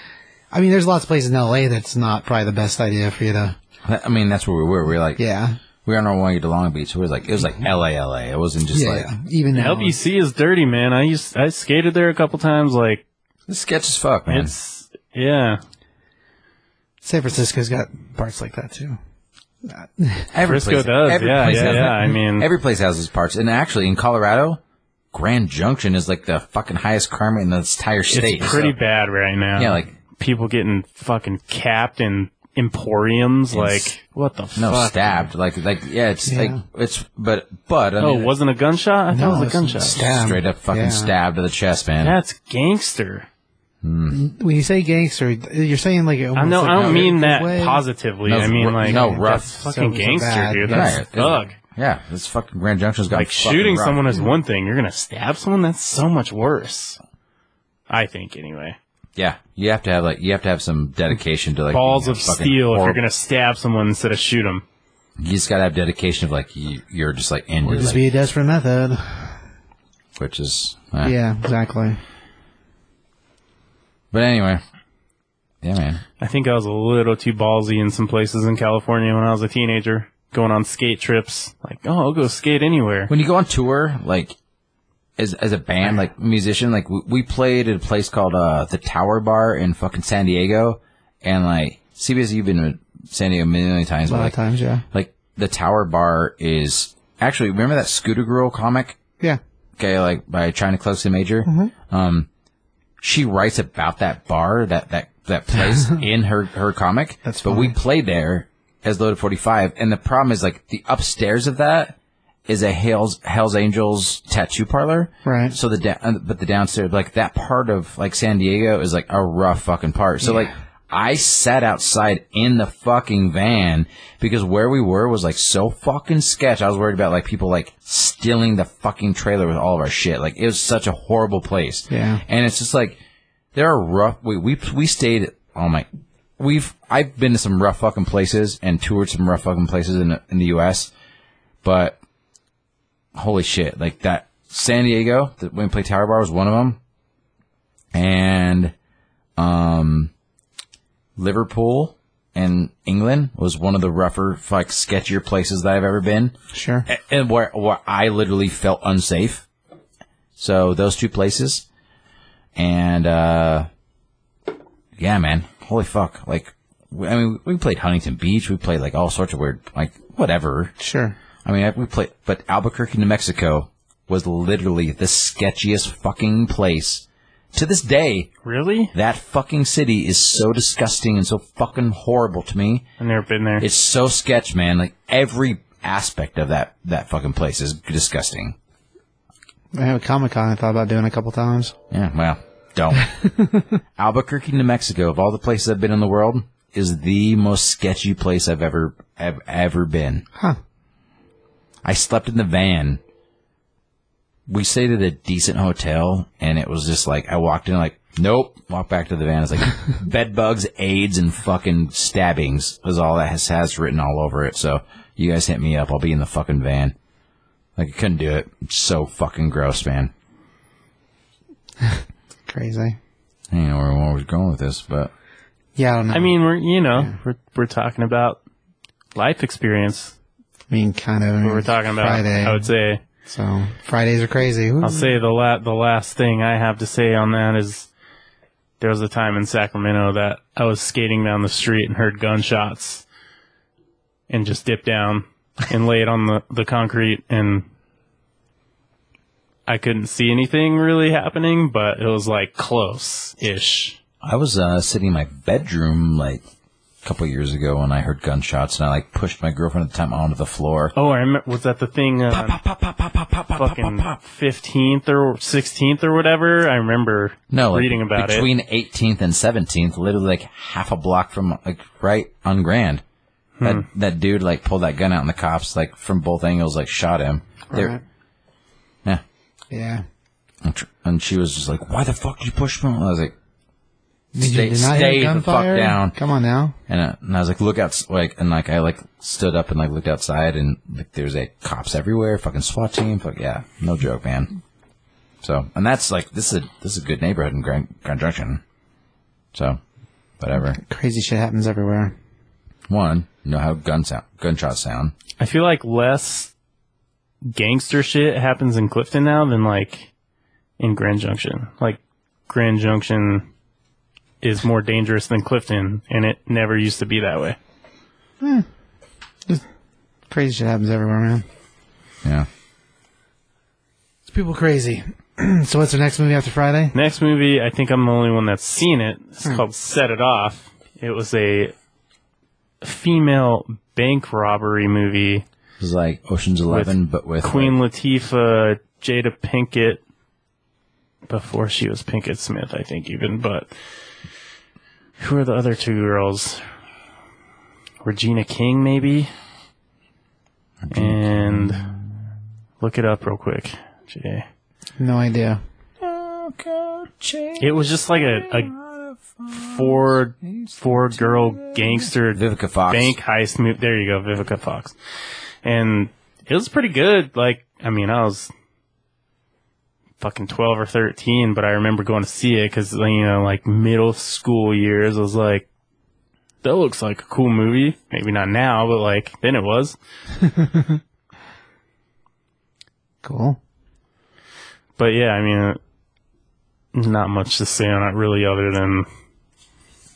Speaker 2: I mean, there's lots of places in LA that's not probably the best idea for you to,
Speaker 1: I mean that's where we were. We were like
Speaker 2: yeah.
Speaker 1: we were on our way to Long Beach. It was like it was like LA, LA. It wasn't just
Speaker 2: Yeah,
Speaker 1: like
Speaker 2: yeah. even now.
Speaker 3: LBC is dirty, man. I used I skated there a couple times. Like
Speaker 1: This sketch as fuck, man.
Speaker 3: it's yeah.
Speaker 2: San Francisco's got parts like that too.
Speaker 1: every
Speaker 3: Frisco does, yeah, yeah,
Speaker 1: has-
Speaker 3: yeah, I mean-
Speaker 1: every place has its parts. And actually, in Colorado, Grand Junction is like the fucking highest crime rate in the entire state.
Speaker 3: It's pretty
Speaker 1: So-
Speaker 3: bad right now.
Speaker 1: Yeah, like-
Speaker 3: people getting fucking capped in emporiums. like what the
Speaker 1: no
Speaker 3: fuck?
Speaker 1: stabbed. Like like yeah, it's
Speaker 2: Yeah.
Speaker 1: like it's but but I
Speaker 3: Oh,
Speaker 1: mean,
Speaker 3: it wasn't a gunshot. I
Speaker 2: No,
Speaker 3: thought it was
Speaker 2: it's
Speaker 3: a gunshot.
Speaker 2: st-
Speaker 1: straight up fucking
Speaker 2: Yeah.
Speaker 1: stabbed to the chest, man.
Speaker 3: That's gangster.
Speaker 2: When you say gangster, you're saying like
Speaker 3: I know. I don't mean that positively.
Speaker 1: No,
Speaker 3: I mean
Speaker 1: r-
Speaker 3: like
Speaker 1: no, rough.
Speaker 3: That's fucking
Speaker 2: So- so
Speaker 3: gangster,
Speaker 2: bad.
Speaker 3: dude.
Speaker 2: Yeah,
Speaker 3: That's
Speaker 1: it's-
Speaker 3: thug.
Speaker 1: Yeah, this fucking Grand Junction's got
Speaker 3: Like
Speaker 1: fucking
Speaker 3: shooting
Speaker 1: rough.
Speaker 3: someone is one thing. You're gonna stab someone. That's so much worse. I think anyway.
Speaker 1: Yeah, you have to have like you have to have some dedication to like
Speaker 3: Balls
Speaker 1: being
Speaker 3: of
Speaker 1: a fucking
Speaker 3: steel. If
Speaker 1: horrible-
Speaker 3: you're gonna stab someone instead of shoot them.
Speaker 1: you just gotta have dedication of like you, you're just like in
Speaker 2: Just
Speaker 1: like,
Speaker 2: be a desperate method.
Speaker 1: which is eh.
Speaker 2: Yeah, exactly.
Speaker 1: But anyway, yeah, man.
Speaker 3: I think I was a little too ballsy in some places in California when I was a teenager, going on skate trips. Like, oh, I'll go skate anywhere.
Speaker 1: When you go on tour, like as as a band, like musician, like we, we played at a place called uh, the Tower Bar in fucking San Diego, and like CBS, you've been to San Diego many, many times.
Speaker 2: A lot
Speaker 1: but,
Speaker 2: of
Speaker 1: like,
Speaker 2: times, yeah.
Speaker 1: like the Tower Bar is actually remember that Scooter Girl comic?
Speaker 2: Yeah.
Speaker 1: okay, like by China Closely Major. Um, she writes about that bar, that that that place in her her comic.
Speaker 2: That's
Speaker 1: but we played there as Loaded Forty Five, and the problem is like the upstairs of that is a Hell's Hell's Angels tattoo parlor.
Speaker 2: Right.
Speaker 1: So the da- uh, but the downstairs like that part of like San Diego is like a rough fucking part. So like I sat outside in the fucking van because where we were was like so fucking sketch. I was worried about like people like stealing the fucking trailer with all of our shit. Like it was such a horrible place.
Speaker 2: Yeah.
Speaker 1: And it's just like there are rough. We we we stayed. Oh my. We've I've been to some rough fucking places and toured some rough fucking places in the, in the U.S. But holy shit, like that San Diego that when we played Tower Bar was one of them, and um, Liverpool and England was one of the rougher, like sketchier places that I've ever been,
Speaker 2: Sure.
Speaker 3: Eh.
Speaker 1: A- and where where I literally felt unsafe. So those two places, and uh, Yeah, man. Holy fuck. Like, w- I mean, we played Huntington Beach. We played like all sorts of weird, like whatever.
Speaker 2: Sure.
Speaker 1: I mean, I- we played, but Albuquerque, New Mexico was literally the sketchiest fucking place. To this day,
Speaker 3: Really?
Speaker 1: that fucking city is so disgusting and so fucking horrible to me.
Speaker 3: I've never been there.
Speaker 1: It's so sketch, man. Like every aspect of that that fucking place is disgusting.
Speaker 2: I have a Comic Con I thought about doing a couple times.
Speaker 1: Yeah, well, don't. Albuquerque, New Mexico, of all the places I've been in the world, is the most sketchy place I've ever have ever been.
Speaker 2: Huh.
Speaker 1: I slept in the van. We stayed at a decent hotel, and it was just like I walked in, like nope. Walked back to the van. It's like bed bugs, AIDS, and fucking stabbings is all that has, has written all over it. So you guys hit me up. I'll be in the fucking van. Like I couldn't do it. It's so fucking gross, man.
Speaker 2: Crazy.
Speaker 1: I don't know where I was going with this, but
Speaker 2: Yeah, I don't know.
Speaker 3: I mean, we're you know we're we're talking about life experience.
Speaker 2: I mean, kind of. I mean,
Speaker 3: We're talking about.
Speaker 2: Friday.
Speaker 3: I would say.
Speaker 2: so Fridays are crazy. Ooh.
Speaker 3: I'll say the la- the last thing I have to say on that is there was a time in Sacramento that I was skating down the street and heard gunshots and just dipped down and laid on the, the concrete and I couldn't see anything really happening, but it was like close ish.
Speaker 1: I was uh, sitting in my bedroom like a couple years ago when I heard gunshots, and I like pushed my girlfriend at the time onto the floor.
Speaker 3: Oh, I remember, was that the thing uh,
Speaker 1: Pop, pop, pop, pop, pop, pop, pop, pop,
Speaker 3: fucking
Speaker 1: pop, pop.
Speaker 3: 15th or 16th or whatever? I remember
Speaker 1: No, like,
Speaker 3: reading about it.
Speaker 1: between 18th and 17th, literally like half a block from like right on Grand. That that dude like pulled that gun out, and the cops like from both angles like shot him. They-
Speaker 2: Right.
Speaker 1: Yeah,
Speaker 2: Yeah.
Speaker 1: And tr- and she was just like, "Why the fuck did you push me?" I was like,
Speaker 2: Did
Speaker 1: Stay-
Speaker 2: you deny
Speaker 1: stay
Speaker 2: hear
Speaker 1: the fuck
Speaker 2: gunfire?
Speaker 1: down.
Speaker 2: Come on now.
Speaker 1: And, uh, and I was like, look out, like, and like, I like stood up and like looked outside and like, there's like cops everywhere, fucking SWAT team, fuck yeah, no joke, man. So, and that's like, this is a, this is a good neighborhood in Grand, Grand Junction. So, whatever.
Speaker 2: Crazy shit happens everywhere.
Speaker 1: One, you know how gun sound, gunshots sound.
Speaker 3: I feel like less gangster shit happens in Clifton now than like in Grand Junction. Like Grand Junction is more dangerous than Clifton, and it never used to be that way.
Speaker 2: Crazy shit happens everywhere, man.
Speaker 1: Yeah.
Speaker 2: It's people crazy. so what's the next movie after Friday?
Speaker 3: Next movie, I think I'm the only one that's seen it. It's called Set It Off. It was a female bank robbery movie.
Speaker 1: It was like Ocean's Eleven, but with
Speaker 3: Queen Latifah, Jada Pinkett, before she was Pinkett Smith, I think even, but who are the other two girls? Regina King, maybe? and look it up real quick, Jay.
Speaker 2: No idea.
Speaker 3: It was just like a, a four four girl gangster
Speaker 1: Vivica Fox.
Speaker 3: bank heist movie. There you go, Vivica Fox. And it was pretty good. Like, I mean, I was fucking 12 or 13, but I remember going to see it because, you know, like middle school years, I was like, that looks like a cool movie. Maybe not now, but like, then it was.
Speaker 2: Cool.
Speaker 3: But yeah, I mean, not much to say on it really other than.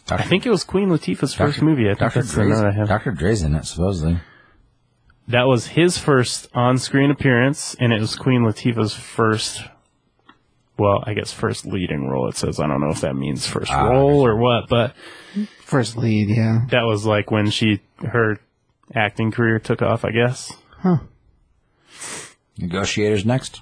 Speaker 3: I think it was Queen Latifah's first movie. I think
Speaker 1: Dr.
Speaker 3: that's the note I
Speaker 1: Dre's,
Speaker 3: have.
Speaker 1: Dr. Dre's in it, supposedly.
Speaker 3: that was his first on-screen appearance, and it was Queen Latifah's first. Well, I guess first leading role. It says I don't know if that means first role or what, but
Speaker 2: First lead, yeah.
Speaker 3: that was like when she her acting career took off. I guess.
Speaker 1: Negotiators next.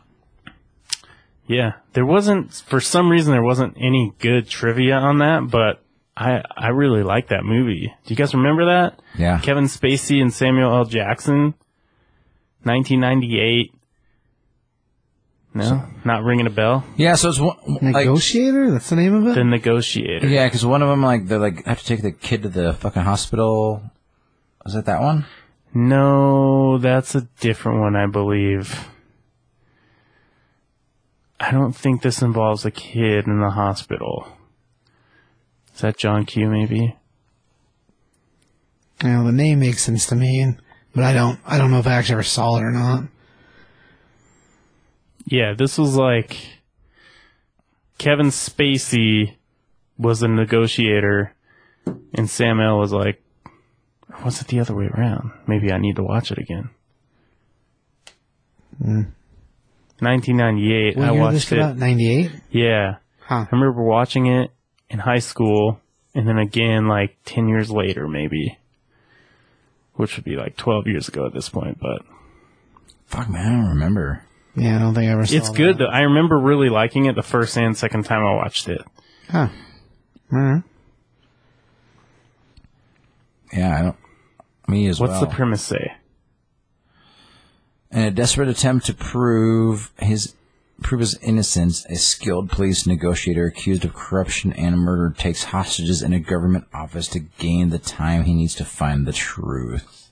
Speaker 3: Yeah, there wasn't for some reason there wasn't any good trivia on that, but I I really like that movie. Do you guys remember that?
Speaker 1: Yeah.
Speaker 3: Kevin Spacey and Samuel L. Jackson, 1998. No, not ringing a bell.
Speaker 1: Yeah, so it's one, like,
Speaker 2: Negotiator? That's the name of
Speaker 3: The
Speaker 2: it?
Speaker 3: Negotiator.
Speaker 1: Yeah, because one of them, like, they're like, have to take the kid to the fucking hospital. Was it that one?
Speaker 3: No, that's a different one, I believe. I don't think this involves a kid in the hospital. Is that John Q, maybe?
Speaker 2: You know, the name makes sense to me, but I don't I don't know if I actually ever saw it or not.
Speaker 3: Yeah, this was like Kevin Spacey was the negotiator, and Sam L was like, "Was it the other way around? Maybe I need to watch it again." 1998.
Speaker 2: What
Speaker 3: I
Speaker 2: year
Speaker 3: watched
Speaker 2: this
Speaker 3: it.
Speaker 2: came out? 98?
Speaker 3: Yeah,
Speaker 2: Huh.
Speaker 3: I remember watching it in high school, and then again like ten years later, maybe, which would be like twelve years ago at this point. But
Speaker 1: Fuck, man, I don't remember.
Speaker 2: Yeah, I don't think I ever saw
Speaker 3: it's good
Speaker 2: that.
Speaker 3: though. I remember really liking it the first and second time I watched it.
Speaker 2: Huh. Alright.
Speaker 1: Yeah, I don't. Me as
Speaker 3: What's
Speaker 1: well.
Speaker 3: the premise say?
Speaker 1: In a desperate attempt to prove his prove his innocence, a skilled police negotiator accused of corruption and murder takes hostages in a government office to gain the time he needs to find the truth.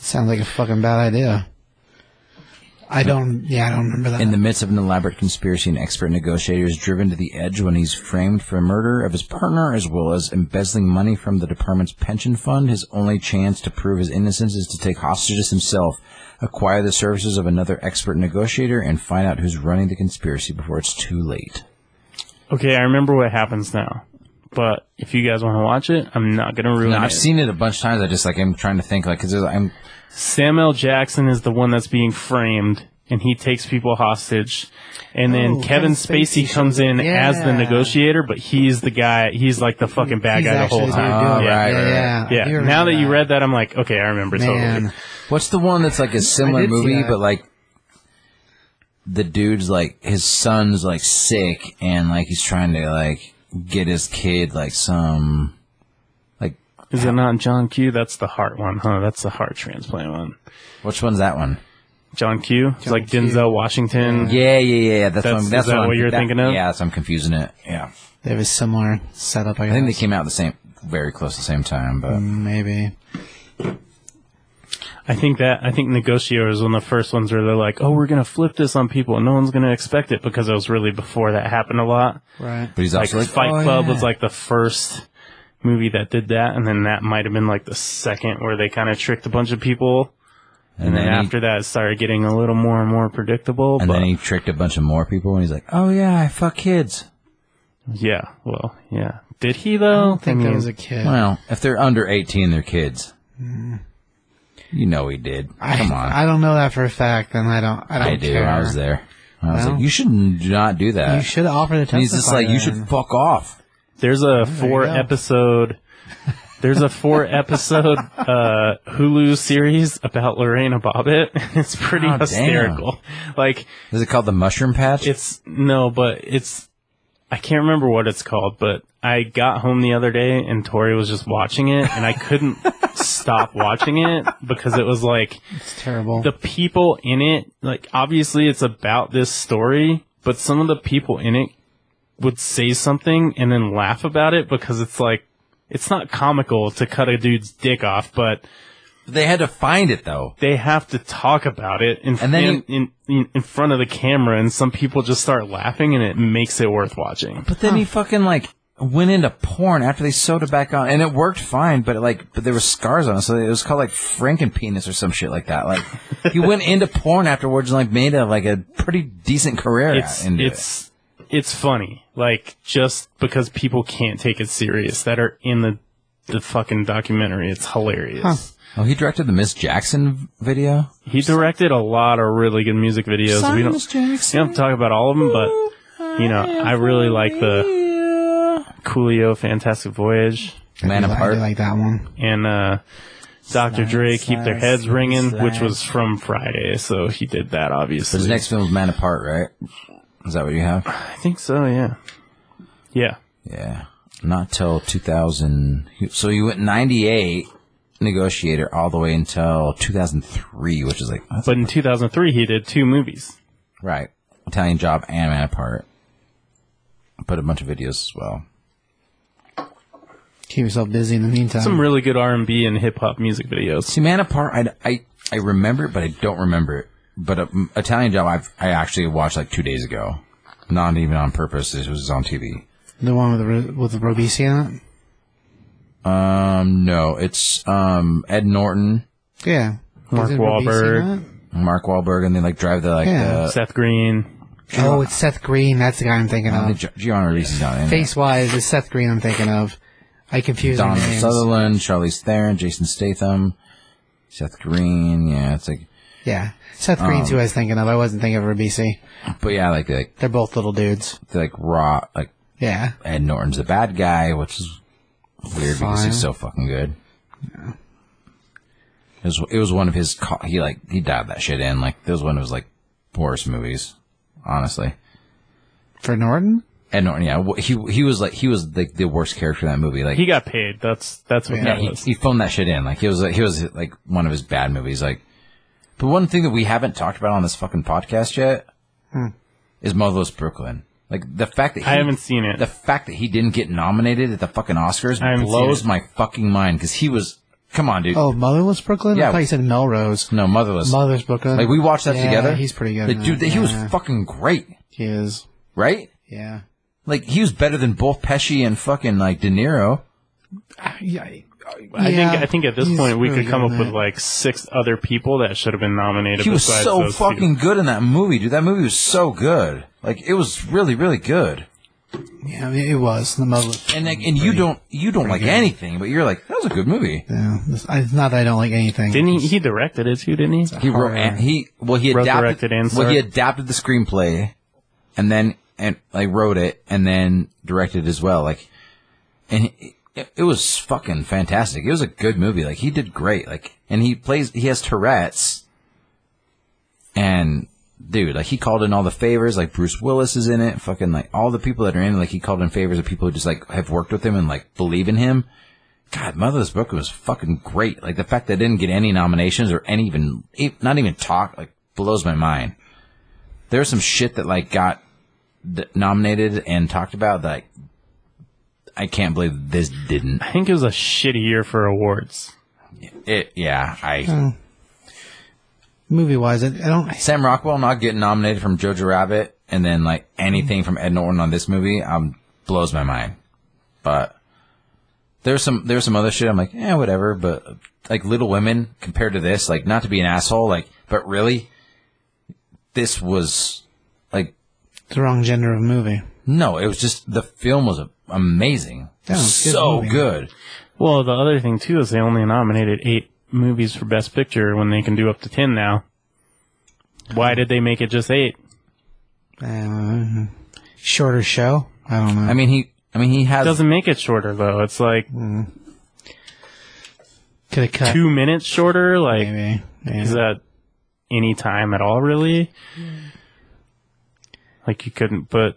Speaker 2: Sounds like a fucking bad idea. I don't. Yeah, I don't remember that.
Speaker 1: In the midst of an elaborate conspiracy, an expert negotiator is driven to the edge when he's framed for murder of his partner as well as embezzling money from the department's pension fund. His only chance to prove his innocence is to take hostages himself, acquire the services of another expert negotiator, and find out who's running the conspiracy before it's too late.
Speaker 3: Okay, I remember what happens now. But if you guys want to watch it, I'm not gonna ruin
Speaker 1: No,
Speaker 3: it.
Speaker 1: I've seen it a bunch of times. I just like I'm trying to think like because I'm
Speaker 3: Samuel Jackson is the one that's being framed, and he takes people hostage. And then
Speaker 2: Oh, Kevin
Speaker 3: Kevin Spacey
Speaker 2: Spacey
Speaker 3: comes in
Speaker 2: Yeah.
Speaker 3: as the negotiator, but he's the guy. He's like the fucking bad
Speaker 2: He's
Speaker 3: guy the
Speaker 2: actually
Speaker 3: whole time. Ah,
Speaker 2: dude
Speaker 1: Oh,
Speaker 2: doing it.
Speaker 1: right,
Speaker 2: yeah,
Speaker 1: right,
Speaker 2: yeah, I do
Speaker 3: Yeah.
Speaker 2: remember
Speaker 3: Now that you read that, I'm like, okay, I remember
Speaker 2: man,
Speaker 3: totally.
Speaker 1: what's the one that's like a
Speaker 2: I
Speaker 1: similar
Speaker 2: did see
Speaker 1: movie
Speaker 2: that.
Speaker 1: but like the dude's like his son's like sick and like he's trying to like get his kid like some like
Speaker 3: Is it not John Q? That's the heart one, huh? That's the heart transplant one.
Speaker 1: which one's that one?
Speaker 3: John Q. It's like
Speaker 2: Q.
Speaker 3: Denzel Washington.
Speaker 1: Yeah, yeah, yeah. yeah, That's
Speaker 3: That's-
Speaker 1: one,
Speaker 3: is
Speaker 1: that's
Speaker 3: that
Speaker 1: one,
Speaker 3: what you're
Speaker 1: that-
Speaker 3: thinking of?
Speaker 1: Yeah, that's I'm confusing it. Yeah,
Speaker 2: they have a similar setup. I,
Speaker 1: I
Speaker 2: guess. Mm,
Speaker 1: think they came out the same, very close the same time, but.
Speaker 2: maybe.
Speaker 3: I think that I think Negotiator is one of the first ones where they're like, "Oh, we're gonna flip this on people, and no one's gonna expect it," because it was really before that happened a lot.
Speaker 2: Right.
Speaker 1: But he's
Speaker 3: Like
Speaker 1: also like,
Speaker 3: Fight
Speaker 1: oh,
Speaker 3: Club
Speaker 1: yeah.
Speaker 3: was like the first movie that did that, and then that might have been like the second where they kind of tricked a bunch of people, and, then,
Speaker 1: he-
Speaker 3: after that it started getting a little more and more predictable.
Speaker 1: and
Speaker 3: but
Speaker 1: then he tricked a bunch of more people, and he's like, "Oh yeah, I fuck kids."
Speaker 3: yeah, well, yeah, did he though?
Speaker 2: I think
Speaker 3: mean,
Speaker 2: that was a kid.
Speaker 1: Well, if they're under 18, they're kids.
Speaker 3: Mm.
Speaker 1: You know he did.
Speaker 2: I,
Speaker 1: Come on.
Speaker 2: I don't know that for a fact, and I don't. I don't
Speaker 1: I do.
Speaker 2: care.
Speaker 1: I was there. I was
Speaker 2: Well.
Speaker 1: like, you should not do that.
Speaker 2: You should offer the
Speaker 1: and
Speaker 2: testify.
Speaker 1: he's just like, you should
Speaker 2: then.
Speaker 1: fuck off.
Speaker 3: There's a four
Speaker 2: go.
Speaker 3: episode. There's a four episode uh, Hulu series about Lorena Bobbitt. It's pretty
Speaker 1: Oh, damn.
Speaker 3: hysterical. Like
Speaker 1: Is it called the mushroom patch?
Speaker 3: it's no, but it's I can't remember what it's called. But I got home the other day and Tori was just watching it, and I couldn't stop watching it because it was like
Speaker 2: It's terrible.
Speaker 3: the people in it, like obviously it's about this story, but some of the people in it would say something and then laugh about it because it's like it's not comical to cut a dude's dick off, but
Speaker 1: they had to find it though.
Speaker 3: they have to talk about it in
Speaker 1: And then
Speaker 3: in, in, in, in front of the camera, and some people just start laughing, and it makes it worth watching.
Speaker 1: But then he fucking like went into porn after they sewed it back on, and it worked fine. But like, but there were scars on it, so it was called like Frankenpenis or some shit like that. Like, he went into porn afterwards and like made a like a pretty decent career.
Speaker 3: It's
Speaker 1: into it.
Speaker 3: it's it's funny, like just because people can't take it serious that are in the the fucking documentary. It's hilarious.
Speaker 1: Oh, he directed the Miss Jackson video.
Speaker 3: He directed a lot of really good music videos. we don't, we don't have to talk about all of them, but you know, I really like the Coolio Fantastic Voyage
Speaker 1: Man
Speaker 2: I do like- I
Speaker 1: Apart.
Speaker 2: do like that one.
Speaker 3: and uh, Dr. Dre, Keep Their
Speaker 2: slice,
Speaker 3: Heads Ringing,
Speaker 2: slice.
Speaker 3: which was from Friday, so he did that obviously.
Speaker 1: His next film was Man Apart, right? Is that what you have?
Speaker 3: I think so, yeah, yeah.
Speaker 1: Yeah. Not till 2000. So you went 98 negotiator all the way until 2003, which is like that's-
Speaker 3: But in 2003, he did two movies.
Speaker 1: right Italian Job and Man Apart. Put a bunch of videos as well.
Speaker 2: Keep yourself busy in the meantime.
Speaker 3: Some really good R&B and hip hop music videos.
Speaker 1: See, Man Apart, I, I, I remember it, but I don't remember it. But uh, Italian Job, I've, I actually watched like two days ago. Not even on purpose. It was on TV.
Speaker 2: the one with the Ro- with the Robisi on
Speaker 1: Um, no, it's um Ed Norton,
Speaker 2: it. Yeah.
Speaker 3: Mark
Speaker 2: Is it Robisi in
Speaker 3: Wahlberg.
Speaker 2: it?
Speaker 1: Mark Wahlberg, and they like drive the like
Speaker 2: Yeah.
Speaker 1: the
Speaker 3: Seth Green,
Speaker 2: Oh, it's Seth Green. That's the guy I'm thinking
Speaker 1: Uh,
Speaker 2: of.
Speaker 1: Gi- Gianna Rhys is on it.
Speaker 2: Face wise, it's Seth Green I'm thinking of. I confuse their
Speaker 1: Donald
Speaker 2: names.
Speaker 1: Sutherland, Charlize Theron, Jason Statham, Seth Green. Yeah, it's like,
Speaker 2: Yeah, Seth Green's
Speaker 1: Um,
Speaker 2: who I was thinking of. I wasn't thinking of RBC.
Speaker 1: but yeah, like like
Speaker 2: They're both little dudes.
Speaker 1: like raw. Like
Speaker 2: Yeah,
Speaker 1: Ed Norton's the bad guy, which is weird because
Speaker 2: Fine.
Speaker 1: he's so fucking good. It was it was one of his co- he like he dialed that shit in like it was one of his like worst movies, honestly.
Speaker 2: for Norton.
Speaker 1: Ed Norton, yeah, wh- he he was like he was like the worst character in that movie. Like
Speaker 3: He got paid. That's that's what
Speaker 2: Yeah,
Speaker 3: that
Speaker 1: he,
Speaker 3: was.
Speaker 1: he phoned that shit in. Like he was like, he was like one of his bad movies. Like, but one thing that we haven't talked about on this fucking podcast yet
Speaker 2: Hmm.
Speaker 1: is Motherless Brooklyn. Like the fact that he,
Speaker 3: I haven't seen it.
Speaker 1: the fact that he didn't get nominated at the fucking Oscars
Speaker 3: I haven't
Speaker 1: blows
Speaker 3: seen
Speaker 1: my fucking mind because he was. Come on, dude.
Speaker 2: Oh, Motherless Brooklyn.
Speaker 1: Yeah.
Speaker 2: I thought you said Melrose.
Speaker 1: No, Motherless.
Speaker 2: Motherless Brooklyn.
Speaker 1: like we watched that
Speaker 2: Yeah,
Speaker 1: together.
Speaker 2: He's pretty good.
Speaker 1: Like,
Speaker 2: in
Speaker 1: dude,
Speaker 2: that.
Speaker 1: he was
Speaker 2: Yeah,
Speaker 1: fucking great,
Speaker 2: he is.
Speaker 1: right?
Speaker 2: Yeah.
Speaker 1: Like he was better than both Pesci and fucking like De Niro.
Speaker 2: Yeah.
Speaker 3: I think I think at this
Speaker 2: he's
Speaker 3: point we
Speaker 2: really
Speaker 3: could come
Speaker 2: good
Speaker 3: up
Speaker 2: in
Speaker 3: with
Speaker 2: that.
Speaker 3: like six other people that should have been nominated.
Speaker 1: He was
Speaker 3: besides
Speaker 1: so
Speaker 3: those
Speaker 1: fucking good in that movie, dude. That movie was so good. Like it was really, really good.
Speaker 2: Yeah, I mean, it was the Motherless.
Speaker 1: And like, and you don't you don't like anything, but you're like that was a good movie.
Speaker 2: Yeah, this- I- it's not that I don't like anything.
Speaker 3: Didn't he? He directed it too, didn't he?
Speaker 1: He wrote and he well he
Speaker 3: Wrote,
Speaker 1: adapted
Speaker 3: directed, and
Speaker 1: well he
Speaker 3: starred.
Speaker 1: adapted the screenplay, and then and like wrote it and then directed as well. Like, and he, it, it was fucking fantastic. It was a good movie. Like he did great. Like and he plays he has Tourette's, and dude like he called in all the favors. Like Bruce Willis is in it. Fucking like all the people that are in it. Like he called in favors of people who just like have worked with him and like believe in him. God, Motherless Brooklyn was fucking great. Like the fact that it didn't get any nominations or any even, e- not even talk, like blows my mind. There was some shit that like got d- nominated and talked about that like, I can't believe this didn't.
Speaker 3: I think it was a shitty year for awards.
Speaker 1: It, yeah, I
Speaker 2: Movie wise, I, I don't.
Speaker 1: Sam Rockwell not getting nominated from Jojo Rabbit and then like anything from Ed Norton on this movie, um, blows my mind. But there's some there's some other shit I'm like, eh, whatever. But like Little Women compared to this, like not to be an asshole, like, but really, this was like
Speaker 2: It's the wrong gender of movie.
Speaker 1: no, it was just the film was amazing,
Speaker 2: Yeah, it's a good
Speaker 1: so
Speaker 2: movie.
Speaker 1: good.
Speaker 3: Well, the other thing too is they only nominated eight movies for Best Picture when they can do up to ten now. Why did they make it just eight?
Speaker 2: Uh, shorter show. I don't know.
Speaker 1: I mean he, I mean he has
Speaker 3: Doesn't make it shorter though. It's like
Speaker 2: Could have cut.
Speaker 3: two minutes shorter. Like
Speaker 2: maybe. Yeah.
Speaker 3: is that any time at all really? Like you couldn't put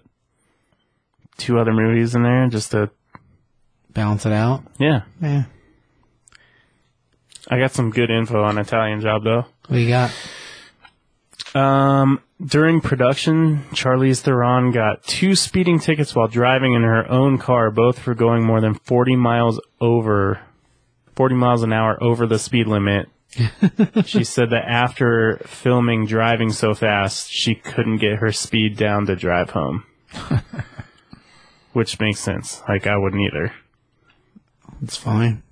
Speaker 3: two other movies in there just to
Speaker 2: Balance it out.
Speaker 3: yeah.
Speaker 2: Yeah.
Speaker 3: I got some good info on Italian Job though.
Speaker 2: What you got?
Speaker 3: Um, during production, Charlize Theron got two speeding tickets while driving in her own car, both for going more than 40 miles over 40 miles an hour over the speed limit. she said that after filming driving so fast, she couldn't get her speed down to drive home. Which makes sense. Like I wouldn't either.
Speaker 2: It's fine.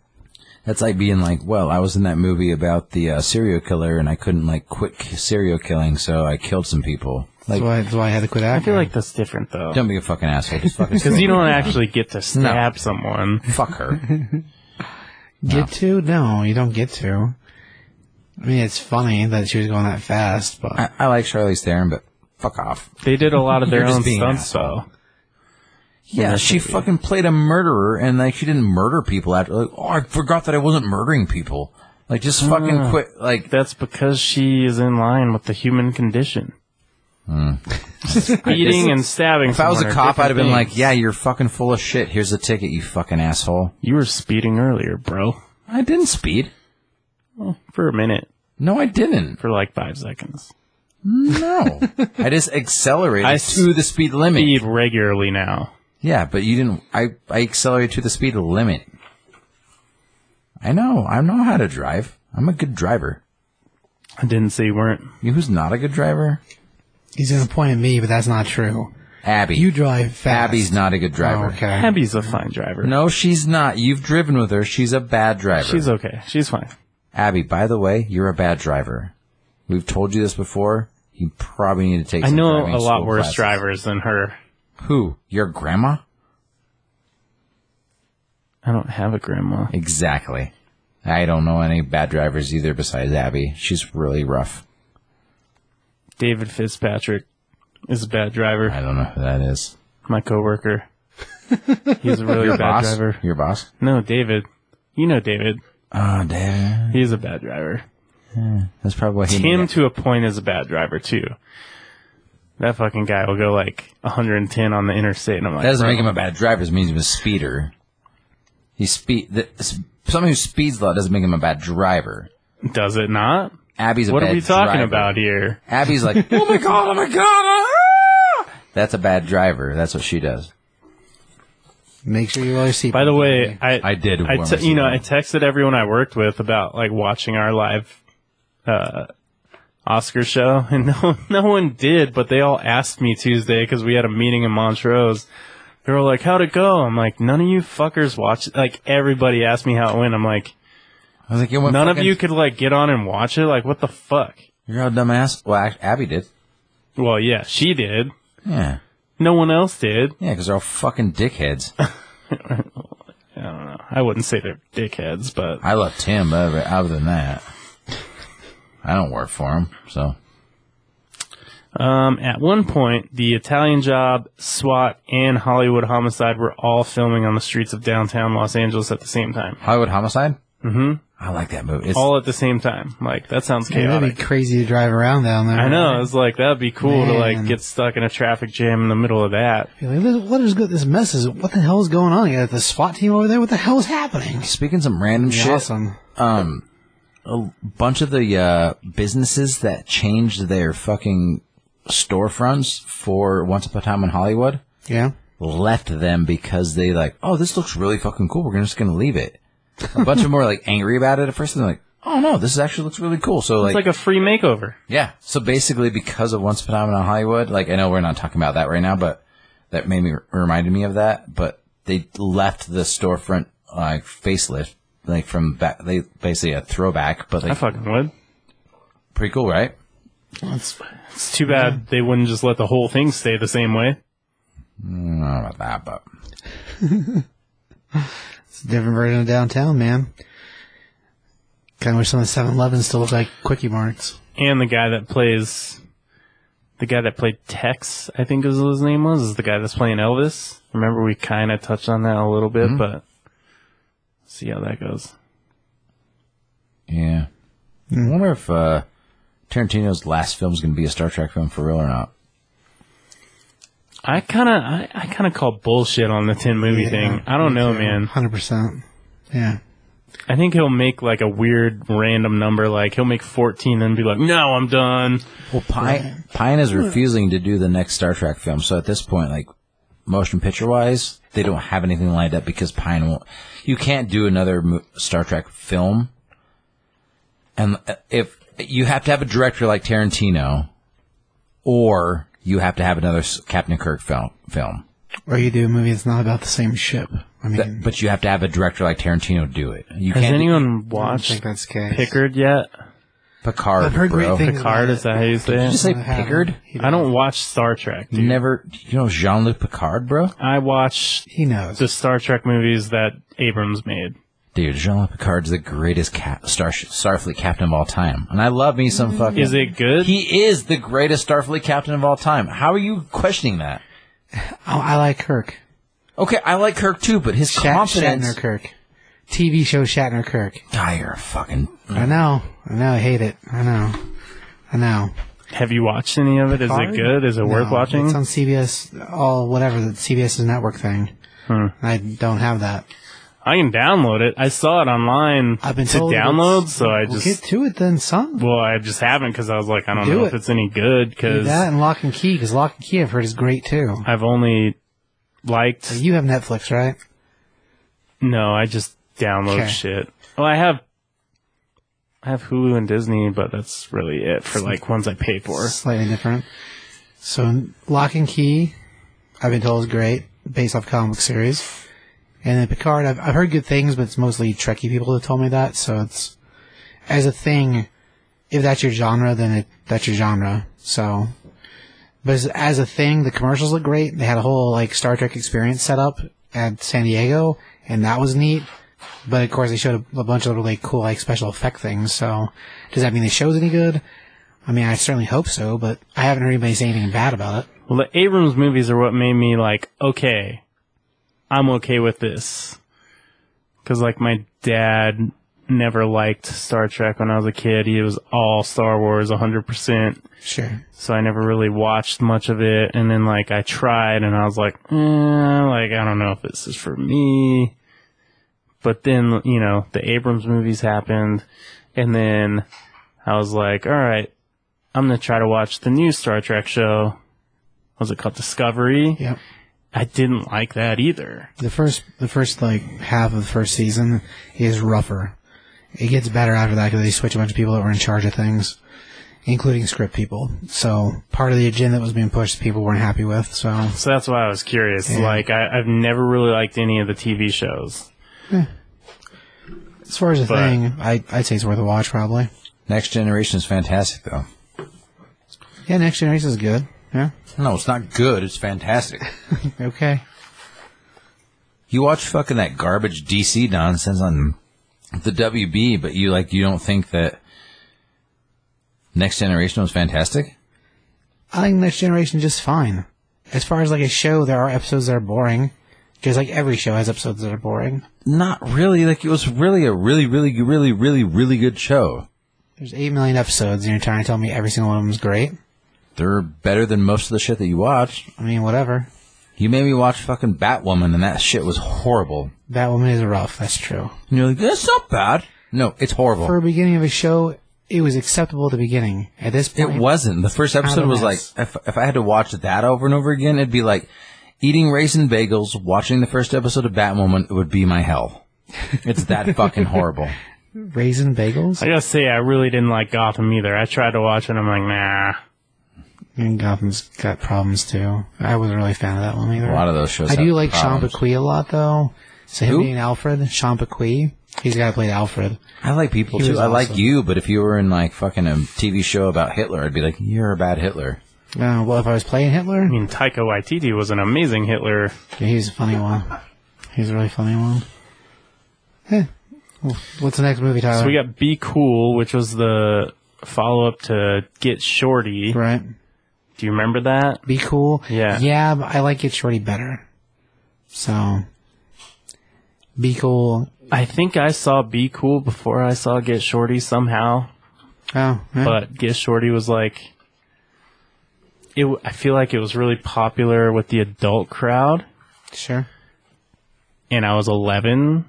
Speaker 1: That's like being like, well, I was in that movie about the uh, serial killer and I couldn't like quit k- serial killing, so I killed some people. Like,
Speaker 2: That's why. That's why I had to quit
Speaker 3: I
Speaker 2: acting.
Speaker 3: feel like that's different though.
Speaker 1: don't be a fucking asshole. Just fucking
Speaker 3: Because you don't actually get to stab someone.
Speaker 1: fuck her.
Speaker 2: get to? No, you don't get to. I mean, it's funny that she was going that fast, but
Speaker 1: I, I like Charlize Theron, but fuck off.
Speaker 3: They did a lot of their
Speaker 1: You're just
Speaker 3: own
Speaker 1: being an
Speaker 3: stunts though.
Speaker 1: Yeah, she fucking played a murderer and like she didn't murder people after. Like, oh, I forgot that I wasn't murdering people. Like, just fucking quit. Like,
Speaker 3: That's because she is in line with the human condition. Beating and stabbing.
Speaker 1: Hmm. if I was a cop, I'd have been like, yeah, you're fucking full of shit. Here's the ticket, you fucking asshole.
Speaker 3: "You were speeding earlier, bro,
Speaker 1: I didn't speed.
Speaker 3: for a minute,
Speaker 1: No, I didn't.
Speaker 3: for like five seconds.
Speaker 1: No, I just accelerated
Speaker 3: I
Speaker 1: to the speed limit.
Speaker 3: Speed regularly now.
Speaker 1: Yeah, but you didn't. I, I accelerated to the speed limit. I know. I know how to drive. I'm a good driver.
Speaker 3: I didn't say you weren't.
Speaker 1: You who's not a good driver?
Speaker 2: he's going to point at me, but that's not true.
Speaker 1: Abby.
Speaker 2: You drive fast. Oh,
Speaker 1: Abby's not a good
Speaker 3: Oh,
Speaker 1: driver.
Speaker 2: okay.
Speaker 3: Abby's a fine driver.
Speaker 1: No, she's not. You've driven with her. She's a bad driver.
Speaker 3: she's okay. She's fine.
Speaker 1: Abby, by the way, you're a bad driver. We've told you this before. You probably need to take.
Speaker 3: I
Speaker 1: some
Speaker 3: know
Speaker 1: driving
Speaker 3: a lot
Speaker 1: school
Speaker 3: worse
Speaker 1: classes.
Speaker 3: drivers than her.
Speaker 1: Who? Your grandma?
Speaker 3: I don't have a grandma.
Speaker 1: Exactly. I don't know any bad drivers either besides Abby. She's really rough.
Speaker 3: David Fitzpatrick is a bad driver.
Speaker 1: I don't know who that is.
Speaker 3: My coworker. He's a really
Speaker 1: Your
Speaker 3: bad
Speaker 1: boss?
Speaker 3: driver.
Speaker 1: Your boss?
Speaker 3: No, David. You know David.
Speaker 1: Oh, damn.
Speaker 3: He's a bad driver.
Speaker 1: That's probably what he
Speaker 3: Tim
Speaker 1: needed.
Speaker 3: to a point is a bad driver too. That fucking guy will go like 110 on the interstate, and I'm like,
Speaker 1: That doesn't
Speaker 3: bro,
Speaker 1: make him a bad driver. It means he was a speeder. He speed. The, s- someone who speeds a lot doesn't make him a bad driver.
Speaker 3: Does it not?
Speaker 1: Abby's a
Speaker 3: What
Speaker 1: bad
Speaker 3: are we talking
Speaker 1: driver.
Speaker 3: about here?
Speaker 1: Abby's like, oh my god, oh my god. ah!" That's a bad driver. That's what she does.
Speaker 2: Make sure you wear your seatbelt.
Speaker 3: By the way, I
Speaker 1: I did
Speaker 3: I
Speaker 1: warm
Speaker 3: te-
Speaker 1: us
Speaker 3: you know,
Speaker 1: up.
Speaker 3: I texted everyone I worked with about like watching our live uh, Oscar show, and no no one did, but they all asked me Tuesday because we had a meeting in Montrose. They were like, "How'd it go?" I'm like, "None of you fuckers watched." Like everybody asked me how it went. I'm like,
Speaker 1: I was like, you went
Speaker 3: "None of
Speaker 1: fucking-
Speaker 3: you could like get on and watch it. Like, what the fuck?"
Speaker 1: You're a dumbass. Well, act- Abby did.
Speaker 3: Well, yeah, she did.
Speaker 1: Yeah.
Speaker 3: No one else did.
Speaker 1: Yeah, because they're all fucking dickheads.
Speaker 3: I don't know. I wouldn't say they're dickheads, but
Speaker 1: I love Tim, but other, other than that, I don't work for him. So
Speaker 3: Um, at one point, the Italian Job, SWAT, and Hollywood Homicide were all filming on the streets of downtown Los Angeles at the same time.
Speaker 1: Hollywood Homicide. Mm-hmm. I like that movie. It's,
Speaker 3: All at the same time. Like that sounds
Speaker 2: Yeah, that'd
Speaker 3: chaotic.
Speaker 2: be crazy to drive around down there.
Speaker 3: I know. It's like that'd be cool to like
Speaker 2: Man.
Speaker 3: get stuck in a traffic jam in the middle of that.
Speaker 2: Be like, "Look, what is good? This mess is. What the hell is going on? You got the SWAT team over there. What the hell is happening?
Speaker 1: speaking some random
Speaker 2: Be
Speaker 1: shit.
Speaker 2: Awesome.
Speaker 1: Um, a bunch of the uh, businesses that changed their fucking storefronts for Once Upon a Time in Hollywood
Speaker 2: Yeah.
Speaker 1: left them because they like, oh, this looks really fucking cool. We're gonna- just gonna leave it. A bunch of them were like angry about it at first, and they're like, oh no, this actually looks really cool. So
Speaker 3: It's like a free makeover.
Speaker 1: Yeah. So basically, because of Once Upon a Time in Hollywood, like I know we're not talking about that right now, but that made me reminded me of that. But they left the storefront like facelift, like from back. They basically a throwback, but
Speaker 3: I
Speaker 1: like
Speaker 3: fucking would.
Speaker 1: pretty cool, right?
Speaker 3: It's too bad they wouldn't just let the whole thing stay the same way.
Speaker 1: I don't know about that, but
Speaker 2: It's a different version of downtown, man. Kind of wish some of the 7 Elevens still look like quickie marts.
Speaker 3: And the guy that plays, the guy that played Tex, I think is what his name was, is the guy that's playing Elvis. Remember, we kind of touched on that a little bit,
Speaker 1: Mm-hmm.
Speaker 3: but see how that goes.
Speaker 1: yeah. I wonder if uh, Tarantino's last film is going to be a Star Trek film for real or not.
Speaker 3: I kind of, I, I kind of call bullshit on the ten movie
Speaker 2: Yeah,
Speaker 3: thing. I don't know, man.
Speaker 2: 100%. Yeah.
Speaker 3: I think he'll make like a weird random number, like he'll make fourteen and be like, "No, I'm done."
Speaker 1: Well, Pine Pine is refusing to do the next Star Trek film, so at this point, like motion picture wise, they don't have anything lined up because Pine won't. You can't do another mo- Star Trek film, and uh, if you have to have a director like Tarantino, or you have to have another s- Captain Kirk film. Film,
Speaker 2: Or you do a movie that's not about the same ship. I mean,
Speaker 1: That- but you have to have a director like Tarantino do it. You
Speaker 3: Has
Speaker 1: can't. do-
Speaker 3: anyone
Speaker 2: I don't think
Speaker 3: watched
Speaker 2: that's gay.
Speaker 3: Pickard yet?
Speaker 1: Picard,
Speaker 2: I've heard
Speaker 1: bro.
Speaker 2: great things.
Speaker 3: Picard
Speaker 2: about
Speaker 3: is that how you say
Speaker 1: Did you
Speaker 3: it?
Speaker 1: say
Speaker 2: I haven't.
Speaker 1: Pickard?
Speaker 2: He
Speaker 3: I don't watch Star Trek, dude.
Speaker 1: Never. You know Jean Luc Picard, bro.
Speaker 3: I watch
Speaker 2: He knows.
Speaker 3: the Star Trek movies that Abrams made.
Speaker 1: Dude, Jean-Luc Picard's the greatest cap- Star- Starfleet captain of all time. And I love me some fucking...
Speaker 3: Is it good?
Speaker 1: He is the greatest Starfleet captain of all time. How are you questioning that?
Speaker 2: Oh, I like Kirk.
Speaker 1: Okay, I like Kirk too, but his
Speaker 2: Shat-
Speaker 1: confidence...
Speaker 2: Shatner Kirk. TV show Shatner Kirk.
Speaker 1: God, you're a fucking...
Speaker 3: Mm.
Speaker 2: I know. I know. I hate it. I know. I know.
Speaker 3: Have you watched any of it? Is
Speaker 2: Picard?
Speaker 3: it good? Is it worth
Speaker 2: No,
Speaker 3: watching?
Speaker 2: It's on CBS, all whatever, the CBS's network thing.
Speaker 3: Hmm.
Speaker 2: I don't have that.
Speaker 3: I can download it. I saw it online
Speaker 2: I've been
Speaker 3: to
Speaker 2: told it's-
Speaker 3: download, so I
Speaker 2: We'll
Speaker 3: just
Speaker 2: get to it then, son.
Speaker 3: well, I just haven't because I was like, I don't
Speaker 2: Do
Speaker 3: know
Speaker 2: it.
Speaker 3: if it's any good
Speaker 2: Do that
Speaker 3: because
Speaker 2: and Lock and Key, because Lock and Key I've heard is great too.
Speaker 3: I've only liked.
Speaker 2: You have Netflix, right?
Speaker 3: No, I just download
Speaker 2: Okay.
Speaker 3: shit. Well, I have. I have Hulu and Disney, but that's really it for like ones I pay for.
Speaker 2: Slightly different. So Lock and Key, I've been told is great, based off comic series. And then Picard, I've, I've heard good things, but it's mostly Trekkie people that told me that. So it's as a thing, if that's your genre, then it, that's your genre. So, but as, as a thing, the commercials look great. They had a whole like Star Trek experience set up at San Diego, and that was neat. But of course, they showed a, a bunch of really cool like special effect things. So, does that mean the show's any good? I mean, I certainly hope so, but I haven't heard anybody say anything bad about it.
Speaker 3: Well, the Abrams movies are what made me like, okay, I'm okay with this. Cause like my dad never liked Star Trek when I was a kid. He was all Star Wars 100%.
Speaker 2: Sure.
Speaker 3: So I never really watched much of it. And then like I tried and I was like, eh, like I don't know if this is for me. But then, you know, the Abrams movies happened and then I was like, all right, I'm going to try to watch the new Star Trek show. What Was it called Discovery?
Speaker 2: Yep.
Speaker 3: I didn't like that either.
Speaker 2: The first, the first like half of the first season is rougher. It gets better after that because they switch a bunch of people that were in charge of things, including script people. So part of the agenda that was being pushed, people weren't happy with. So
Speaker 3: So that's why I was curious. Like, I, I've never really liked any of the TV shows.
Speaker 2: as far as the
Speaker 3: But-
Speaker 2: thing, I I'd say it's worth a watch probably.
Speaker 1: Next Generation is fantastic, though.
Speaker 2: Yeah, Next Generation is good. Yeah.
Speaker 1: No, it's not good. It's fantastic.
Speaker 2: Okay.
Speaker 1: You watch fucking that garbage DC nonsense on the WB, but you like you don't think that Next Generation was fantastic.
Speaker 2: I think Next Generation just fine. As far as like a show, there are episodes that are boring. Just like every show has episodes that are boring.
Speaker 1: Not really. Like it was really a really, really, really, really, really good show.
Speaker 2: There's eight million episodes, and you're trying to tell me every single one of them is great.
Speaker 1: They're better than most of the shit that you watch.
Speaker 2: I mean, whatever.
Speaker 1: You made me watch fucking Batwoman, and that shit was horrible.
Speaker 2: Batwoman is rough. That's true.
Speaker 1: And you're like, that's not bad. No, it's horrible.
Speaker 2: For a beginning of a show, it was acceptable at the beginning. At this
Speaker 1: It
Speaker 2: point,
Speaker 1: wasn't. The first episode
Speaker 2: Out of
Speaker 1: was like,
Speaker 2: mess.
Speaker 1: if, if I had to watch that over and over again, it'd be like eating raisin bagels, watching the first episode of Batwoman, it would be my hell. It's that fucking horrible.
Speaker 2: raisin bagels
Speaker 3: I gotta say, I really didn't like Gotham either. I tried to watch it and I'm like, nah.
Speaker 2: and Gotham's got problems too. I wasn't really a fan of that one either.
Speaker 1: A lot of those shows.
Speaker 2: I do
Speaker 1: have
Speaker 2: like Sean
Speaker 1: problems.
Speaker 2: Bequee a lot though. So him
Speaker 1: Who?
Speaker 2: being Alfred, Sean Bequee, he's got to play Alfred.
Speaker 1: I like people
Speaker 2: He
Speaker 1: too.
Speaker 2: was
Speaker 1: I like
Speaker 2: awesome.
Speaker 1: you, but if you were in like fucking a TV show about Hitler, I'd be like, you're a bad Hitler.
Speaker 2: Uh, well, if I was playing Hitler,
Speaker 3: I mean, Taika Waititi was an amazing Hitler.
Speaker 2: yeah, he's a funny one. He's a really funny one. Eh. Well, What's the next movie, Tyler?
Speaker 3: So we got Be Cool, which was the follow up to Get Shorty.
Speaker 2: right.
Speaker 3: Do you remember that?
Speaker 2: Be cool.
Speaker 3: Yeah.
Speaker 2: Yeah, but I like Get Shorty better. So, be cool.
Speaker 3: I think I saw Be Cool before I saw Get Shorty somehow,
Speaker 2: Oh, yeah.
Speaker 3: but Get Shorty was like, it, w- I feel like it was really popular with the adult crowd.
Speaker 2: sure.
Speaker 3: and I was 11.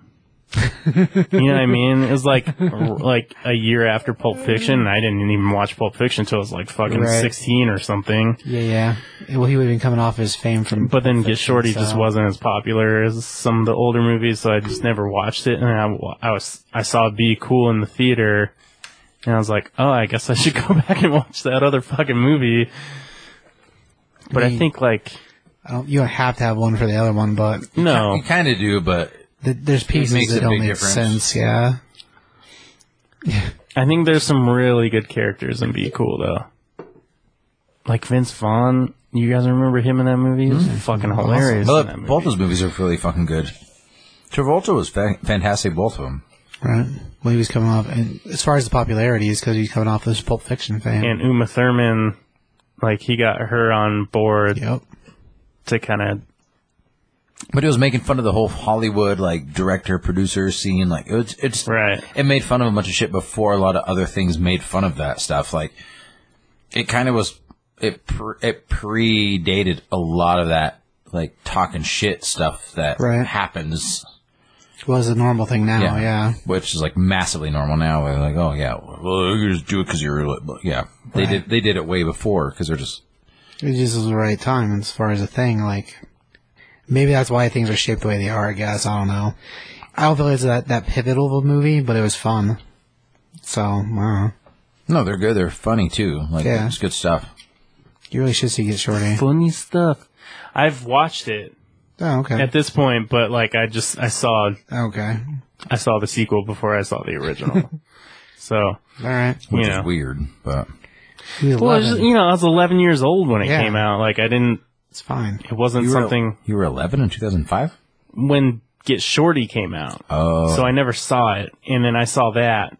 Speaker 3: you know what I mean? It was like r- like a year after Pulp Fiction, and I didn't even watch Pulp Fiction until I was like fucking
Speaker 2: Right.
Speaker 3: 16 or something.
Speaker 2: Yeah, yeah. Eh, Well, he would have been coming off his fame from.
Speaker 3: But then Get Shorty
Speaker 2: so-
Speaker 3: just wasn't as popular as some of the older movies, so I just never watched it. And I, wa- I was I saw Be Cool in the theater, and I was like, oh, I guess I should go back and watch that other fucking movie. But I
Speaker 2: Me.
Speaker 3: think like
Speaker 2: I don't, you don't have to have one for the other one, but
Speaker 3: no,
Speaker 1: You kind of do, but
Speaker 2: th- there's pieces
Speaker 1: makes
Speaker 2: that
Speaker 1: a
Speaker 2: don't
Speaker 1: big
Speaker 2: make
Speaker 1: difference.
Speaker 2: sense. Yeah.
Speaker 3: I think there's some really good characters in Be Cool though. Like Vince Vaughn, you guys remember him in that movie? He was fucking hilarious. in that
Speaker 1: But
Speaker 3: movie.
Speaker 1: both those movies are really fucking good. Travolta was fa- fantastic, both of them.
Speaker 2: Right. Well, he was coming off, and as far as the popularity is, because he's coming off this Pulp Fiction fame.
Speaker 3: and Uma Thurman, like he got her on board
Speaker 2: yep.
Speaker 3: to kind of
Speaker 1: But it was making fun of the whole Hollywood like director producer scene. Like it was, it's
Speaker 3: right.
Speaker 1: it made fun of a bunch of shit before a lot of other things made fun of that stuff. Like it kind of was it pre, it predated a lot of that like talking shit stuff that
Speaker 2: Right.
Speaker 1: happens.
Speaker 2: Well, it's a normal thing now. Yeah.
Speaker 1: which is like massively normal now. We're like, oh yeah, well you just do it because you're li- yeah. They did they did it way before because they're just
Speaker 2: It just was the right time as far as a thing. Like, maybe that's why things are shaped the way they are. I guess I don't know. I don't feel it's that that pivotal of a movie, but it was fun. So, wow.
Speaker 1: no, they're good. They're funny too. Like
Speaker 2: Yeah.
Speaker 1: it's good stuff.
Speaker 2: You really should see Get Shorty.
Speaker 3: Funny stuff. I've watched it
Speaker 2: Oh, okay.
Speaker 3: at this point, but like I just I saw
Speaker 2: Okay.
Speaker 3: I saw the sequel before I saw the original. So
Speaker 2: All right.
Speaker 1: which
Speaker 3: Yeah.
Speaker 1: is weird, but
Speaker 2: We
Speaker 3: well, I
Speaker 2: love
Speaker 3: was just-
Speaker 2: it.
Speaker 3: you know, I was 11 years old when it
Speaker 2: Yeah.
Speaker 3: came out. Like I didn't.
Speaker 2: It's fine.
Speaker 3: It wasn't
Speaker 1: you were-
Speaker 3: something
Speaker 1: you were 11 in 2005.
Speaker 3: when Get Shorty came out.
Speaker 1: Oh,
Speaker 3: So I never saw it, and then I saw that,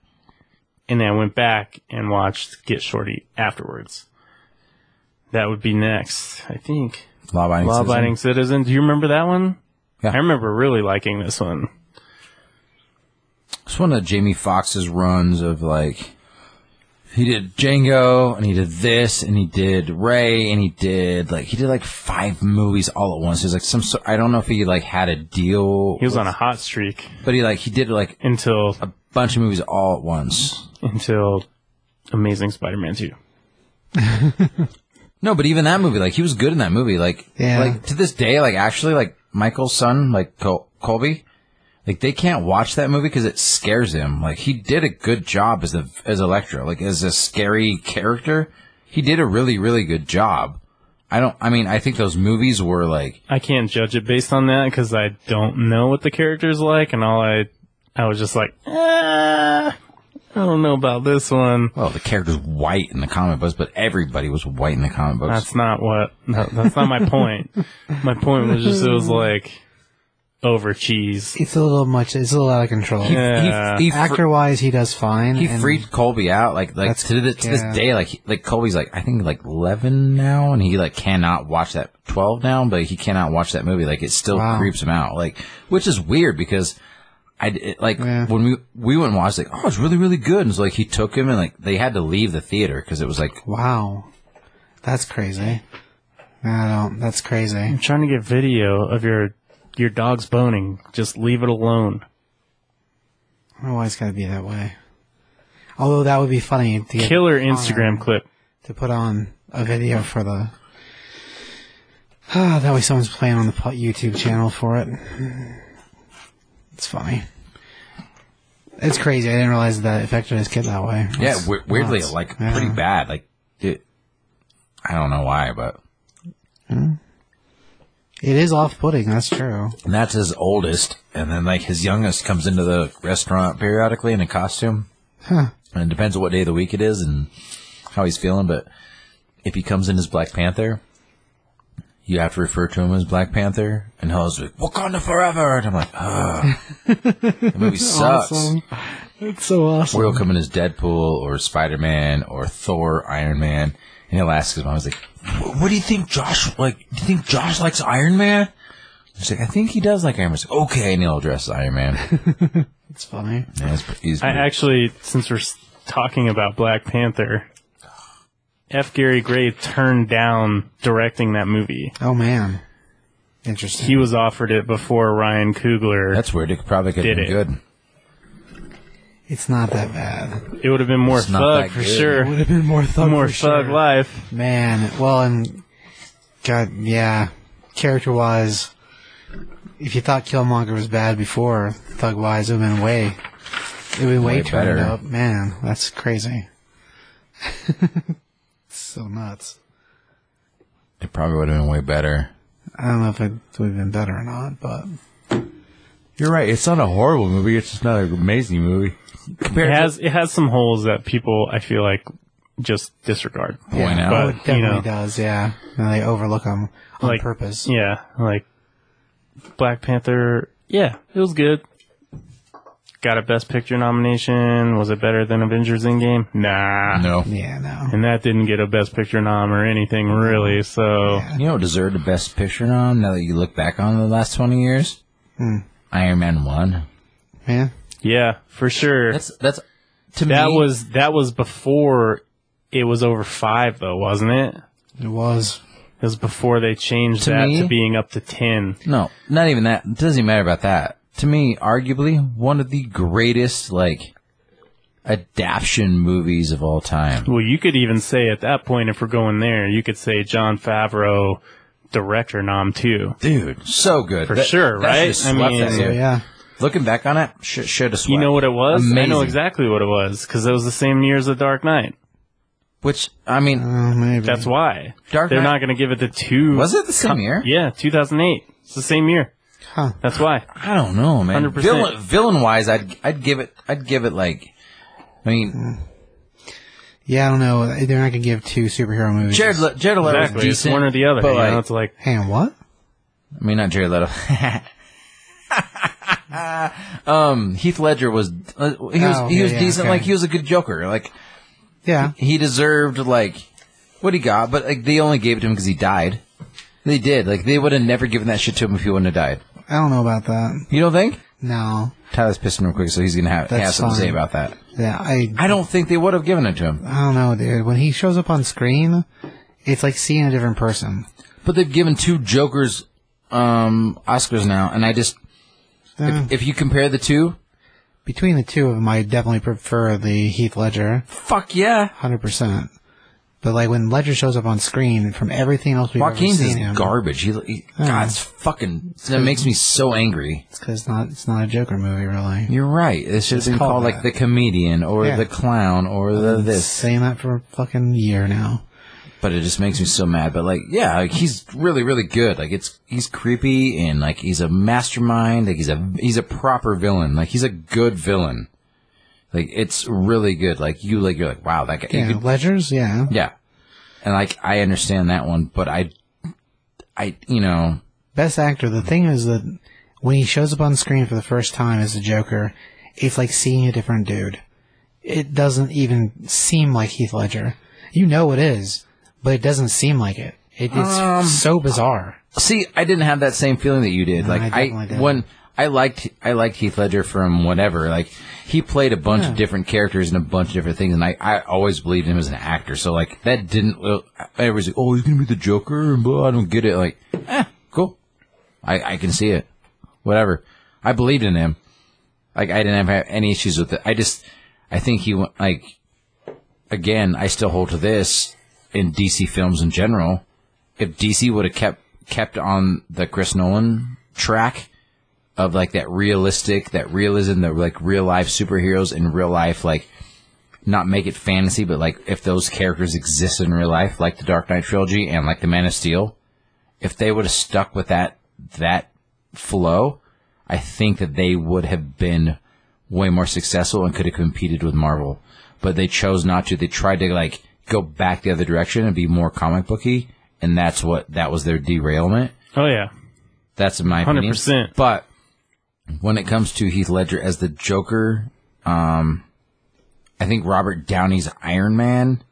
Speaker 3: and then I went back and watched Get Shorty afterwards. That would be next, I think.
Speaker 1: law-abiding
Speaker 3: Law
Speaker 1: citizen.
Speaker 3: Abiding Citizen. Do you remember that one?
Speaker 1: Yeah.
Speaker 3: I remember really liking this one.
Speaker 1: It's one of Jamie Foxx's runs of like he did Django and he did this and he did Ray and he did like he did like five movies all at once. There's like some sort, I don't know if he like had a deal,
Speaker 3: He was on a hot streak
Speaker 1: but he like he did like
Speaker 3: until
Speaker 1: a bunch of movies all at once.
Speaker 3: until Amazing Spider-Man 2.
Speaker 1: No, but even that movie, like he was good in that movie. Like,
Speaker 2: Yeah.
Speaker 1: like to this day, like actually, like Michael's son, like Col- Colby, like they can't watch that movie because it scares him. Like he did a good job as the as Electro, like as a scary character. He did a really really good job. I don't. I mean, I think those movies were like
Speaker 3: I can't judge it based on that because I don't know what the character's like, and all I I was just like, ah, I don't know about this one.
Speaker 1: well, the character's white in the comic books, but everybody was white in the comic books.
Speaker 3: That's not what. No, that's not my point. My point was just it was like over cheese.
Speaker 2: It's a little much. It's a little out of control.
Speaker 3: Yeah.
Speaker 1: he, he, fr-
Speaker 2: Actor wise, he does fine.
Speaker 1: he
Speaker 2: and-
Speaker 1: freaked Colby out like like
Speaker 2: That's-
Speaker 1: to, the, to this
Speaker 2: yeah.
Speaker 1: day like he- like Colby's like I think like eleven now and he like cannot watch that twelve now but he cannot watch that movie like it still
Speaker 2: Wow.
Speaker 1: creeps him out like which is weird because I d- it, like
Speaker 2: Yeah.
Speaker 1: when we we went and watched like oh it's really really good and so like he took him and like they had to leave the theater because it was like
Speaker 2: Wow, that's crazy. I don't. That's crazy.
Speaker 3: I'm trying to get video of your your dog's boning. Just leave it alone.
Speaker 2: I don't know why it's got to be that way. Although that would be funny to, get,
Speaker 3: Killer Instagram clip.
Speaker 2: to put on a video for the. Ah, that way someone's playing on the po- YouTube channel for it. It's funny. It's crazy. I didn't realize that it affected his kid that way.
Speaker 1: yeah
Speaker 2: That's
Speaker 1: we- weirdly
Speaker 2: nuts.
Speaker 1: like
Speaker 2: Yeah.
Speaker 1: pretty bad like it I don't know why but
Speaker 2: It is off-putting. That's true.
Speaker 1: and that's his oldest and then like his youngest comes into the restaurant periodically in a costume
Speaker 2: Huh.
Speaker 1: and it depends on what day of the week it is and how he's feeling. But if he comes in as Black Panther, you have to refer to him as Black Panther, and he's like Wakanda forever, and I'm like, ugh, the movie sucks.
Speaker 2: Awesome. It's so awesome.
Speaker 1: Or he'll come in as Deadpool or Spider Man or Thor, Iron Man, and he'll ask his mom, he's like, "Wh- "What do you think, Josh? Like, do you think Josh likes Iron Man?" He's like, "I think he does like Iron Man." He's like, okay, and he'll dress as Iron Man.
Speaker 2: It's funny.
Speaker 1: And it's- he's-
Speaker 3: I actually, since we're s- talking about Black Panther, F. Gary Gray turned down directing that movie.
Speaker 2: Oh man, interesting.
Speaker 3: He was offered it before Ryan Coogler.
Speaker 1: that's weird. It probably could have
Speaker 3: Did
Speaker 1: been
Speaker 3: it.
Speaker 1: good.
Speaker 2: It's not that bad.
Speaker 3: It would have been more
Speaker 1: It's not
Speaker 3: thug
Speaker 1: that
Speaker 3: for
Speaker 1: good.
Speaker 3: sure.
Speaker 2: have been more thug.
Speaker 3: more thug life.
Speaker 2: Man, well, and God, yeah. Character wise, if you thought Killmonger was bad before, thug wise, it would have been way, it would be way,
Speaker 1: Way
Speaker 2: turned
Speaker 1: better.
Speaker 2: up. Man, that's crazy. so nuts.
Speaker 1: It probably would have been way better.
Speaker 2: I don't know if it would have been better or not, but
Speaker 1: You're right. It's not a horrible movie. It's just not an amazing movie.
Speaker 3: It
Speaker 1: Compared
Speaker 3: has it has some holes that people I feel like just disregard.
Speaker 1: to point
Speaker 2: yeah,
Speaker 1: out,
Speaker 2: oh, it
Speaker 3: But,
Speaker 2: definitely
Speaker 3: you know.
Speaker 2: does. Yeah, and they overlook them on
Speaker 3: Like,
Speaker 2: purpose.
Speaker 3: Yeah, like Black Panther. Yeah, it was good. Got a Best Picture nomination. Was it better than Avengers Endgame? Nah.
Speaker 1: no,
Speaker 2: Yeah, no.
Speaker 3: And that didn't get a Best Picture nom or anything really. So
Speaker 1: you know, what deserved the best picture nom. Now that you look back on the last twenty years, Iron Man one.
Speaker 2: Yeah.
Speaker 3: yeah, for sure.
Speaker 1: That's that's to
Speaker 3: that
Speaker 1: me.
Speaker 3: was that was before it was over five though, wasn't it?
Speaker 2: It was.
Speaker 3: It was before they changed
Speaker 1: To
Speaker 3: that
Speaker 1: me-
Speaker 3: to being up to ten.
Speaker 1: no, not even that. It doesn't even matter about that. To me, arguably one of the greatest like adaption movies of all time.
Speaker 3: Well, you could even say at that point, if we're going there, you could say John Favreau, director nom too.
Speaker 1: Dude, so good
Speaker 3: For
Speaker 1: That-
Speaker 3: sure,
Speaker 1: that
Speaker 3: right?
Speaker 1: should've
Speaker 3: I
Speaker 1: swept
Speaker 3: mean-
Speaker 1: that
Speaker 2: So
Speaker 1: year.
Speaker 2: yeah.
Speaker 1: Looking back on it, sh- should have swept.
Speaker 3: You know what it was? I know
Speaker 1: Amazing.
Speaker 3: exactly what it was because it was the same year as The Dark Knight.
Speaker 1: Which I mean,
Speaker 2: Oh, maybe.
Speaker 3: That's why
Speaker 1: Mm. Dark
Speaker 3: they're
Speaker 1: Knight-
Speaker 3: not going to give it the two.
Speaker 1: was it the same year?
Speaker 3: Yeah, 2008. It's the same year.
Speaker 2: Huh.
Speaker 3: That's why.
Speaker 1: I don't know, man.
Speaker 3: 100%.
Speaker 1: Villain, villain wise, I'd I'd give it I'd give it like I
Speaker 3: Mm.
Speaker 1: mean,
Speaker 2: Yeah, I don't know. They're not gonna give two superhero movies.
Speaker 1: Jared, Le- Jared Leto was
Speaker 3: Exactly. It's
Speaker 1: decent.
Speaker 3: one or the other.
Speaker 1: But
Speaker 3: you know,
Speaker 1: like-
Speaker 3: it's like
Speaker 2: Hang on, what?
Speaker 1: I mean, not Jared Leto. um, Heath Ledger was uh, he was
Speaker 2: Oh,
Speaker 1: he was
Speaker 2: yeah, yeah,
Speaker 1: decent.
Speaker 2: okay.
Speaker 1: Like he was a good Joker. Like
Speaker 2: Yeah,
Speaker 1: he deserved like what he got, but like they only gave it to him because he died. They did. Like they would have never given that shit to him if he wouldn't have died.
Speaker 2: I don't know about that.
Speaker 1: You don't think?
Speaker 2: No,
Speaker 1: Tyler's pissing real quick, so he's gonna have,
Speaker 2: That's
Speaker 1: have something to say
Speaker 2: fine.
Speaker 1: about that.
Speaker 2: yeah, I,
Speaker 1: I don't think they would have given it to him,
Speaker 2: I don't know, dude. When he shows up on screen, it's like seeing a different person.
Speaker 1: but they've given two Jokers um Oscars now, and I just
Speaker 2: Uh,
Speaker 1: if you compare the two,
Speaker 2: between the two of them, I definitely prefer the Heath Ledger,
Speaker 1: fuck yeah,
Speaker 2: hundred percent. But like when Ledger shows up on screen, from everything else we've
Speaker 1: Joaquin's
Speaker 2: ever
Speaker 1: is
Speaker 2: seen him,
Speaker 1: garbage. He, he God, it's fucking. That makes me so angry.
Speaker 2: it's 'cause it's not it's not a Joker movie, really.
Speaker 1: You're right. It should have been
Speaker 2: called
Speaker 1: called
Speaker 2: that.
Speaker 1: like the comedian or
Speaker 2: Yeah.
Speaker 1: the clown or the this.
Speaker 2: Saying that for a fucking year now.
Speaker 1: but it just makes me so mad. But like, yeah, like he's really, really good. Like it's he's creepy and like he's a mastermind. Like he's a he's a proper villain. Like he's a good villain. Like it's really good. Like you like you're like wow that guy. you
Speaker 2: Yeah,
Speaker 1: could-
Speaker 2: Ledger's, yeah.
Speaker 1: yeah. And like I understand that one, but I, I you know
Speaker 2: Best actor. The thing is that when he shows up on screen for the first time as the Joker, it's like seeing a different dude. It doesn't even seem like Heath Ledger. You know it is, but it doesn't seem like it. it it's so bizarre.
Speaker 1: See, I didn't have that same feeling that you did. Like
Speaker 2: I
Speaker 1: I,
Speaker 2: definitely didn't.
Speaker 1: when I liked I liked Heath Ledger from whatever. Like he played a bunch of different characters and a bunch of different things, and I, I always believed in him as an actor. So like that didn't. uh, Everybody's like, oh, he's gonna be the Joker, and blah, I don't get it. Like, eh, cool. I I can see it. Whatever. I believed in him. Like I didn't have any issues with it. I just I think he went like again. I still hold to this in DC films in general if DC would have kept kept on the Chris Nolan track of like that realistic, that realism, that like real life superheroes in real life, like not make it fantasy, but like if those characters exist in real life, like the Dark Knight trilogy and like the Man of Steel, if they would have stuck with that that flow, I think that they would have been way more successful and could have competed with Marvel. But they chose not to. They tried to like go back the other direction and be more comic booky, and that's what that was their derailment.
Speaker 3: oh yeah,
Speaker 1: That's my opinion.
Speaker 3: 100%.
Speaker 1: But when it comes to Heath Ledger as the Joker, um, I think Robert Downey's Iron Man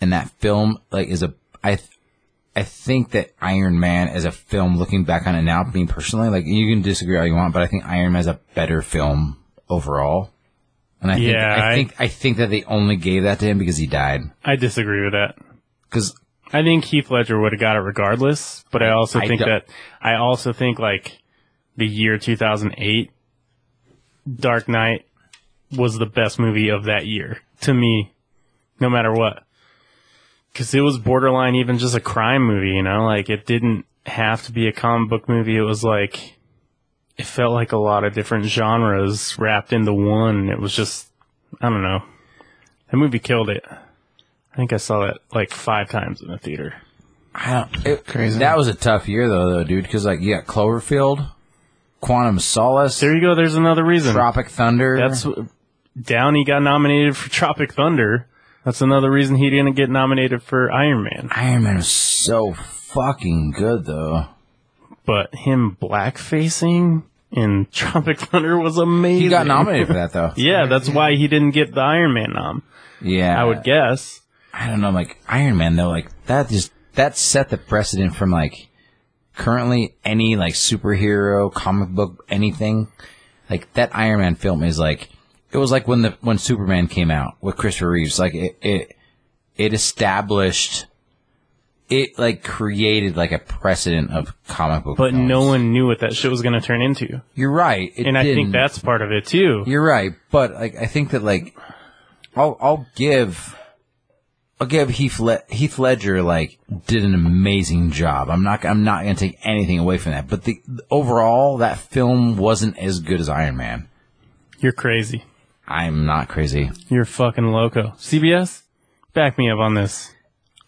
Speaker 1: and that film like is a I th- I think that Iron Man as a film, looking back on it now, me personally, like you can disagree all you want, but I think Iron Man is a better film overall. And I think
Speaker 3: Yeah,
Speaker 1: I,
Speaker 3: I-
Speaker 1: think I think that they only gave that to him because he died.
Speaker 3: I disagree with that.
Speaker 1: Because
Speaker 3: I think Heath Ledger would have got it regardless, but I also
Speaker 1: I
Speaker 3: think
Speaker 1: don't-
Speaker 3: that I also think like the year 2008 Dark Knight was the best movie of that year to me no matter what. Cuz it was borderline even just a crime movie, you know? Like it didn't have to be a comic book movie. It was like it felt like a lot of different genres wrapped into one. It was just I don't know. That movie killed it. I think I saw that like 5 times in the theater.
Speaker 1: I don't. It,
Speaker 2: Crazy.
Speaker 1: That was a tough year though, though, dude. Because like you got Cloverfield, Quantum of Solace,
Speaker 3: There you go. There's another reason.
Speaker 1: Tropic Thunder.
Speaker 3: That's Downey got nominated for Tropic Thunder. That's another reason he didn't get nominated for Iron Man.
Speaker 1: Iron Man was so fucking good though.
Speaker 3: But him blackfacing in Tropic Thunder was amazing.
Speaker 1: He got nominated for that though.
Speaker 3: Yeah, that's why he didn't get the Iron Man nom.
Speaker 1: Yeah,
Speaker 3: I would guess.
Speaker 1: I don't know, like Iron Man though, like that just that set the precedent from like currently any like superhero comic book anything. Like that Iron Man film is like it was like when the when Superman came out with Christopher Reeves, like it it, it established it like created like a precedent of comic book.
Speaker 3: But
Speaker 1: films.
Speaker 3: no one knew what that shit was going to turn into.
Speaker 1: you're right, it
Speaker 3: And I think
Speaker 1: didn't.
Speaker 3: that's part of it too.
Speaker 1: You're right, but like I think that like I'll I'll give I'll give Heath Le- Heath Ledger like did an amazing job. I'm not I'm not gonna take anything away from that, but the overall that film wasn't as good as Iron Man.
Speaker 3: You're crazy.
Speaker 1: I'm not crazy.
Speaker 3: You're fucking loco. CBS, back me up on this.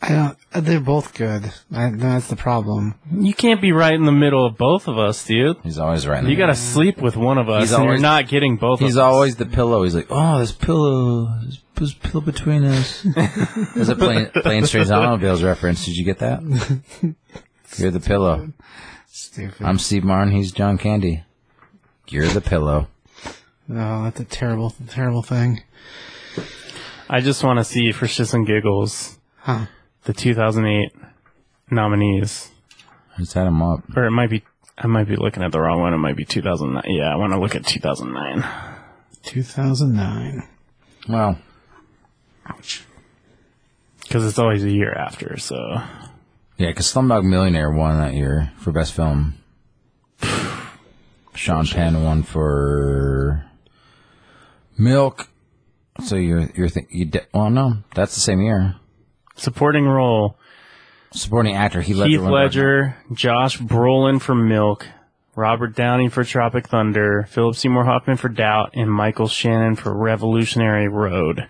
Speaker 2: I don't. uh, They're both good. I, that's the problem.
Speaker 3: You can't be right in the middle of both of us, dude.
Speaker 1: He's always right. in the
Speaker 3: You gotta sleep with one of us,
Speaker 1: He's
Speaker 3: and
Speaker 1: always-
Speaker 3: you're not getting both.
Speaker 1: He's
Speaker 3: of us.
Speaker 1: always the pillow. He's like, oh, there's pillow, there's, there's pillow between us. there's a plane, plane Strains Automobiles reference. Did you get that? You're the pillow.
Speaker 2: Stupid.
Speaker 1: I'm Steve Martin. He's John Candy. You're the pillow.
Speaker 2: oh, that's a terrible, terrible thing.
Speaker 3: I just want to see for shits and giggles
Speaker 2: Huh.
Speaker 3: the 2008 nominees,
Speaker 1: Let's add him up.
Speaker 3: or it might be. I might be looking at the wrong one. It might be 2009. Yeah, I want to look at 2009.
Speaker 2: 2009.
Speaker 1: Well,
Speaker 3: Because it's always a year after, so.
Speaker 1: yeah, because Slumdog Millionaire won that year for best film. Sean Penn won for Milk. So you're you're think you de- well no that's the same year
Speaker 3: Supporting role
Speaker 1: supporting actor Heath Ledger.
Speaker 3: Keith
Speaker 1: won-
Speaker 3: Ledger, Josh Brolin for Milk, Robert Downey for Tropic Thunder, Philip Seymour Hoffman for Doubt, and Michael Shannon for Revolutionary Road.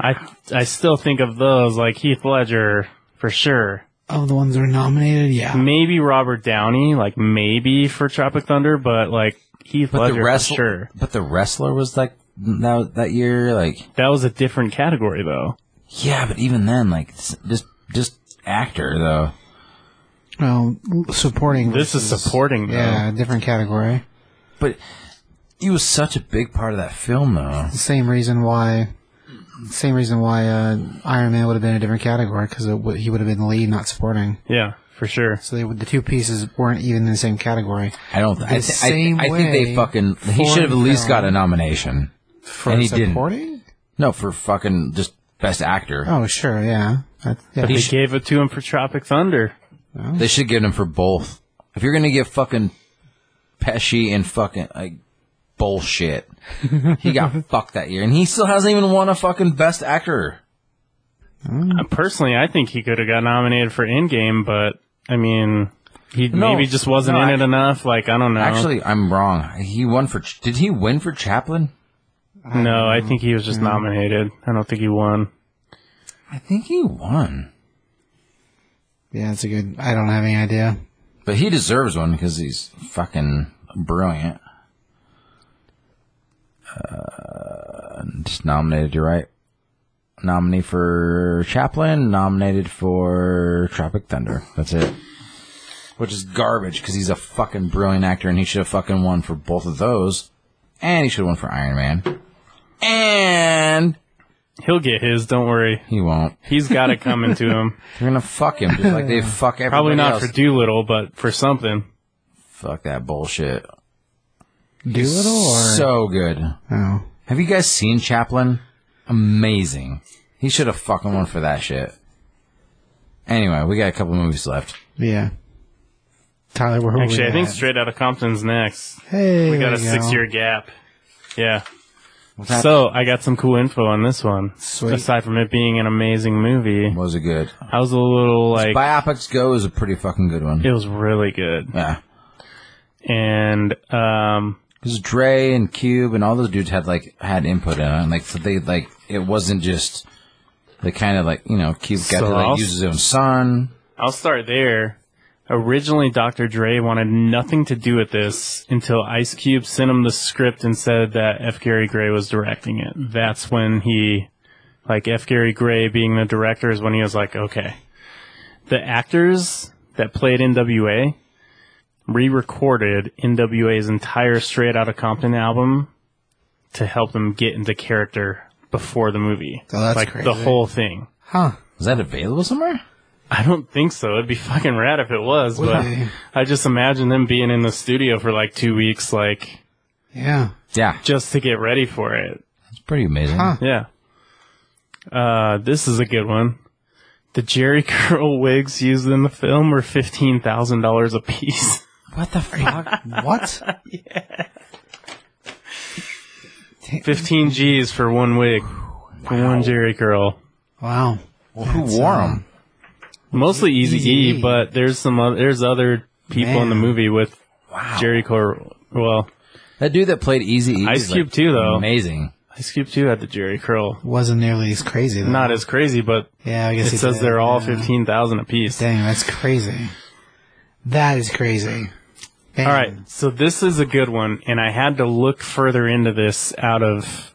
Speaker 3: I I still think of those like Heath Ledger for sure.
Speaker 2: Oh, the ones that are nominated. Yeah.
Speaker 3: Maybe Robert Downey, like maybe for Tropic Thunder, but like Heath
Speaker 1: But
Speaker 3: Ledger
Speaker 1: the wrestler,
Speaker 3: for sure.
Speaker 1: but the wrestler was like that that year. Like,
Speaker 3: That was a different category though.
Speaker 1: yeah, but even then, like s- just just actor though.
Speaker 2: Well, supporting.
Speaker 3: This is
Speaker 2: versus-
Speaker 3: supporting though.
Speaker 2: Yeah, different category.
Speaker 1: But he was such a big part of that film though.
Speaker 2: Same reason why. Same reason why uh, Iron Man would have been a different category because w- he would have been lead, not supporting.
Speaker 3: Yeah, for sure.
Speaker 2: So they, the two pieces weren't even in the same category.
Speaker 1: I don't. I,
Speaker 2: The
Speaker 1: thi- I,
Speaker 2: same
Speaker 1: I think they
Speaker 2: way
Speaker 1: fucking. He
Speaker 2: for
Speaker 1: should have at least
Speaker 2: film.
Speaker 1: got a nomination.
Speaker 2: For
Speaker 1: And he didn't.
Speaker 2: supporting?
Speaker 1: No, for fucking just best actor.
Speaker 2: Oh, sure, yeah. That, yeah.
Speaker 3: They gave it to him for Tropic Thunder.
Speaker 1: They should give him for both. If you're gonna give fucking Pesci and fucking like bullshit, he got fucked that year, and he still hasn't even won a fucking best actor.
Speaker 3: Uh, Personally, I think he could have got nominated for Endgame, but I mean, he
Speaker 1: No.
Speaker 3: maybe just wasn't
Speaker 1: No,
Speaker 3: in
Speaker 1: I-
Speaker 3: it enough. Like I don't know.
Speaker 1: Actually, I'm wrong. He won for. Did he win for Chaplin?
Speaker 3: no, I think he was
Speaker 1: Mm.
Speaker 3: just nominated. I don't think he won.
Speaker 1: I think he won,
Speaker 2: yeah, it's a good. I don't have any idea.
Speaker 1: but he deserves one because he's fucking brilliant. Uh, just nominated. You're right. Nominee for Chaplin. Nominated for Tropic Thunder. That's it. Which is garbage because he's a fucking brilliant actor and he should have fucking won for both of those, and he should have won for Iron Man, and
Speaker 3: He'll get his. Don't worry.
Speaker 1: he won't.
Speaker 3: He's got it coming to him.
Speaker 1: They're gonna fuck him, just like they fuck everybody
Speaker 3: Probably not
Speaker 1: else.
Speaker 3: for Doolittle, but for something.
Speaker 1: fuck that bullshit.
Speaker 2: Doolittle or
Speaker 1: So good.
Speaker 2: oh,
Speaker 1: Have you guys seen Chaplin? Amazing. He should have fucking won for that shit. Anyway, we got a couple movies left.
Speaker 2: yeah. Tyler, where were
Speaker 3: Actually,
Speaker 2: we
Speaker 3: I think
Speaker 2: at?
Speaker 3: Straight Outta Compton's next.
Speaker 2: hey,
Speaker 3: We got
Speaker 2: there
Speaker 3: a
Speaker 2: you go.
Speaker 3: six-year gap. Yeah.
Speaker 1: that-
Speaker 3: So I got some cool info on this one.
Speaker 2: Sweet.
Speaker 3: Aside from it being an amazing movie,
Speaker 1: Was it good?
Speaker 3: I was a little like
Speaker 1: Biopics Go is a pretty fucking good one.
Speaker 3: it was really good.
Speaker 1: Yeah.
Speaker 3: And um,
Speaker 1: Because Dre and Cube and all those dudes had like had input in it. And, like so they like it wasn't just they kind of like you know Cube got
Speaker 3: So
Speaker 1: to like
Speaker 3: I'll-
Speaker 1: use his own son.
Speaker 3: I'll start there. Originally, Dr. Dre wanted nothing to do with this until Ice Cube sent him the script and said that F. Gary Gray was directing it. That's when he, like F. Gary Gray being the director, is when he was like, okay. The actors that played NWA re-recorded NWA's entire Straight Outta Compton album to help them get into character before the movie.
Speaker 2: Oh, that's
Speaker 3: like the
Speaker 2: crazy.
Speaker 3: whole thing.
Speaker 2: huh?
Speaker 1: Is that available somewhere?
Speaker 3: I don't think so. It'd be fucking rad if it was, but
Speaker 2: they?
Speaker 3: I just imagine them being in the studio for like two weeks, like
Speaker 2: Yeah,
Speaker 1: Yeah,
Speaker 3: just to get ready for it.
Speaker 1: it's pretty amazing.
Speaker 2: Huh.
Speaker 3: Yeah. Uh, this is a good one. The Jerry Curl wigs used in the film were fifteen thousand dollars a piece.
Speaker 1: What the fuck?
Speaker 2: what?
Speaker 3: Fifteen G's for one wig, for one Jerry Curl.
Speaker 2: wow.
Speaker 1: Who wore them?
Speaker 3: Mostly Easy E,
Speaker 2: Eazy-E.
Speaker 3: but there's some oth- there's other people in the
Speaker 2: Man.
Speaker 3: movie with Jerry Curl. Well,
Speaker 1: That dude that played Easy E.
Speaker 3: Ice Cube too, though.
Speaker 1: Amazing.
Speaker 3: Ice Cube too had the Jerry curl.
Speaker 2: Wasn't nearly as crazy. Though.
Speaker 3: Not as crazy, but
Speaker 2: Yeah, I guess
Speaker 3: it
Speaker 2: he
Speaker 3: says
Speaker 2: did,
Speaker 3: they're all
Speaker 2: yeah.
Speaker 3: fifteen thousand apiece.
Speaker 2: Dang, that's crazy. That is crazy. Dang.
Speaker 3: All right, so this is a good one, and I had to look further into this out of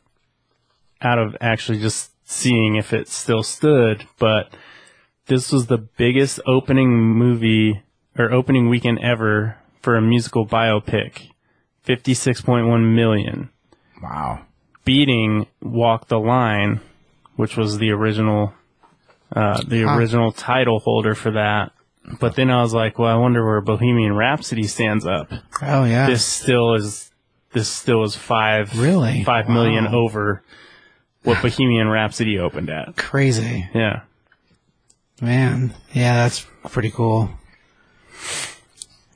Speaker 3: out of actually just seeing if it still stood. But this was the biggest opening movie or opening weekend ever for a musical biopic, fifty six point one million,
Speaker 1: Wow.
Speaker 3: beating Walk the Line, which was the original uh, the
Speaker 2: Huh.
Speaker 3: original title holder for that. But then I was like, well, I wonder where Bohemian Rhapsody stands up
Speaker 2: Oh yeah.
Speaker 3: this still is this still is five
Speaker 2: Really?
Speaker 3: five million
Speaker 2: Wow.
Speaker 3: over what Bohemian Rhapsody opened at.
Speaker 2: crazy.
Speaker 3: Yeah.
Speaker 2: Man. Yeah, that's pretty cool.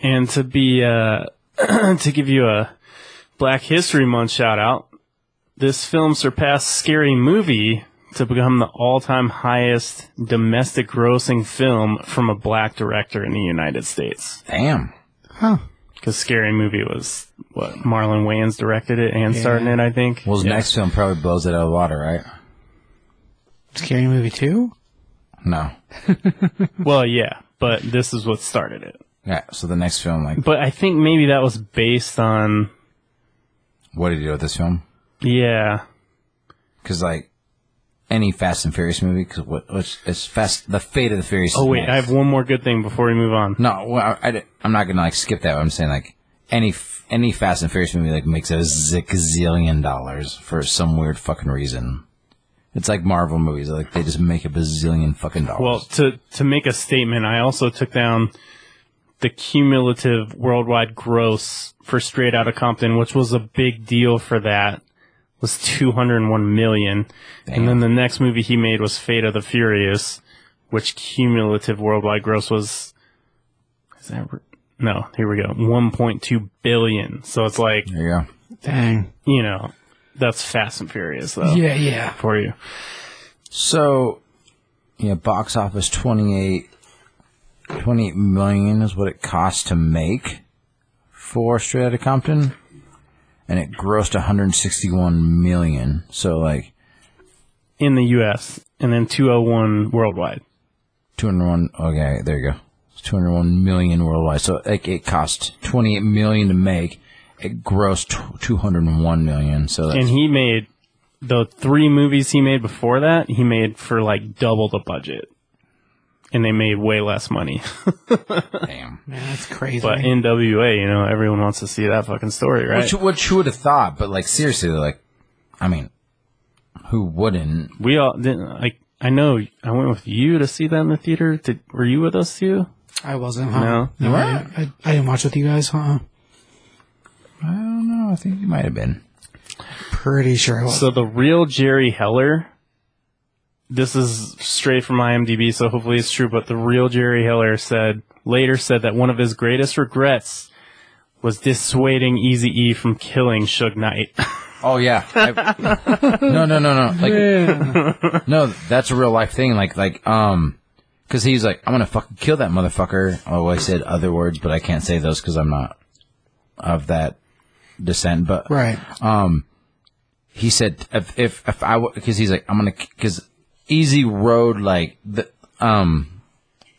Speaker 3: And to be uh to give you a Black History Month shout out, this film surpassed Scary Movie to become the all-time highest domestic grossing film from a black director in the United States.
Speaker 1: Damn.
Speaker 2: Huh.
Speaker 3: Because Scary Movie was what Marlon Wayans directed it and starred in it, I think.
Speaker 1: Well, his
Speaker 3: Yeah.
Speaker 1: next film probably blows it out of the water, right?
Speaker 2: Scary movie two?
Speaker 1: No.
Speaker 3: Well, yeah, but this is what started it.
Speaker 1: Yeah. So the next film, like,
Speaker 3: But I think maybe that was based on
Speaker 1: what did you do with this film?
Speaker 3: yeah.
Speaker 1: Because like any Fast and Furious movie, because what what's- it's Fast the Fate of the Furious.
Speaker 3: Oh
Speaker 1: is
Speaker 3: wait,
Speaker 1: next.
Speaker 3: I have one more good thing before we move on.
Speaker 1: no. Well, I, am not gonna like skip that. But I'm saying like any f- any Fast and Furious movie like makes a zillion dollars for some weird fucking reason. It's like Marvel movies, like they just make a bazillion fucking dollars.
Speaker 3: Well, to to make a statement, I also took down the cumulative worldwide gross for Straight Outta Compton, which was a big deal for that. Was 201 million. And then the next movie he made was Fate of the Furious, which cumulative worldwide gross was is that r- no, here we go. 1.2 billion. So it's like
Speaker 1: there you go.
Speaker 2: Dang.
Speaker 3: you know, that's Fast and Furious though
Speaker 2: Yeah, yeah.
Speaker 3: for you.
Speaker 1: So, yeah, box office 28, 28 million is what it cost to make for Straight Outta Compton, and it grossed 161 million. So like
Speaker 3: In the US and then 201 worldwide.
Speaker 1: 201. Okay, there you go. It's 201 million worldwide. So like it cost 28 million to make. It grossed tw- 201 million. So that's,
Speaker 3: And he made the three movies he made before that, he made for like double the budget. And they made way less money.
Speaker 1: damn.
Speaker 2: Man, that's crazy.
Speaker 3: But NWA, you know, everyone wants to see that fucking story, right?
Speaker 1: Which, which you would have thought, but like seriously, like, I mean, who wouldn't?
Speaker 3: we all didn't like I know I went with you to see that in the theater. Did, were you with us too?
Speaker 2: I wasn't, huh?
Speaker 3: No.
Speaker 2: No, I, I, I didn't watch with you guys, huh?
Speaker 1: I don't know. I think you might have been.
Speaker 2: Pretty sure I was.
Speaker 3: So the real Jerry Heller, this is straight from IMDb, so hopefully it's true. But the real Jerry Heller said later said that one of his greatest regrets was dissuading Easy E from killing Suge Knight.
Speaker 1: Oh yeah. I- no, no, no, no. Like, no, that's a real life thing. Like, like, um, because he's like, I'm gonna fucking kill that motherfucker. Oh, I said other words, but I can't say those because I'm not of that descent. But
Speaker 2: right.
Speaker 1: he said, if if, if I because he's like, I'm gonna because Easy Road like the um,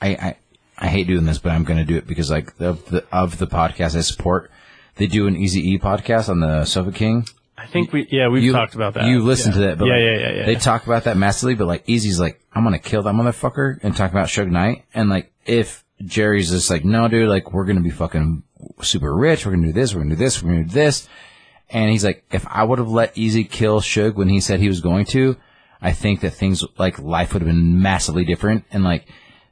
Speaker 1: I I. I hate doing this, but I'm going to do it because, like, of the of the podcast I support, they do an Easy E podcast on the Sofa King,
Speaker 3: I think we yeah we've
Speaker 1: you
Speaker 3: talked about that.
Speaker 1: You listen to that, but
Speaker 3: Yeah,
Speaker 1: like,
Speaker 3: yeah, yeah, yeah.
Speaker 1: They talk about that massively, but like Easy's like, I'm gonna kill that motherfucker, and talk about Suge Knight, and like if Jerry's just like, no, dude, like we're gonna be fucking super rich, we're gonna do this, we're gonna do this, we're gonna do this, and he's like, if I would have let Easy kill Suge when he said he was going to, I think that things like life would have been massively different, and like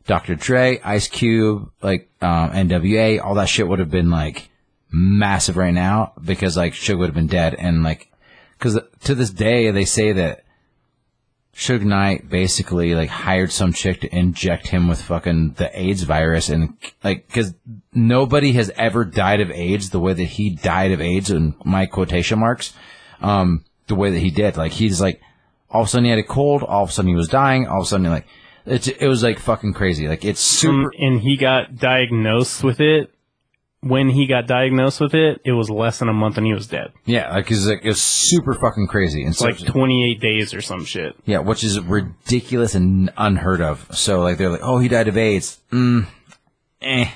Speaker 1: Dr. Dre, Ice Cube, like um, NWA, all that shit would have been like massive right now because like Suge would have been dead, and like because to this day they say that Suge Knight basically like hired some chick to inject him with fucking the AIDS virus and like because nobody has ever died of AIDS the way that he died of AIDS in my quotation marks, um, the way that he did. Like he's like all of a sudden he had a cold, all of a sudden he was dying, all of a sudden like it's it was like fucking crazy. Like it's super.
Speaker 3: Um, and he got diagnosed with it when he got diagnosed with it, it was less than a month and he was dead.
Speaker 1: Yeah, like it's like it's super fucking crazy. And
Speaker 3: It's
Speaker 1: so
Speaker 3: Mm. like 28 days or some shit.
Speaker 1: yeah, which is ridiculous and unheard of. So like they're like, oh, he died of AIDS. Mm, eh,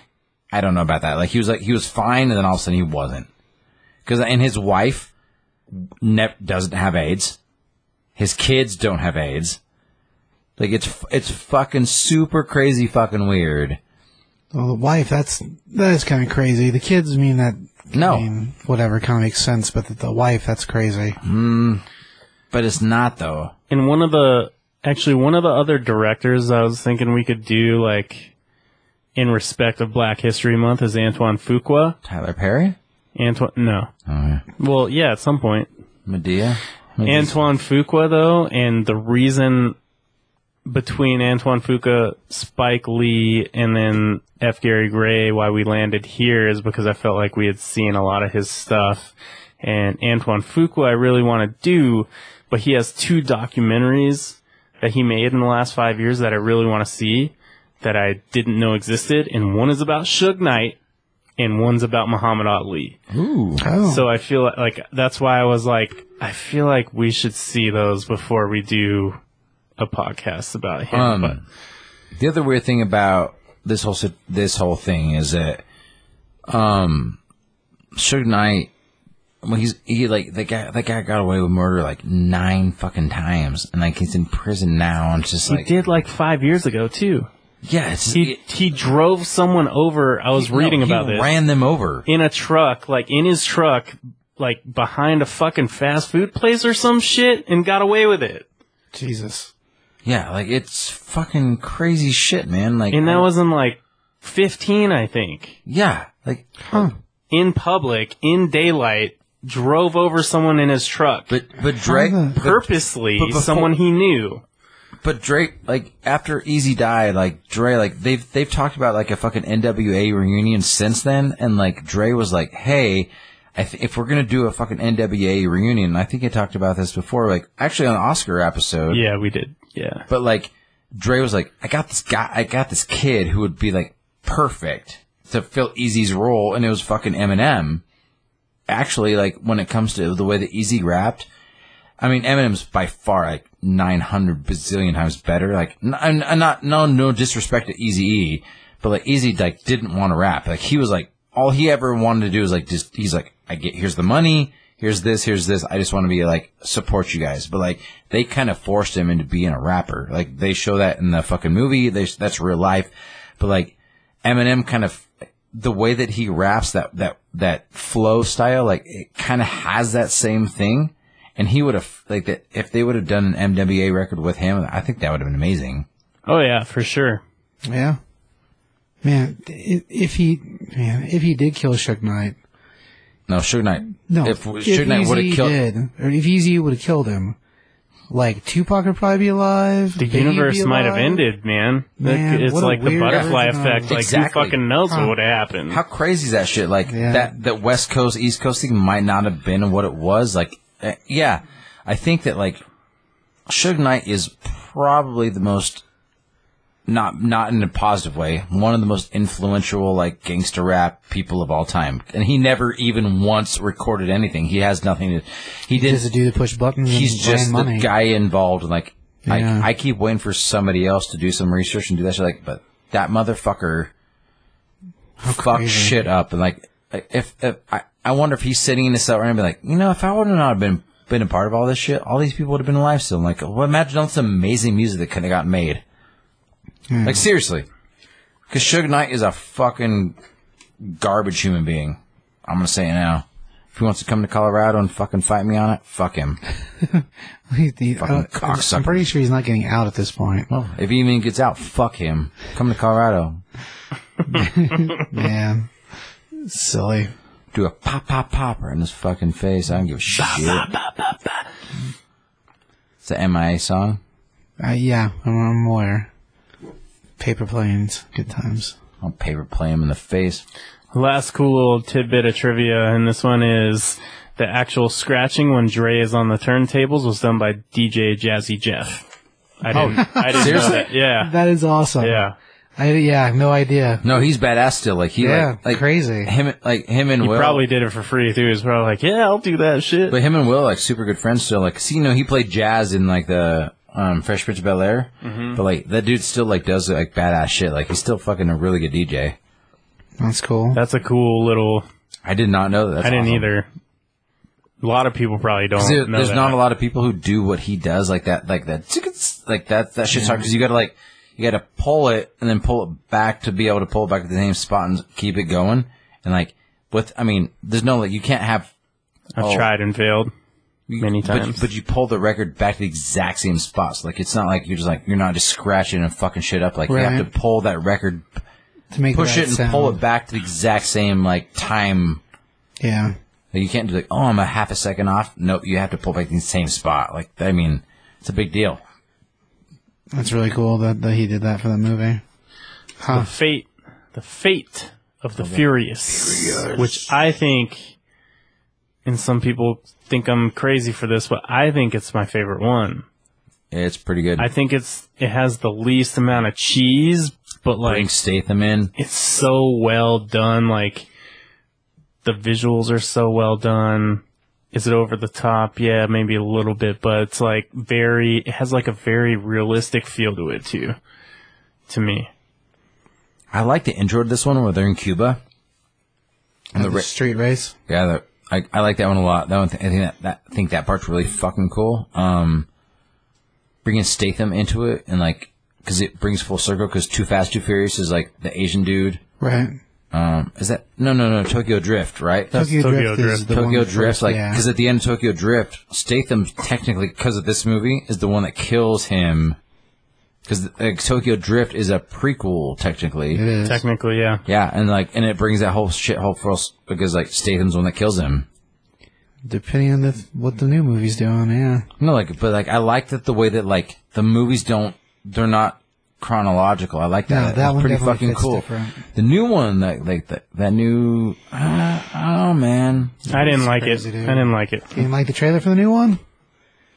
Speaker 1: I don't know about that. Like he was like he was fine, and then all of a sudden he wasn't. Because and his wife ne- doesn't have AIDS. His kids don't have AIDS. Like it's f- it's fucking super crazy, fucking weird.
Speaker 2: Well, the wife, that's that is kind of crazy. The kids mean that.
Speaker 1: No,
Speaker 3: Oh.
Speaker 2: I mean, whatever kind of makes sense, but the, the wife, that's crazy.
Speaker 1: but it's not though.
Speaker 3: And one of the actually one of the other directors I was thinking we could do like in respect of Black History Month is Antoine Fuqua.
Speaker 1: Tyler Perry,
Speaker 3: Antoine no.
Speaker 1: Oh,
Speaker 3: Well, yeah, at some point.
Speaker 1: Medea.
Speaker 3: Antoine Fuqua though, and the reason between Antoine Fuqua, Spike Lee, and then F. Gary Gray, why we landed here is because I felt like we had seen a lot of his stuff. And Antoine Fuqua, I really want to do, but he has two documentaries that he made in the last five years that I really want to see that I didn't know existed. And one is about Suge Knight, and one's about Muhammad Ali.
Speaker 1: Ooh.
Speaker 2: Oh,
Speaker 3: So I feel like, like that's why I was like, I feel like we should see those before we do a podcast about him.
Speaker 1: Um,
Speaker 3: but
Speaker 1: the other weird thing about this whole sit- this whole thing is that um Suge Knight well he's he like that guy that guy got away with murder like nine fucking times and like he's in prison now and it's just
Speaker 3: he
Speaker 1: like
Speaker 3: did like five years ago too.
Speaker 1: yeah it's
Speaker 3: He
Speaker 1: it-
Speaker 3: he drove someone over. I was
Speaker 1: no,
Speaker 3: reading
Speaker 1: he
Speaker 3: about this
Speaker 1: ran them over
Speaker 3: in a truck, like in his truck, like behind a fucking fast food place or some shit, and got away with it.
Speaker 2: Jesus.
Speaker 1: yeah like it's fucking crazy shit man like
Speaker 3: And that was in like fifteen, I think.
Speaker 1: yeah like
Speaker 3: Oh, In public, in daylight, drove over someone in his truck.
Speaker 1: but but Drake
Speaker 2: How the-
Speaker 1: but-
Speaker 3: purposely
Speaker 1: but before-
Speaker 3: someone he knew.
Speaker 1: But Drake, like after Easy died, like Dre, like they've they've talked about like a fucking NWA reunion since then, and like Dre was like, "Hey, I th- if we're gonna do a fucking NWA reunion, and I think I talked about this before, like actually on the Oscar episode,
Speaker 3: Yeah, we did. Yeah.
Speaker 1: but like Dre was like, I got this guy, I got this kid who would be like perfect to fill Easy's role, and it was fucking Eminem. Actually, like when it comes to the way that Easy rapped, I mean Eminem's by far like nine hundred bazillion times better. Like, n- I'm, I'm not no no disrespect to Easy E, but like Easy like didn't want to rap. Like he was like all he ever wanted to do is like just he's like I get here's the money. Here's this, here's this. I just want to be like support you guys, but like they kind of forced him into being a rapper. Like they show that in the fucking movie. They, that's real life, but like Eminem kind of the way that he raps that that that flow style like it kind of has that same thing and he would have like that if they would have done an MWA record with him I think that would have been amazing
Speaker 3: Oh yeah, for sure.
Speaker 2: Yeah. Man, i- if he, man, if he did kill Suge Knight,
Speaker 1: no Suge Knight
Speaker 2: no,
Speaker 1: if Suge Knight would
Speaker 2: Eazy
Speaker 1: have killed
Speaker 2: did, or if Easy would have killed him, like Tupac would probably be alive.
Speaker 3: The
Speaker 2: Biggie would
Speaker 3: universe
Speaker 2: be
Speaker 3: might have
Speaker 2: alive.
Speaker 3: ended, man. Like,
Speaker 2: Man,
Speaker 3: it's
Speaker 2: what a
Speaker 3: like the
Speaker 2: weird
Speaker 3: butterfly
Speaker 2: original.
Speaker 3: effect. Like
Speaker 1: Exactly.
Speaker 3: who fucking knows
Speaker 2: Huh.
Speaker 3: what would happen?
Speaker 1: how crazy is that shit like
Speaker 2: Yeah.
Speaker 1: that that West Coast East Coast thing might not have been what it was like eh, yeah I think that like Suge Knight is probably the most not not in a positive way, one of the most influential like gangster rap people of all time. And he never even once recorded anything. He has nothing to he
Speaker 2: Just a
Speaker 1: did
Speaker 2: dude that pushed buttons.
Speaker 1: he's
Speaker 2: and
Speaker 1: just
Speaker 2: ran
Speaker 1: the
Speaker 2: money.
Speaker 1: guy involved and like
Speaker 2: Yeah.
Speaker 1: I, I keep waiting for somebody else to do some research and do that shit like but that motherfucker fuck
Speaker 2: crazy.
Speaker 1: shit up and like like, if, if I, I wonder if he's sitting in his cell right now and be like, you know, if I would have not been been a part of all this shit, all these people would have been alive still. And like, well, imagine all this amazing music that could have got made. Like seriously, because Suge Knight is a fucking garbage human being. I'm gonna say it now. If he wants to come to Colorado and fucking fight me on it, fuck him.
Speaker 2: He- he- I don't-
Speaker 1: Fucking
Speaker 2: uh, I'm-
Speaker 1: cocksucker.
Speaker 2: I'm pretty sure he's not getting out at this point.
Speaker 3: Oh.
Speaker 1: Well, if he even gets out, fuck him. Come to Colorado,
Speaker 2: Man, silly.
Speaker 1: do a pop, pop, popper in his fucking face. I don't give a shit. It's the MIA song.
Speaker 2: Uh, yeah, I'm, I'm aware. Paper planes, good times.
Speaker 1: I'll paper play him in the face.
Speaker 3: Last cool little tidbit of trivia, and this one is the actual scratching when Dre is on the turntables was done
Speaker 2: Oh,
Speaker 3: by DJ Jazzy Jeff. I didn't. I didn't know
Speaker 1: seriously?
Speaker 3: that. Yeah.
Speaker 2: That is awesome.
Speaker 3: Yeah.
Speaker 2: I, yeah, no idea.
Speaker 1: No, he's badass still. Like he,
Speaker 2: Yeah,
Speaker 1: like, like
Speaker 2: crazy.
Speaker 1: Him, like him and
Speaker 3: He
Speaker 1: Will.
Speaker 3: probably did it for free too. He's probably like, yeah, I'll do that shit.
Speaker 1: But him and Will are, like super good friends still. Like, see, you know, he played jazz in like the um, Fresh Prince of Bel Air,
Speaker 3: Mm-hmm.
Speaker 1: but like that dude still like does like badass shit. Like he's still fucking a really good DJ.
Speaker 2: That's cool.
Speaker 3: That's a cool little.
Speaker 1: I did not know that. That's
Speaker 3: I didn't
Speaker 1: awesome.
Speaker 3: either. A lot of people probably don't.
Speaker 1: 'Cause there-
Speaker 3: know
Speaker 1: there's
Speaker 3: that.
Speaker 1: not a lot of people who do what he does like that, like that, tickets, like that. That shit's hard because you got to like you got to pull it and then pull it back to be able to pull it back to the same spot and keep it going. And like with, I mean, there's no like you can't have
Speaker 3: I've
Speaker 1: oh.
Speaker 3: tried and failed.
Speaker 1: you-
Speaker 3: Many
Speaker 1: but you-
Speaker 3: times.
Speaker 1: But, you pull the record back to the exact same spots. Like it's not like you're just like you're not just scratching and fucking shit up. Like you have
Speaker 2: Right.
Speaker 1: to pull that record,
Speaker 2: To make
Speaker 1: push
Speaker 2: that
Speaker 1: it, and
Speaker 2: sound.
Speaker 1: pull it back to the exact same like time.
Speaker 2: Yeah.
Speaker 1: Like you can't do like oh I'm a half a second off. Nope, you have to pull back to the same spot. Like I mean, it's a big deal.
Speaker 2: That's really cool that, that he did that for that movie.
Speaker 3: The fate, the fate of the furious, which I think, and some people think I'm crazy for this, but I think it's my favorite one.
Speaker 1: It's pretty good.
Speaker 3: I think it's it has the least amount of cheese, but
Speaker 1: Bring
Speaker 3: like
Speaker 1: Statham in.
Speaker 3: it's so well done. Like the visuals are so well done. Is it over the top? Yeah, maybe a little bit, but it's like very. It has like a very realistic feel to it too. To me,
Speaker 1: I like the intro to this one where they're in Cuba. And the
Speaker 2: The
Speaker 1: ra-
Speaker 2: street race.
Speaker 1: yeah, the, I I like that one a lot. That one, I think that, that I think that part's really fucking cool. Um, bringing Statham into it and like because it brings full circle. Because Too Fast Too Furious is like the Asian dude.
Speaker 2: Right.
Speaker 1: Um, is that no no no Tokyo Drift right?
Speaker 2: Tokyo,
Speaker 3: Tokyo
Speaker 2: Drift,
Speaker 3: Drift.
Speaker 2: is the one
Speaker 1: Tokyo
Speaker 2: with the
Speaker 1: Drift,
Speaker 2: first-
Speaker 1: like,
Speaker 2: yeah.
Speaker 1: because at the end of Tokyo Drift, Statham technically, because of this movie, is the one that kills him. Because like, Tokyo Drift is a prequel, technically.
Speaker 2: it is.
Speaker 3: technically, yeah.
Speaker 1: Yeah, and like, and it brings that whole shit whole force because like Statham's the one that kills him.
Speaker 2: Depending on the, what the new movie's doing, yeah.
Speaker 1: No, like, but like, I like that the way that like the movies don't, they're not chronological. I like that.
Speaker 2: No,
Speaker 1: It's
Speaker 2: that one
Speaker 1: pretty
Speaker 2: definitely
Speaker 1: fucking
Speaker 2: fits
Speaker 1: cool.
Speaker 2: different.
Speaker 1: The new one, that like that that new, uh, oh man,
Speaker 3: I didn't like it.
Speaker 2: crazy, dude.
Speaker 3: I didn't like it.
Speaker 2: You didn't like the trailer for the new one?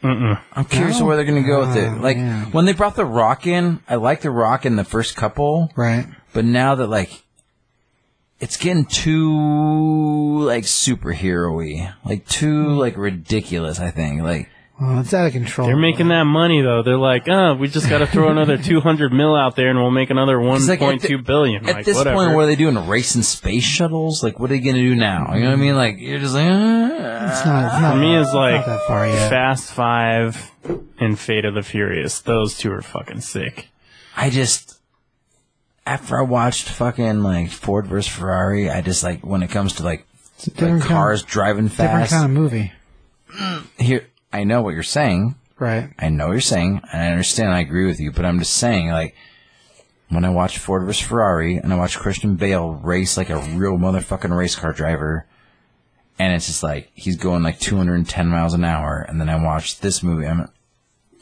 Speaker 1: I'm curious where they're gonna go with it.
Speaker 2: Oh,
Speaker 1: Like
Speaker 2: man.
Speaker 1: when they brought the Rock in, I liked the Rock in the first couple,
Speaker 2: Right.
Speaker 1: but now that like. It's getting too like superhero-y. like too like ridiculous. I think like
Speaker 2: Well, it's out of control.
Speaker 3: They're making that money though. They're like, oh, we just got to throw another 200 mil out there, and we'll make another
Speaker 1: It's like
Speaker 3: 1.2
Speaker 1: at
Speaker 3: billion.
Speaker 1: thi- At
Speaker 3: Like,
Speaker 1: this
Speaker 3: whatever.
Speaker 1: point, what are they doing? Racing space shuttles? Like, what are they going to do now? You know what I mean? Like, you're just like, uh,
Speaker 2: It's not, it's not,
Speaker 3: for me is like
Speaker 2: not that far yet.
Speaker 3: Fast Five and Fate of the Furious. Those two are fucking sick.
Speaker 1: I just. After I watched fucking like Ford versus Ferrari, I just like when it comes to like,
Speaker 2: It's a
Speaker 1: like
Speaker 2: different kind-
Speaker 1: cars driving
Speaker 2: different
Speaker 1: fast.
Speaker 2: kind of movie.
Speaker 1: Here, I know what you're saying.
Speaker 2: Right.
Speaker 1: I know what you're saying, and I understand. I agree with you, but I'm just saying like. When I watch Ford vs Ferrari and I watch Christian Bale race like a real motherfucking race car driver, and it's just like he's going like 210 miles an hour, and then I watch this movie, I'm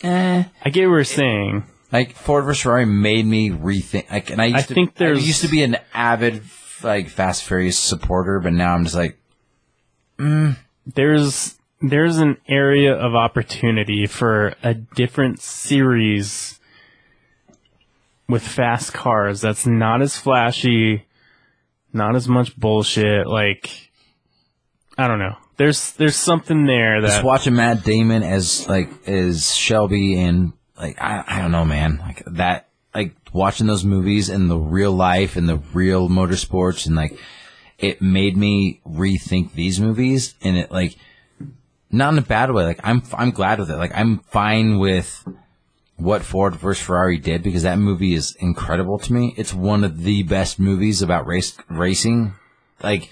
Speaker 1: eh.
Speaker 3: I get what you're saying.
Speaker 1: Like Ford vs Ferrari made me rethink. Like, and I used
Speaker 3: I
Speaker 1: to,
Speaker 3: think there's-
Speaker 1: I used to be an avid like Fast Furious supporter, but now I'm just like
Speaker 3: There's there's an area of opportunity for a different series with fast cars that's not as flashy, not as much bullshit. Like, I don't know. There's there's something there
Speaker 1: just
Speaker 3: that
Speaker 1: watching Matt Damon as like as Shelby and like I I don't know man like that like watching those movies and the real life and the real motorsports and like it made me rethink these movies and it like not in a bad way like I'm I'm glad with it like I'm fine with what Ford versus Ferrari did because that movie is incredible to me it's one of the best movies about race racing like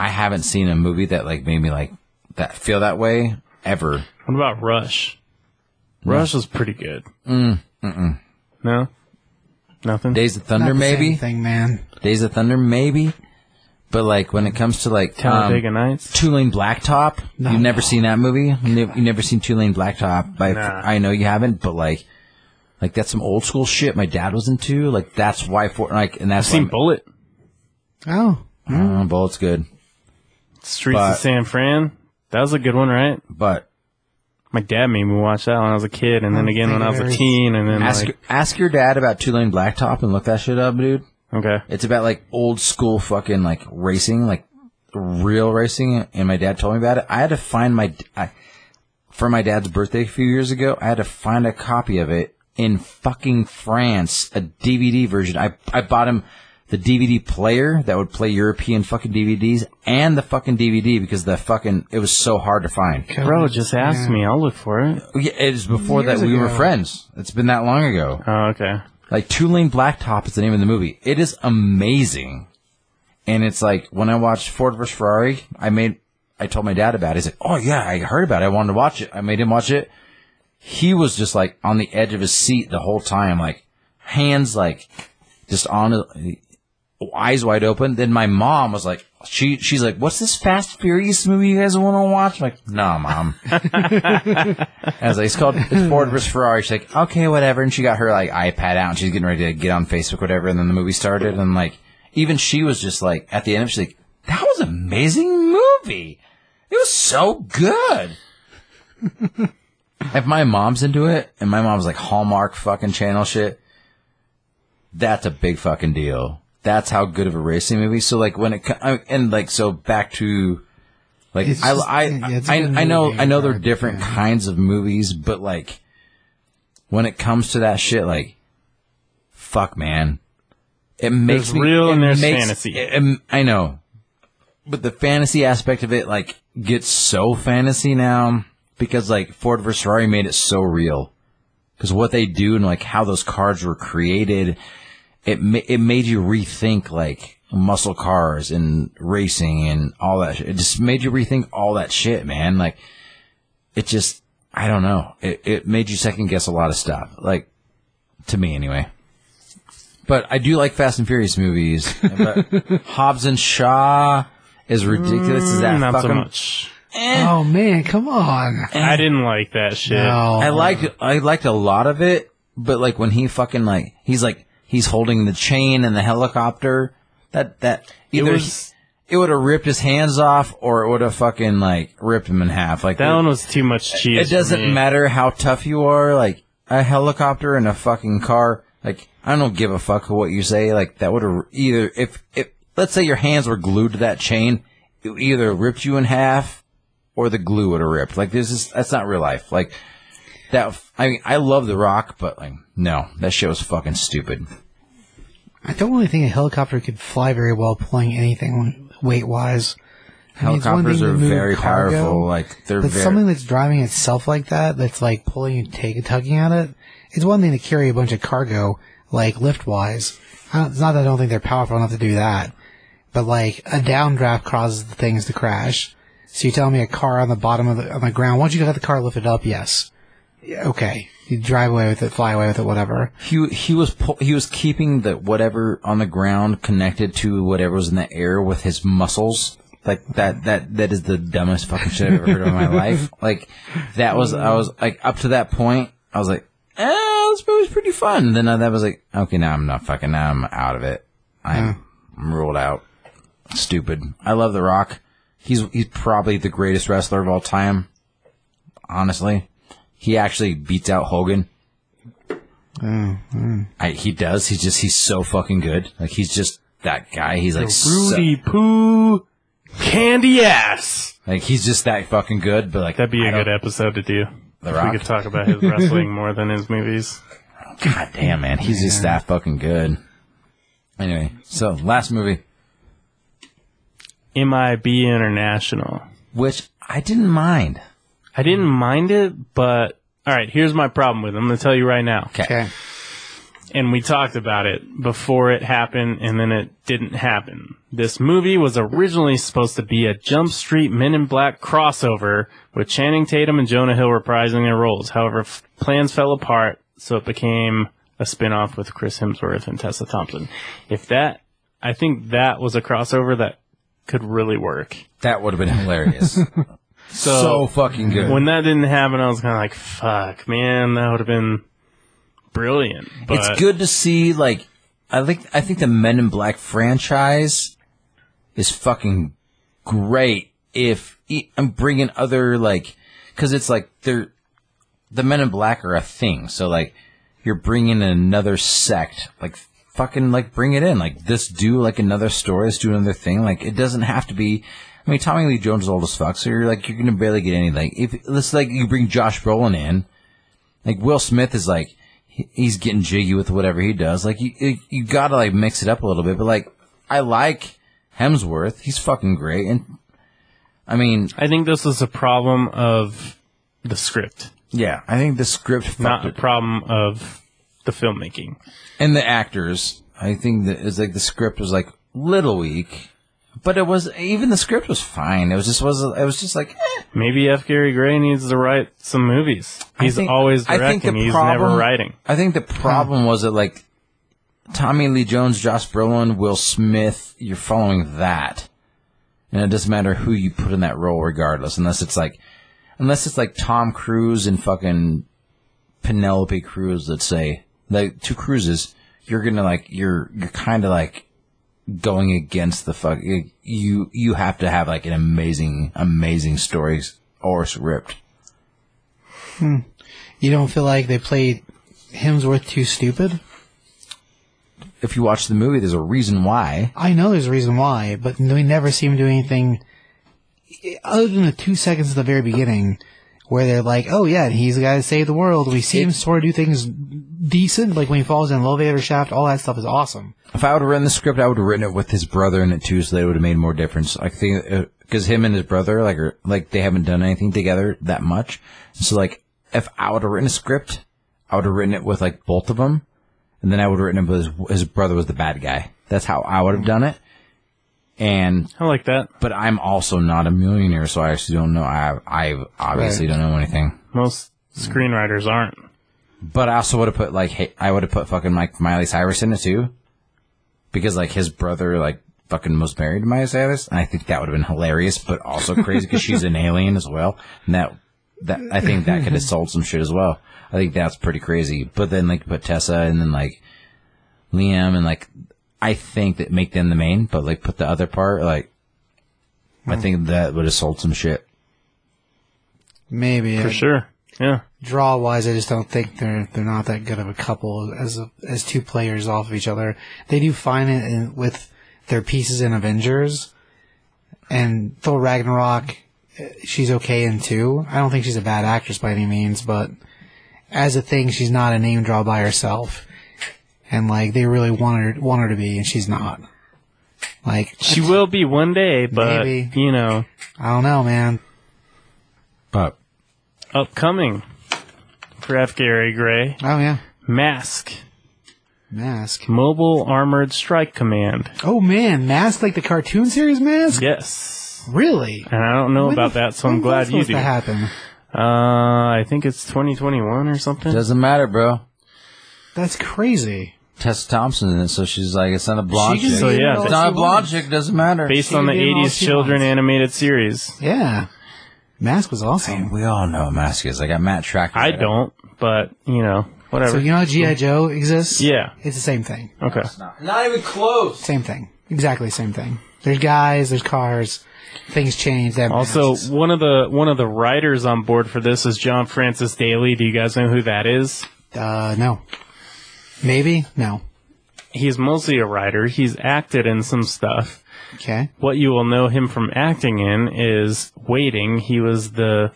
Speaker 1: I haven't seen a movie that like made me like that feel that way ever.
Speaker 3: What about Rush? Rush was pretty good. Mm, mm-mm. No, nothing.
Speaker 1: Days of
Speaker 2: Not
Speaker 1: Thunder,
Speaker 2: the same
Speaker 1: maybe.
Speaker 2: thing, man.
Speaker 1: Days of Thunder, maybe. But like when it comes to like um,
Speaker 3: Talladega Nights.
Speaker 1: Two Lane Blacktop,
Speaker 2: No.
Speaker 1: you've never seen that movie. You nev- you never seen Two Lane Blacktop. By
Speaker 3: Nah.
Speaker 1: I know you haven't, but like, like that's some old school shit. My dad was into. Like that's why for like, and that's
Speaker 3: I've seen
Speaker 1: why
Speaker 3: Bullet.
Speaker 2: Oh,
Speaker 1: I'm- uh, Bullet's good,
Speaker 3: Streets
Speaker 1: But-
Speaker 3: of San Fran. That was a good one, right?
Speaker 1: but
Speaker 3: my dad made me watch that when I was a kid, and then
Speaker 2: Oh,
Speaker 3: again when I was a
Speaker 2: Blackberries.
Speaker 3: teen, and then
Speaker 1: Ask
Speaker 3: like,
Speaker 1: ask your dad about two lane blacktop and look that shit up, dude.
Speaker 3: okay,
Speaker 1: It's about like old school fucking like racing, like real racing. And my dad told me about it. I had to find my I, for my dad's birthday a few years ago. I had to find a copy of it in fucking France, a DVD version. I I bought him the DVD player that would play European fucking DVDs and the fucking DVD because the fucking it was so hard to find.
Speaker 3: bro, just ask me, I'll look for it.
Speaker 1: Yeah, it was before
Speaker 2: Years
Speaker 1: that we were
Speaker 2: ago.
Speaker 1: friends. It's been that long ago.
Speaker 3: Oh, okay,
Speaker 1: Like Two Lane Blacktop is the name of the movie. It is amazing. And it's like when I watched Ford vs Ferrari, I made I told my dad about it. He's like, "Oh yeah, I heard about it. I wanted to watch it." I made him watch it. He was just like on the edge of his seat the whole time, like hands like just on his- eyes wide open. Then my mom was like, she she's like, "What's this Fast Furious movie you guys want to watch?" I'm like, "No, mom." I was like, it's called it's Ford vs Ferrari. She's like, okay, whatever. And she got her like iPad out and she's getting ready to get on Facebook, whatever. And then the movie started, and like, even she was just like, at the end, of it, she's like, that was an amazing movie. It was so good. if my mom's into it, and my mom's like Hallmark fucking channel shit, that's a big fucking deal. That's how good of a racing movie. So like when it co- I- and like so back to like
Speaker 2: It's
Speaker 1: I
Speaker 2: just-
Speaker 1: I
Speaker 2: yeah, it's a
Speaker 1: I,
Speaker 2: good
Speaker 1: I know
Speaker 2: movie,
Speaker 1: I know they're
Speaker 2: but,
Speaker 1: different kinds of movies, but like when it comes to that shit, like fuck man, it makes
Speaker 3: There's
Speaker 1: me
Speaker 3: real
Speaker 1: it
Speaker 3: and there's
Speaker 1: makes-
Speaker 3: fantasy.
Speaker 1: it- it- I know, but the fantasy aspect of it like gets so fantasy now because like Ford vs Ferrari made it so real because what they do and like how those cars were created, it ma- it made you rethink like muscle cars and racing and all that. Shit. It just made you rethink all that shit, man. Like it just I don't know. It it made you second guess a lot of stuff. Like to me anyway. But I do like Fast and Furious movies. But Hobbs and Shaw is ridiculous as that
Speaker 3: Mm, not so
Speaker 1: fucking-
Speaker 3: much.
Speaker 2: Oh man, come on.
Speaker 1: Eh.
Speaker 3: I didn't like that shit.
Speaker 2: No.
Speaker 1: I liked I liked a lot of it, but like when he fucking like he's like he's holding the chain and the helicopter. That that either
Speaker 3: it
Speaker 1: he-
Speaker 3: was
Speaker 1: it would have ripped his hands off or it would have fucking like ripped him in half. Like
Speaker 3: that
Speaker 1: it,
Speaker 3: one was too much cheese.
Speaker 1: it
Speaker 3: for
Speaker 1: doesn't
Speaker 3: me.
Speaker 1: matter how tough you are, like a helicopter and a fucking car, like I don't give a fuck what you say, like that would have either if if let's say your hands were glued to that chain, it would either ripped you in half or the glue would have ripped. Like this is that's not real life. Like that I mean I love the rock, but like no, that shit was fucking stupid.
Speaker 2: I don't really think a helicopter could fly very well pulling anything weight wise.
Speaker 1: Helicopters are very powerful, like they're
Speaker 2: but
Speaker 1: very
Speaker 2: something that's driving itself like that, that's like pulling and take, tugging at it, it's one thing to carry a bunch of cargo, like lift wise. It's not that I don't think they're powerful enough to do that, but like a downdraft causes the things to crash. So you tell me a car on the bottom of the, on the ground, once you got the car lifted up, yes. Yeah, Okay. You drive away with it, fly away with it, whatever.
Speaker 1: He he was pu- he was keeping the whatever on the ground connected to whatever was in the air with his muscles. Like that that that is the dumbest fucking shit I've ever heard in my life. Like that was I was like up to that point I was like, oh, this movie's pretty fun. then I, that was like, okay, now I'm not fucking. Now I'm out of it. I'm, I'm ruled out. Stupid. I love The Rock. He's he's probably the greatest wrestler of all time. Honestly, he actually beats out Hogan. I, he does. He's just he's so fucking good. Like he's just that guy. He's like so,
Speaker 3: Rudy Poo Candy Ass.
Speaker 1: like he's just that fucking good. But like
Speaker 3: That'd be
Speaker 1: I
Speaker 3: a
Speaker 1: don't-
Speaker 3: good episode to do.
Speaker 1: The
Speaker 3: if
Speaker 1: Rock.
Speaker 3: we could talk about his wrestling more than his movies.
Speaker 1: God damn man, he's just that fucking good. Anyway, so last movie,
Speaker 3: MIB International.
Speaker 1: which I didn't mind.
Speaker 3: I didn't mind it, but all right, here's my problem with it. I'm going to tell you right now.
Speaker 2: Okay.
Speaker 3: And we talked about it before it happened and then it didn't happen. This movie was originally supposed to be a Jump Street Men in Black crossover with Channing Tatum and Jonah Hill reprising their roles. However, f- plans fell apart, so it became a spin-off with Chris Hemsworth and Tessa Thompson. If that, I think that was a crossover that could really work.
Speaker 1: That would have been hilarious. so, fucking good.
Speaker 3: When that didn't happen, I was kind of like, "Fuck, man, that would have been brilliant." But
Speaker 1: it's good to see like I think I think the Men in Black franchise is fucking great if e- I'm bringing other like because it's like they're the Men in Black are a thing. So like, you're bringing in another sect. Like, fucking, like bring it in. Like, this do like another story. This do another thing. Like, it doesn't have to be. I mean, Tommy Lee Jones is old as fuck. So you're like, you're gonna barely get anything. If let's like you bring Josh Brolin in, like Will Smith is like he- he's getting jiggy with whatever he does. Like you, you, you gotta like mix it up a little bit. But like, I like Hemsworth. He's fucking great. And I mean,
Speaker 3: I think this is a problem of the script,
Speaker 1: yeah, I think the script fucked
Speaker 3: not
Speaker 1: it.
Speaker 3: a problem of the filmmaking.
Speaker 1: and the actors. I think that it's like the script was like little weak, but it was even the script was fine. It was just was it was just like eh.
Speaker 3: Maybe F. Gary Gray needs to write some movies.
Speaker 1: I
Speaker 3: He's
Speaker 1: think-
Speaker 3: always
Speaker 1: I
Speaker 3: directing.
Speaker 1: think the
Speaker 3: He's
Speaker 1: problem-
Speaker 3: never writing.
Speaker 1: I think the problem was that like Tommy Lee Jones, Josh Brolin, Will Smith, you're following that, and it doesn't matter who you put in that role, regardless, unless it's like unless it's like Tom Cruise and fucking Penelope Cruz, let's say, like two cruises, you're gonna like you're you're kind of like going against the fuck. You you have to have like an amazing amazing stories or script.
Speaker 2: You don't feel like they played Hemsworth too stupid?
Speaker 1: If you watch the movie, there's a reason why.
Speaker 2: I know there's a reason why, but they never seem to do anything other than the two seconds at the very beginning where they're like, oh yeah, he's the guy that saved the world. We see him sort of do things decent, like when he falls in an elevator shaft, all that stuff is awesome.
Speaker 1: If I would have written the script, I would have written it with his brother in it too, so that it would have made more difference. I think because him and his brother, like, are, like they haven't done anything together that much. So like, if I would have written a script, I would have written it with like both of them, and then I would have written it with his, his brother was the bad guy. That's how I would have done it. And
Speaker 3: I like that.
Speaker 1: but I'm also not a millionaire, so I actually don't know. I I obviously
Speaker 2: Right.
Speaker 1: don't know anything.
Speaker 3: Most screenwriters aren't.
Speaker 1: But I also would have put like hey, I would have put fucking like Miley Cyrus in it too, because like his brother like fucking was married to Miley Cyrus, and I think that would have been hilarious, but also crazy because she's an alien as well, and that that I think that could have sold some shit as well. I think that's pretty crazy. But then like put Tessa and then like Liam and like I think that make them the main, but like put the other part like I think that would have sold some shit.
Speaker 2: Maybe.
Speaker 3: For sure. Yeah.
Speaker 2: Draw wise, I just don't think they're they're not that good of a couple as a, as two players off of each other. They do fine it in, with their pieces in Avengers, and Thor Ragnarok. eh, She's okay in two. I don't think she's a bad actress by any means, but as a thing, she's not a name draw by herself. And like they really want her want her to be, and she's not. Like
Speaker 3: She will be one day, but
Speaker 2: Maybe.
Speaker 3: you know,
Speaker 2: I don't know, man.
Speaker 1: But
Speaker 3: upcoming for F. Gary Gray,
Speaker 2: Oh yeah,
Speaker 3: Mask,
Speaker 2: mask.
Speaker 3: Mobile Armored Strike Command.
Speaker 2: Oh man, mask like the cartoon series mask.
Speaker 3: Yes.
Speaker 2: Really?
Speaker 3: And I don't know
Speaker 2: When
Speaker 3: about
Speaker 2: the-
Speaker 3: that, so
Speaker 2: when
Speaker 3: I'm
Speaker 2: was
Speaker 3: glad you
Speaker 2: supposed
Speaker 3: do.
Speaker 2: To happen.
Speaker 3: Uh, I think it's 2021 or something.
Speaker 1: doesn't matter, bro.
Speaker 2: That's crazy.
Speaker 1: Tessa Thompson's in it, so she's like, it's not a blonde
Speaker 2: She can
Speaker 1: chick.
Speaker 2: be
Speaker 3: So,
Speaker 2: in
Speaker 3: yeah,
Speaker 2: all
Speaker 3: it's
Speaker 2: she
Speaker 1: It's not a blonde
Speaker 2: wants.
Speaker 1: chick. Doesn't matter.
Speaker 3: Based
Speaker 2: She
Speaker 3: on the
Speaker 2: can be in all
Speaker 3: 80s
Speaker 2: she
Speaker 3: children
Speaker 2: wants.
Speaker 3: animated series.
Speaker 2: Yeah, mask was
Speaker 1: And
Speaker 2: awesome.
Speaker 1: we all know mask is. I got Matt Tracker.
Speaker 3: I
Speaker 1: right?
Speaker 3: don't, but you know,
Speaker 2: So
Speaker 3: whatever.
Speaker 2: you know how GI Joe exists?
Speaker 3: Yeah.
Speaker 2: it's the same thing.
Speaker 3: Okay.
Speaker 1: Not, not even close.
Speaker 2: Same thing. Exactly same thing. There's guys. There's cars. Things change. That
Speaker 3: Also, one of the one of the writers on board for this is John Francis Daly. Do you guys know who that is?
Speaker 2: uh, no, maybe no.
Speaker 3: He's mostly a writer. He's acted in some stuff.
Speaker 2: Okay,
Speaker 3: What you will know him from acting in is Waiting. He was the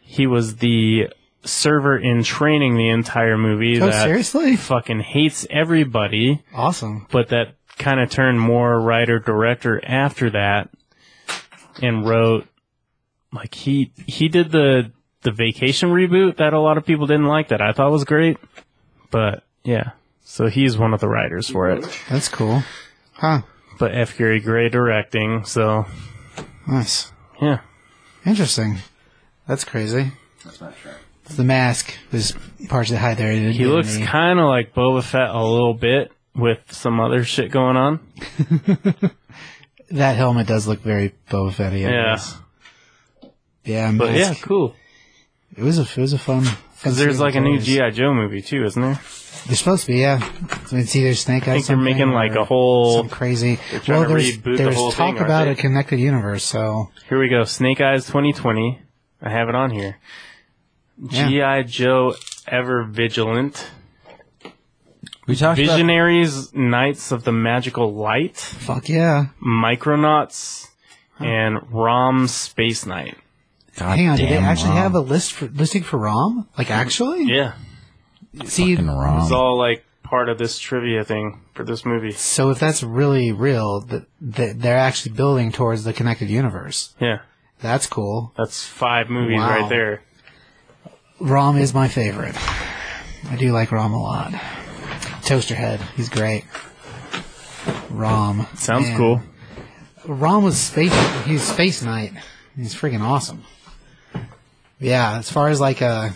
Speaker 3: he was the server in training the entire movie
Speaker 2: Oh,
Speaker 3: that
Speaker 2: seriously?
Speaker 3: fucking hates everybody,
Speaker 2: awesome.
Speaker 3: but that kind of turned more writer director after that and wrote like he he did the the vacation reboot that a lot of people didn't like that I thought was great. But yeah. So he's one of the writers for it.
Speaker 2: That's cool. Huh?
Speaker 3: But F. Gary Gray directing, so
Speaker 2: Nice.
Speaker 3: yeah.
Speaker 2: Interesting. That's crazy.
Speaker 1: That's Matt Tracker.
Speaker 2: The mask was parts of the high there.
Speaker 3: He looks kind of like Boba Fett a little bit with some other shit going on.
Speaker 2: that helmet does look very Boba Fett.
Speaker 3: Yeah.
Speaker 2: Yeah,
Speaker 3: But yeah,
Speaker 2: mask.
Speaker 3: cool.
Speaker 2: It was a it was a fun. fun
Speaker 3: Cuz there's
Speaker 2: series
Speaker 3: like a
Speaker 2: of
Speaker 3: new
Speaker 2: toys.
Speaker 3: GI Joe movie too, isn't there?
Speaker 2: They're supposed to be, yeah. It's either Snake Eyes.
Speaker 3: I think they're
Speaker 2: something uh,
Speaker 3: making like
Speaker 2: or
Speaker 3: a whole
Speaker 2: some crazy.
Speaker 3: trying
Speaker 2: Well,
Speaker 3: to
Speaker 2: there's
Speaker 3: reboot the
Speaker 2: there's
Speaker 3: whole
Speaker 2: talk
Speaker 3: thing, aren't
Speaker 2: about
Speaker 3: they?
Speaker 2: a connected universe, so
Speaker 3: Here we go. Snake Eyes 2020. I have it on here.
Speaker 2: Yeah.
Speaker 3: G.I. Joe Ever Vigilant.
Speaker 1: We talked about
Speaker 3: Visionaries, Knights of the Magical Light,
Speaker 2: Fuck yeah.
Speaker 3: Micronauts, and ROM Space Knight.
Speaker 1: God
Speaker 2: Hang on, do they
Speaker 1: damn
Speaker 2: actually
Speaker 1: ROM.
Speaker 2: have a list for listing for ROM? Like actually?
Speaker 3: Yeah.
Speaker 2: See,
Speaker 1: Fucking ROM.
Speaker 3: It's all like part of this trivia thing for this movie.
Speaker 2: so if that's really real, that that they're actually building towards the connected universe.
Speaker 3: Yeah.
Speaker 2: That's cool.
Speaker 3: That's five movies
Speaker 2: Wow.
Speaker 3: right there.
Speaker 2: ROM is my favorite. I do like ROM a lot. Toasterhead, he's great. ROM
Speaker 3: Sounds
Speaker 2: Man.
Speaker 3: cool.
Speaker 2: Ron was space. He was space knight. He's freaking awesome. Yeah, as far as like a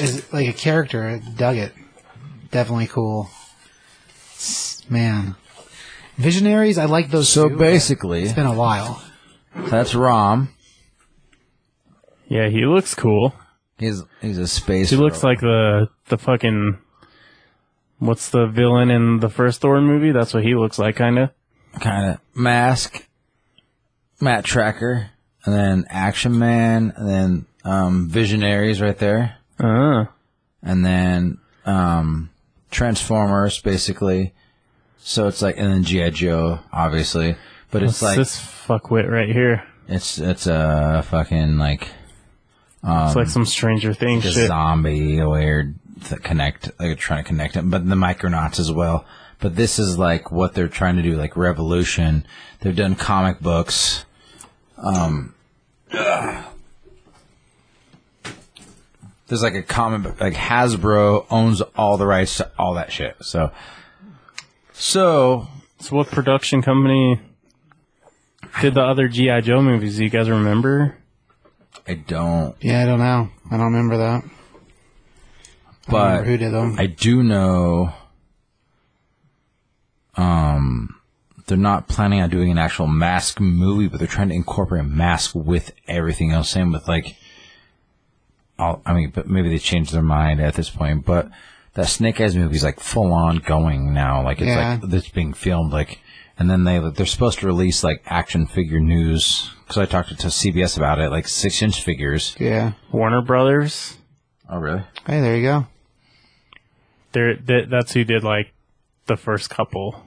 Speaker 2: as like a character, dug it. Definitely cool. S- Man, visionaries. I like those.
Speaker 1: So
Speaker 2: too, but
Speaker 1: basically,
Speaker 2: it's been a while.
Speaker 1: that's Rom.
Speaker 3: Yeah, he looks cool.
Speaker 1: He's he's a space.
Speaker 3: He looks like the the fucking what's the villain in the first Thor movie? That's what he looks like, kind of.
Speaker 1: kind of mask, Matt Tracker, and then Action Man, and then um, Visionaries right there,
Speaker 3: Uh,
Speaker 1: and then um, Transformers basically. So it's like, and then GI Joe, obviously, but it's
Speaker 3: it's
Speaker 1: like
Speaker 3: this fuckwit right here.
Speaker 1: it's it's a fucking like
Speaker 3: it's
Speaker 1: Um,
Speaker 3: like some Stranger Things
Speaker 1: just
Speaker 3: shit.
Speaker 1: zombie weird th- connect like trying to connect it but the micronauts as well but this is like what they're trying to do like revolution they've done comic books um there's like a comic book like hasbro owns all the rights to all that shit so so
Speaker 3: So, what production company did the other GI Joe movies? Do you guys remember?
Speaker 1: i don't
Speaker 2: Yeah, I don't know. I don't remember that. I don't
Speaker 1: but
Speaker 2: remember who did them?
Speaker 1: I do know um they're not planning on doing an actual mask movie, but they're trying to incorporate mask with everything else. Same with like all I mean, but maybe they changed their mind at this point, but that Snake Eyes movie is like full on going now. Like it's
Speaker 2: Yeah.
Speaker 1: like it's being filmed like and then they they're supposed to release like action figure news because I talked to, to CBS about it, like six inch figures.
Speaker 2: yeah.
Speaker 3: Warner Brothers.
Speaker 1: Oh really?
Speaker 2: Hey, there you go.
Speaker 3: They're, th that's who did like the first couple.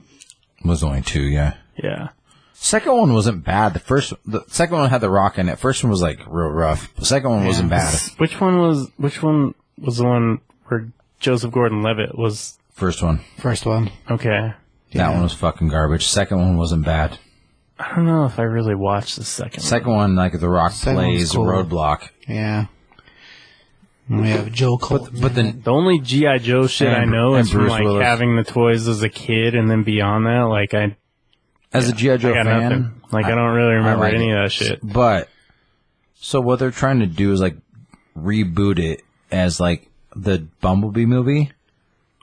Speaker 1: Was only two, yeah.
Speaker 3: Yeah.
Speaker 1: Second one wasn't bad. The first, the second one had the rock in it. First one was like real rough. The second one wasn't bad.
Speaker 3: Which one was which one was the one where Joseph Gordon-Levitt was
Speaker 1: First one,
Speaker 2: First one.
Speaker 3: okay?
Speaker 1: that one was fucking garbage. Second one wasn't bad.
Speaker 3: I don't know if I really watched the second. one.
Speaker 1: Second one, like the rock
Speaker 2: Second one
Speaker 1: plays
Speaker 2: was cool.
Speaker 1: roadblock.
Speaker 2: Yeah. And we have Joel Cole.
Speaker 1: But then
Speaker 3: The only GI Joe shit
Speaker 1: And-
Speaker 3: I know
Speaker 1: and
Speaker 3: is from
Speaker 1: Bruce
Speaker 3: like
Speaker 1: Willis.
Speaker 3: having the toys as a kid, and then beyond that, like I,
Speaker 1: as a GI
Speaker 3: I
Speaker 1: Joe
Speaker 3: got
Speaker 1: fan,
Speaker 3: nothing. Like I, don't really remember
Speaker 1: like
Speaker 3: any
Speaker 1: it.
Speaker 3: of that shit.
Speaker 1: But so what they're trying to do is like reboot it as like the Bumblebee movie,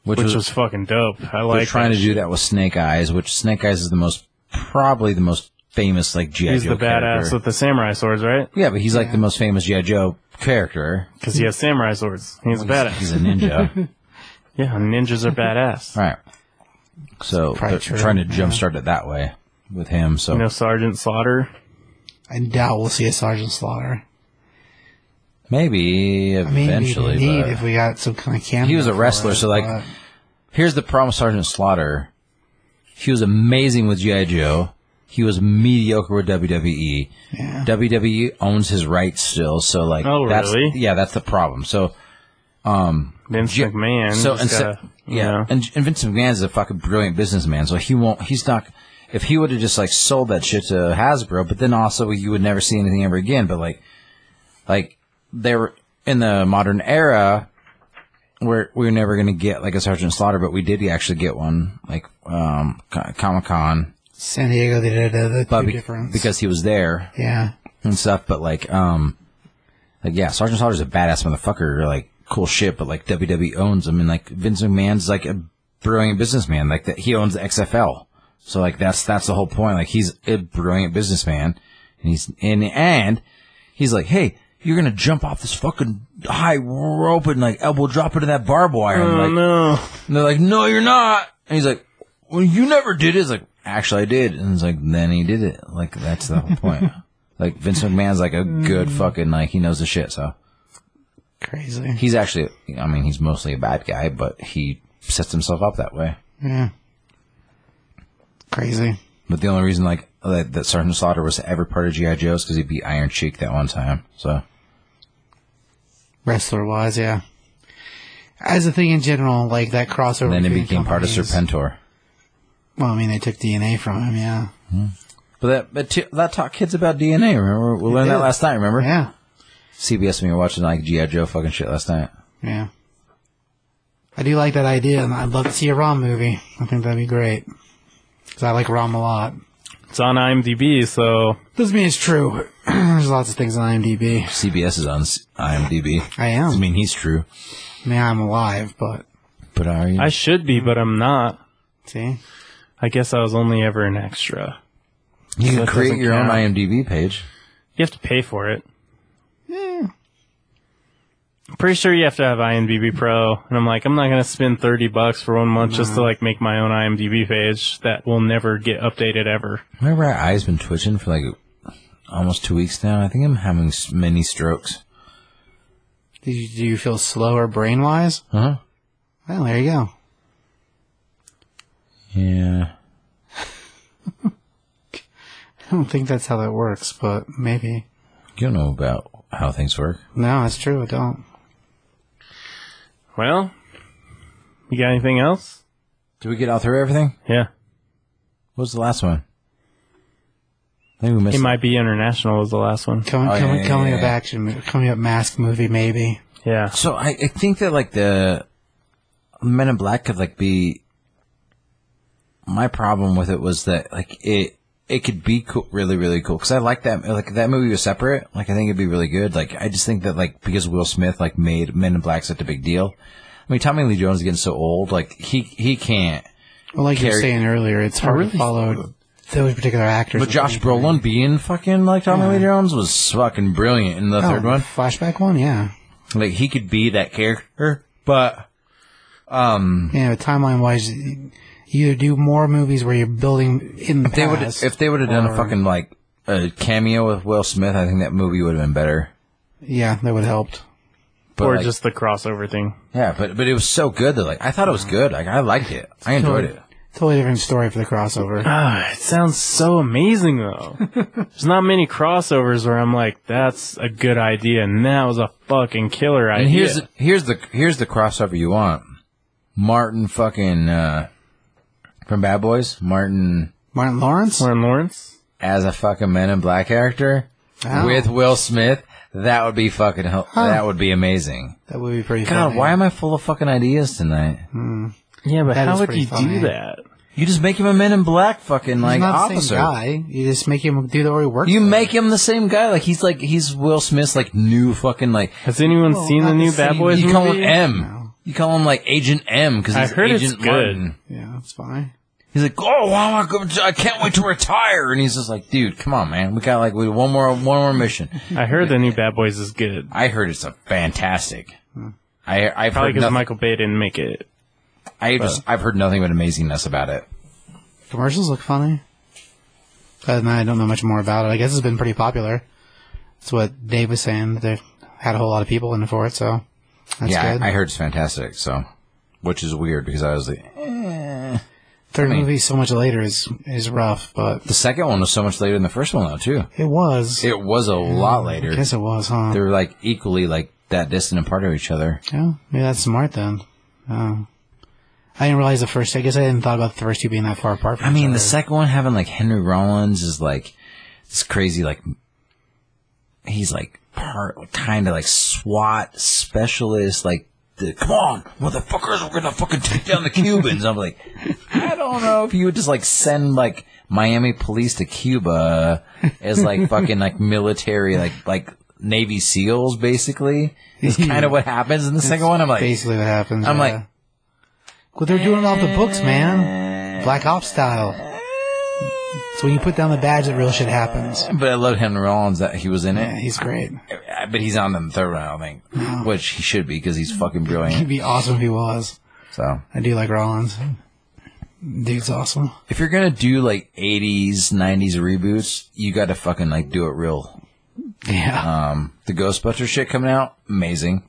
Speaker 1: which,
Speaker 3: Which
Speaker 1: was,
Speaker 3: was fucking dope. I
Speaker 1: they're
Speaker 3: like
Speaker 1: trying
Speaker 3: that
Speaker 1: to do that with Snake Eyes, which Snake Eyes is the most probably the most famous like GI Joe.
Speaker 3: He's the
Speaker 1: character.
Speaker 3: badass with the samurai swords, right?
Speaker 1: Yeah, but he's like the most famous G.I. Joe character.
Speaker 3: Because he has samurai swords. He's a
Speaker 1: He's
Speaker 3: badass.
Speaker 1: a ninja.
Speaker 3: Yeah, ninjas are badass.
Speaker 1: right. So
Speaker 2: Probably
Speaker 1: they're
Speaker 2: true,
Speaker 1: trying to
Speaker 2: yeah.
Speaker 1: jumpstart it that way with him. So
Speaker 3: You know, Sergeant Slaughter.
Speaker 2: I doubt we'll see a Sergeant Slaughter.
Speaker 1: maybe
Speaker 2: I mean,
Speaker 1: eventually.
Speaker 2: we'd need
Speaker 1: but-
Speaker 2: if we got some kind of camera.
Speaker 1: He was a
Speaker 2: for
Speaker 1: wrestler,
Speaker 2: it,
Speaker 1: so, like,
Speaker 2: but-
Speaker 1: Here's the problem with Sergeant Slaughter. He was amazing with G.I. Joe. He was mediocre with E. WWE.
Speaker 2: yeah.
Speaker 1: WWE E owns his rights still, so like
Speaker 3: Oh,
Speaker 1: that's
Speaker 3: really?
Speaker 1: yeah, that's the problem. So
Speaker 3: Vince
Speaker 1: Ju-
Speaker 3: McMahon.
Speaker 1: So
Speaker 3: just
Speaker 1: and so-
Speaker 3: gotta, you
Speaker 1: yeah,
Speaker 3: know.
Speaker 1: and, and Vincent McMahon is a fucking brilliant businessman. So he won't. He's not. If he would have just like sold that shit to Hasbro, but then also you would never see anything ever again. But like, like they were in the modern era, where we were never gonna get like a Sergeant Slaughter, but we did actually get one like um, Comic Con,
Speaker 2: San Diego, they did uh, the
Speaker 1: but
Speaker 2: two
Speaker 1: be-
Speaker 2: difference.
Speaker 1: because he was there,
Speaker 2: yeah,
Speaker 1: and stuff, but like, um, like yeah, Sergeant Slaughter's a badass motherfucker, like cool shit, but like WWE owns him, and like Vince McMahon's like a brilliant businessman, like that he owns the XFL, so like that's that's the whole point, like he's a brilliant businessman, and he's and and he's like, hey, you're gonna jump off this fucking high rope and like elbow drop into that barbed wire, and,
Speaker 3: oh
Speaker 1: like,
Speaker 3: no.
Speaker 1: and they're like, no, you're not, and he's like, well, you never did it, He's like actually I did, and it's like then he did it, like
Speaker 2: Mm.
Speaker 1: that's the whole point. Like Vince McMahon's like a good fucking like he knows the shit. So
Speaker 2: Crazy.
Speaker 1: He's actually, I mean, he's mostly a bad guy, but he sets himself up that way.
Speaker 2: Yeah. Crazy.
Speaker 1: But the only reason, like, that, that Sergeant Slaughter was ever part of G.I. Joe is because he beat Iron Cheek that one time. So,
Speaker 2: Wrestler wise, yeah. As a thing in general, like that crossover.
Speaker 1: then he
Speaker 2: between
Speaker 1: became part of
Speaker 2: companies-
Speaker 1: Serpentor.
Speaker 2: Well, I mean, they took DNA from him, yeah.
Speaker 1: But that, but t- that taught kids about DNA, remember? We learned
Speaker 2: did.
Speaker 1: that last night, remember?
Speaker 2: Yeah.
Speaker 1: CBS when we were watching, like, G.I. Joe fucking shit last night.
Speaker 2: Yeah. I do like that idea, and I'd love to see a Rom movie. I think that'd be great. Because I like Rom a lot.
Speaker 3: It's on IMDb, so
Speaker 2: Doesn't mean it's true. There's lots of things on IMDb.
Speaker 1: CBS is on s- IMDb.
Speaker 2: I
Speaker 1: I
Speaker 2: am.
Speaker 1: mean, he's true.
Speaker 2: I mean, I'm alive, but
Speaker 1: But are you?
Speaker 3: I should be, but I'm not.
Speaker 2: see?
Speaker 3: I guess I was only ever an extra.
Speaker 1: you
Speaker 3: so
Speaker 1: can
Speaker 3: it
Speaker 1: create
Speaker 3: doesn't
Speaker 1: your
Speaker 3: count.
Speaker 1: own IMDb page.
Speaker 3: You have to pay for it. I'm pretty sure you have to have IMDb Pro, and I'm like, I'm not gonna spend thirty bucks for one month just to
Speaker 1: Mm-hmm.
Speaker 3: like make my own IMDb page that will never get updated ever.
Speaker 1: Remember, my eye's been twitching for like almost two weeks now. I think I'm having s- many strokes.
Speaker 2: Did you, do you feel slower brain wise?
Speaker 1: Uh
Speaker 3: Uh-huh.
Speaker 1: huh.
Speaker 2: Well, there you go.
Speaker 1: Yeah.
Speaker 2: I don't think that's how that works, but maybe.
Speaker 1: You don't know about how things work.
Speaker 2: No, it's true. I don't.
Speaker 3: Well, you got anything else?
Speaker 1: Did we get all through everything?
Speaker 3: Yeah,
Speaker 1: What was the last one? I think we missed.
Speaker 3: it might be international was the last one.
Speaker 2: Coming,
Speaker 1: Oh, yeah,
Speaker 2: coming,
Speaker 1: yeah,
Speaker 2: coming
Speaker 1: yeah,
Speaker 2: up
Speaker 1: yeah.
Speaker 2: action, mo- coming up mask movie, maybe.
Speaker 3: Yeah,
Speaker 1: so I, I think that like the Men in Black could like be. My problem with it was that like it it could be cool, really really cool because I like that like if that movie was separate. Like I think it'd be really good. Like I just think that like because Will Smith like made Men in Black such a big deal. I mean Tommy Lee Jones is getting so old. Like he he can't.
Speaker 2: Well, like you were
Speaker 1: Carrie-
Speaker 2: saying earlier, it's hard to follow those particular actors.
Speaker 1: But Josh Brolin being fucking like Tommy Lee Jones was fucking brilliant in the
Speaker 2: Oh,
Speaker 1: third one.
Speaker 2: flashback one, yeah.
Speaker 1: Like he could be that character, but um,
Speaker 2: Yeah, but timeline wise, you either do more movies where you're building in the
Speaker 1: if they would
Speaker 2: past.
Speaker 1: if they would have done a
Speaker 2: or-
Speaker 1: fucking like a cameo with Will Smith, I think that movie would have been better.
Speaker 2: yeah, that would have helped.
Speaker 1: But
Speaker 3: or
Speaker 1: like-
Speaker 3: just the crossover thing.
Speaker 1: yeah, but but it was so good that like I thought it was good. Like I liked it, I enjoyed it.
Speaker 2: Totally different story for the crossover.
Speaker 3: Ah, it sounds so amazing though. There's not many crossovers where I'm like, that's a good idea, and that was a fucking killer idea.
Speaker 1: And here's here's the here's the crossover you want. Martin fucking uh, from Bad Boys, Martin
Speaker 2: Martin Lawrence?
Speaker 3: Lauren Lawrence.
Speaker 1: as a fucking Men in Black character
Speaker 2: Wow.
Speaker 1: with Will Smith. That would be fucking. hel-
Speaker 2: Huh.
Speaker 1: That would be amazing.
Speaker 2: That would be pretty
Speaker 1: God,
Speaker 2: funny.
Speaker 1: why am I full of fucking ideas tonight?
Speaker 3: Yeah, but
Speaker 2: That
Speaker 3: how
Speaker 2: is
Speaker 3: would
Speaker 2: pretty
Speaker 3: you
Speaker 2: funny.
Speaker 3: do that?
Speaker 1: You just make him a Men in Black fucking
Speaker 2: He's
Speaker 1: like
Speaker 2: not the
Speaker 1: officer.
Speaker 2: same guy. You just make him do the where he works.
Speaker 1: You
Speaker 2: for.
Speaker 1: make him the same guy. Like he's like he's Will Smith's like new fucking like.
Speaker 3: Has anyone
Speaker 2: Well,
Speaker 3: seen
Speaker 2: not
Speaker 3: the new
Speaker 2: the
Speaker 3: Bad
Speaker 2: same-
Speaker 3: Boys
Speaker 1: you
Speaker 3: movie?
Speaker 1: call him M.
Speaker 2: No.
Speaker 1: You call him like Agent M because
Speaker 3: I
Speaker 1: he's
Speaker 3: heard it's
Speaker 1: Agent
Speaker 3: good.
Speaker 1: Martin.
Speaker 2: Yeah, that's fine.
Speaker 1: He's like, oh wow, I go- I can't wait to retire. And he's just like, dude, come on, man. We got like we- one more one more mission.
Speaker 3: I heard the new Bad Boys is good.
Speaker 1: I heard it's a fantastic. I I've
Speaker 3: Probably
Speaker 1: heard
Speaker 3: because
Speaker 1: nothing.
Speaker 3: Michael Bay didn't make it.
Speaker 1: I just I've heard nothing but amazingness about it.
Speaker 2: Commercials look funny. Other than that, I don't know much more about it. I guess it's been pretty popular. That's what Dave was saying. They had a whole lot of people in it for it, so that's
Speaker 1: yeah,
Speaker 2: good.
Speaker 1: I, I heard it's fantastic. So, which is weird because I was like,
Speaker 2: Third
Speaker 1: mean-
Speaker 2: movie, so much later, is is rough, but
Speaker 1: the second one was so much later than the first one though too.
Speaker 2: it was.
Speaker 1: It was a lot later.
Speaker 2: I guess it was, huh?
Speaker 1: They're like equally like that distant apart of each other.
Speaker 2: Yeah, maybe that's smart then. Oh. I didn't realize the first. I guess I hadn't thought about the first two being that far apart. From
Speaker 1: I
Speaker 2: each
Speaker 1: mean, the
Speaker 2: other.
Speaker 1: second one having like Henry Rollins is like it's crazy. Like he's like part kind of like SWAT specialist. Like the come on, motherfuckers, we're gonna fucking take down the Cubans. I'm like, I don't know if you would just like send like Miami police to Cuba as like fucking like military like like Navy SEALs basically. Is kind of what happens in the second one. I'm like,
Speaker 2: basically what happens.
Speaker 1: I'm
Speaker 2: yeah.
Speaker 1: like-
Speaker 2: well, they're doing it off the books, man. Black Ops style. So when you put down the badge, that real shit happens.
Speaker 1: But I love Henry Rollins that he was in
Speaker 2: Yeah,
Speaker 1: it.
Speaker 2: he's great.
Speaker 1: But he's on in the third round, I think, which he should be because he's fucking
Speaker 2: It'd
Speaker 1: brilliant.
Speaker 2: be awesome if he was.
Speaker 1: So
Speaker 2: I do like Rollins. Dude's awesome.
Speaker 1: if you're gonna do like '80s, '90s reboots, you got to fucking like do it real.
Speaker 2: Yeah.
Speaker 1: Um, the Ghostbuster shit coming out, amazing.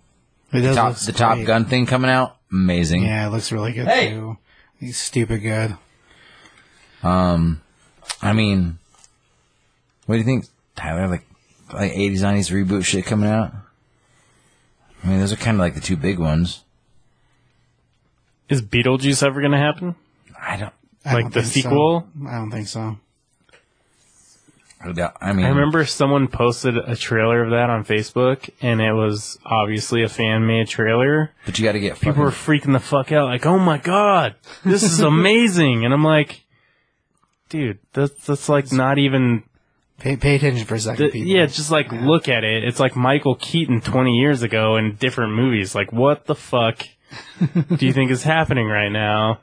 Speaker 2: It
Speaker 1: The
Speaker 2: does
Speaker 1: top,
Speaker 2: look
Speaker 1: the Top
Speaker 2: great.
Speaker 1: Gun thing coming out, amazing.
Speaker 2: Yeah, it looks really good
Speaker 1: Hey!
Speaker 2: too. He's stupid good.
Speaker 1: Um, I mean, what do you think, Tyler? Like, like eighties, nineties reboot shit coming out. I mean, those are kind of like the two big ones.
Speaker 3: Is Beetlejuice ever going to happen?
Speaker 1: I don't.
Speaker 2: I
Speaker 3: Like
Speaker 2: don't
Speaker 3: the
Speaker 2: think so.
Speaker 3: sequel?
Speaker 2: I don't think so.
Speaker 1: I doubt- I mean,
Speaker 3: I remember someone posted a trailer of that on Facebook, and it was obviously a fan made trailer.
Speaker 1: but you got to get
Speaker 3: People
Speaker 1: fucking-
Speaker 3: were freaking the fuck out, like, "Oh my god, this is amazing!" and I'm like, "Dude, that's that's like not even
Speaker 2: Pay, pay attention for a second,
Speaker 3: th-
Speaker 2: people.
Speaker 3: yeah. Just like look at it. It's like Michael Keaton 20 years ago in different movies. Like, what the fuck do you think is happening right now?"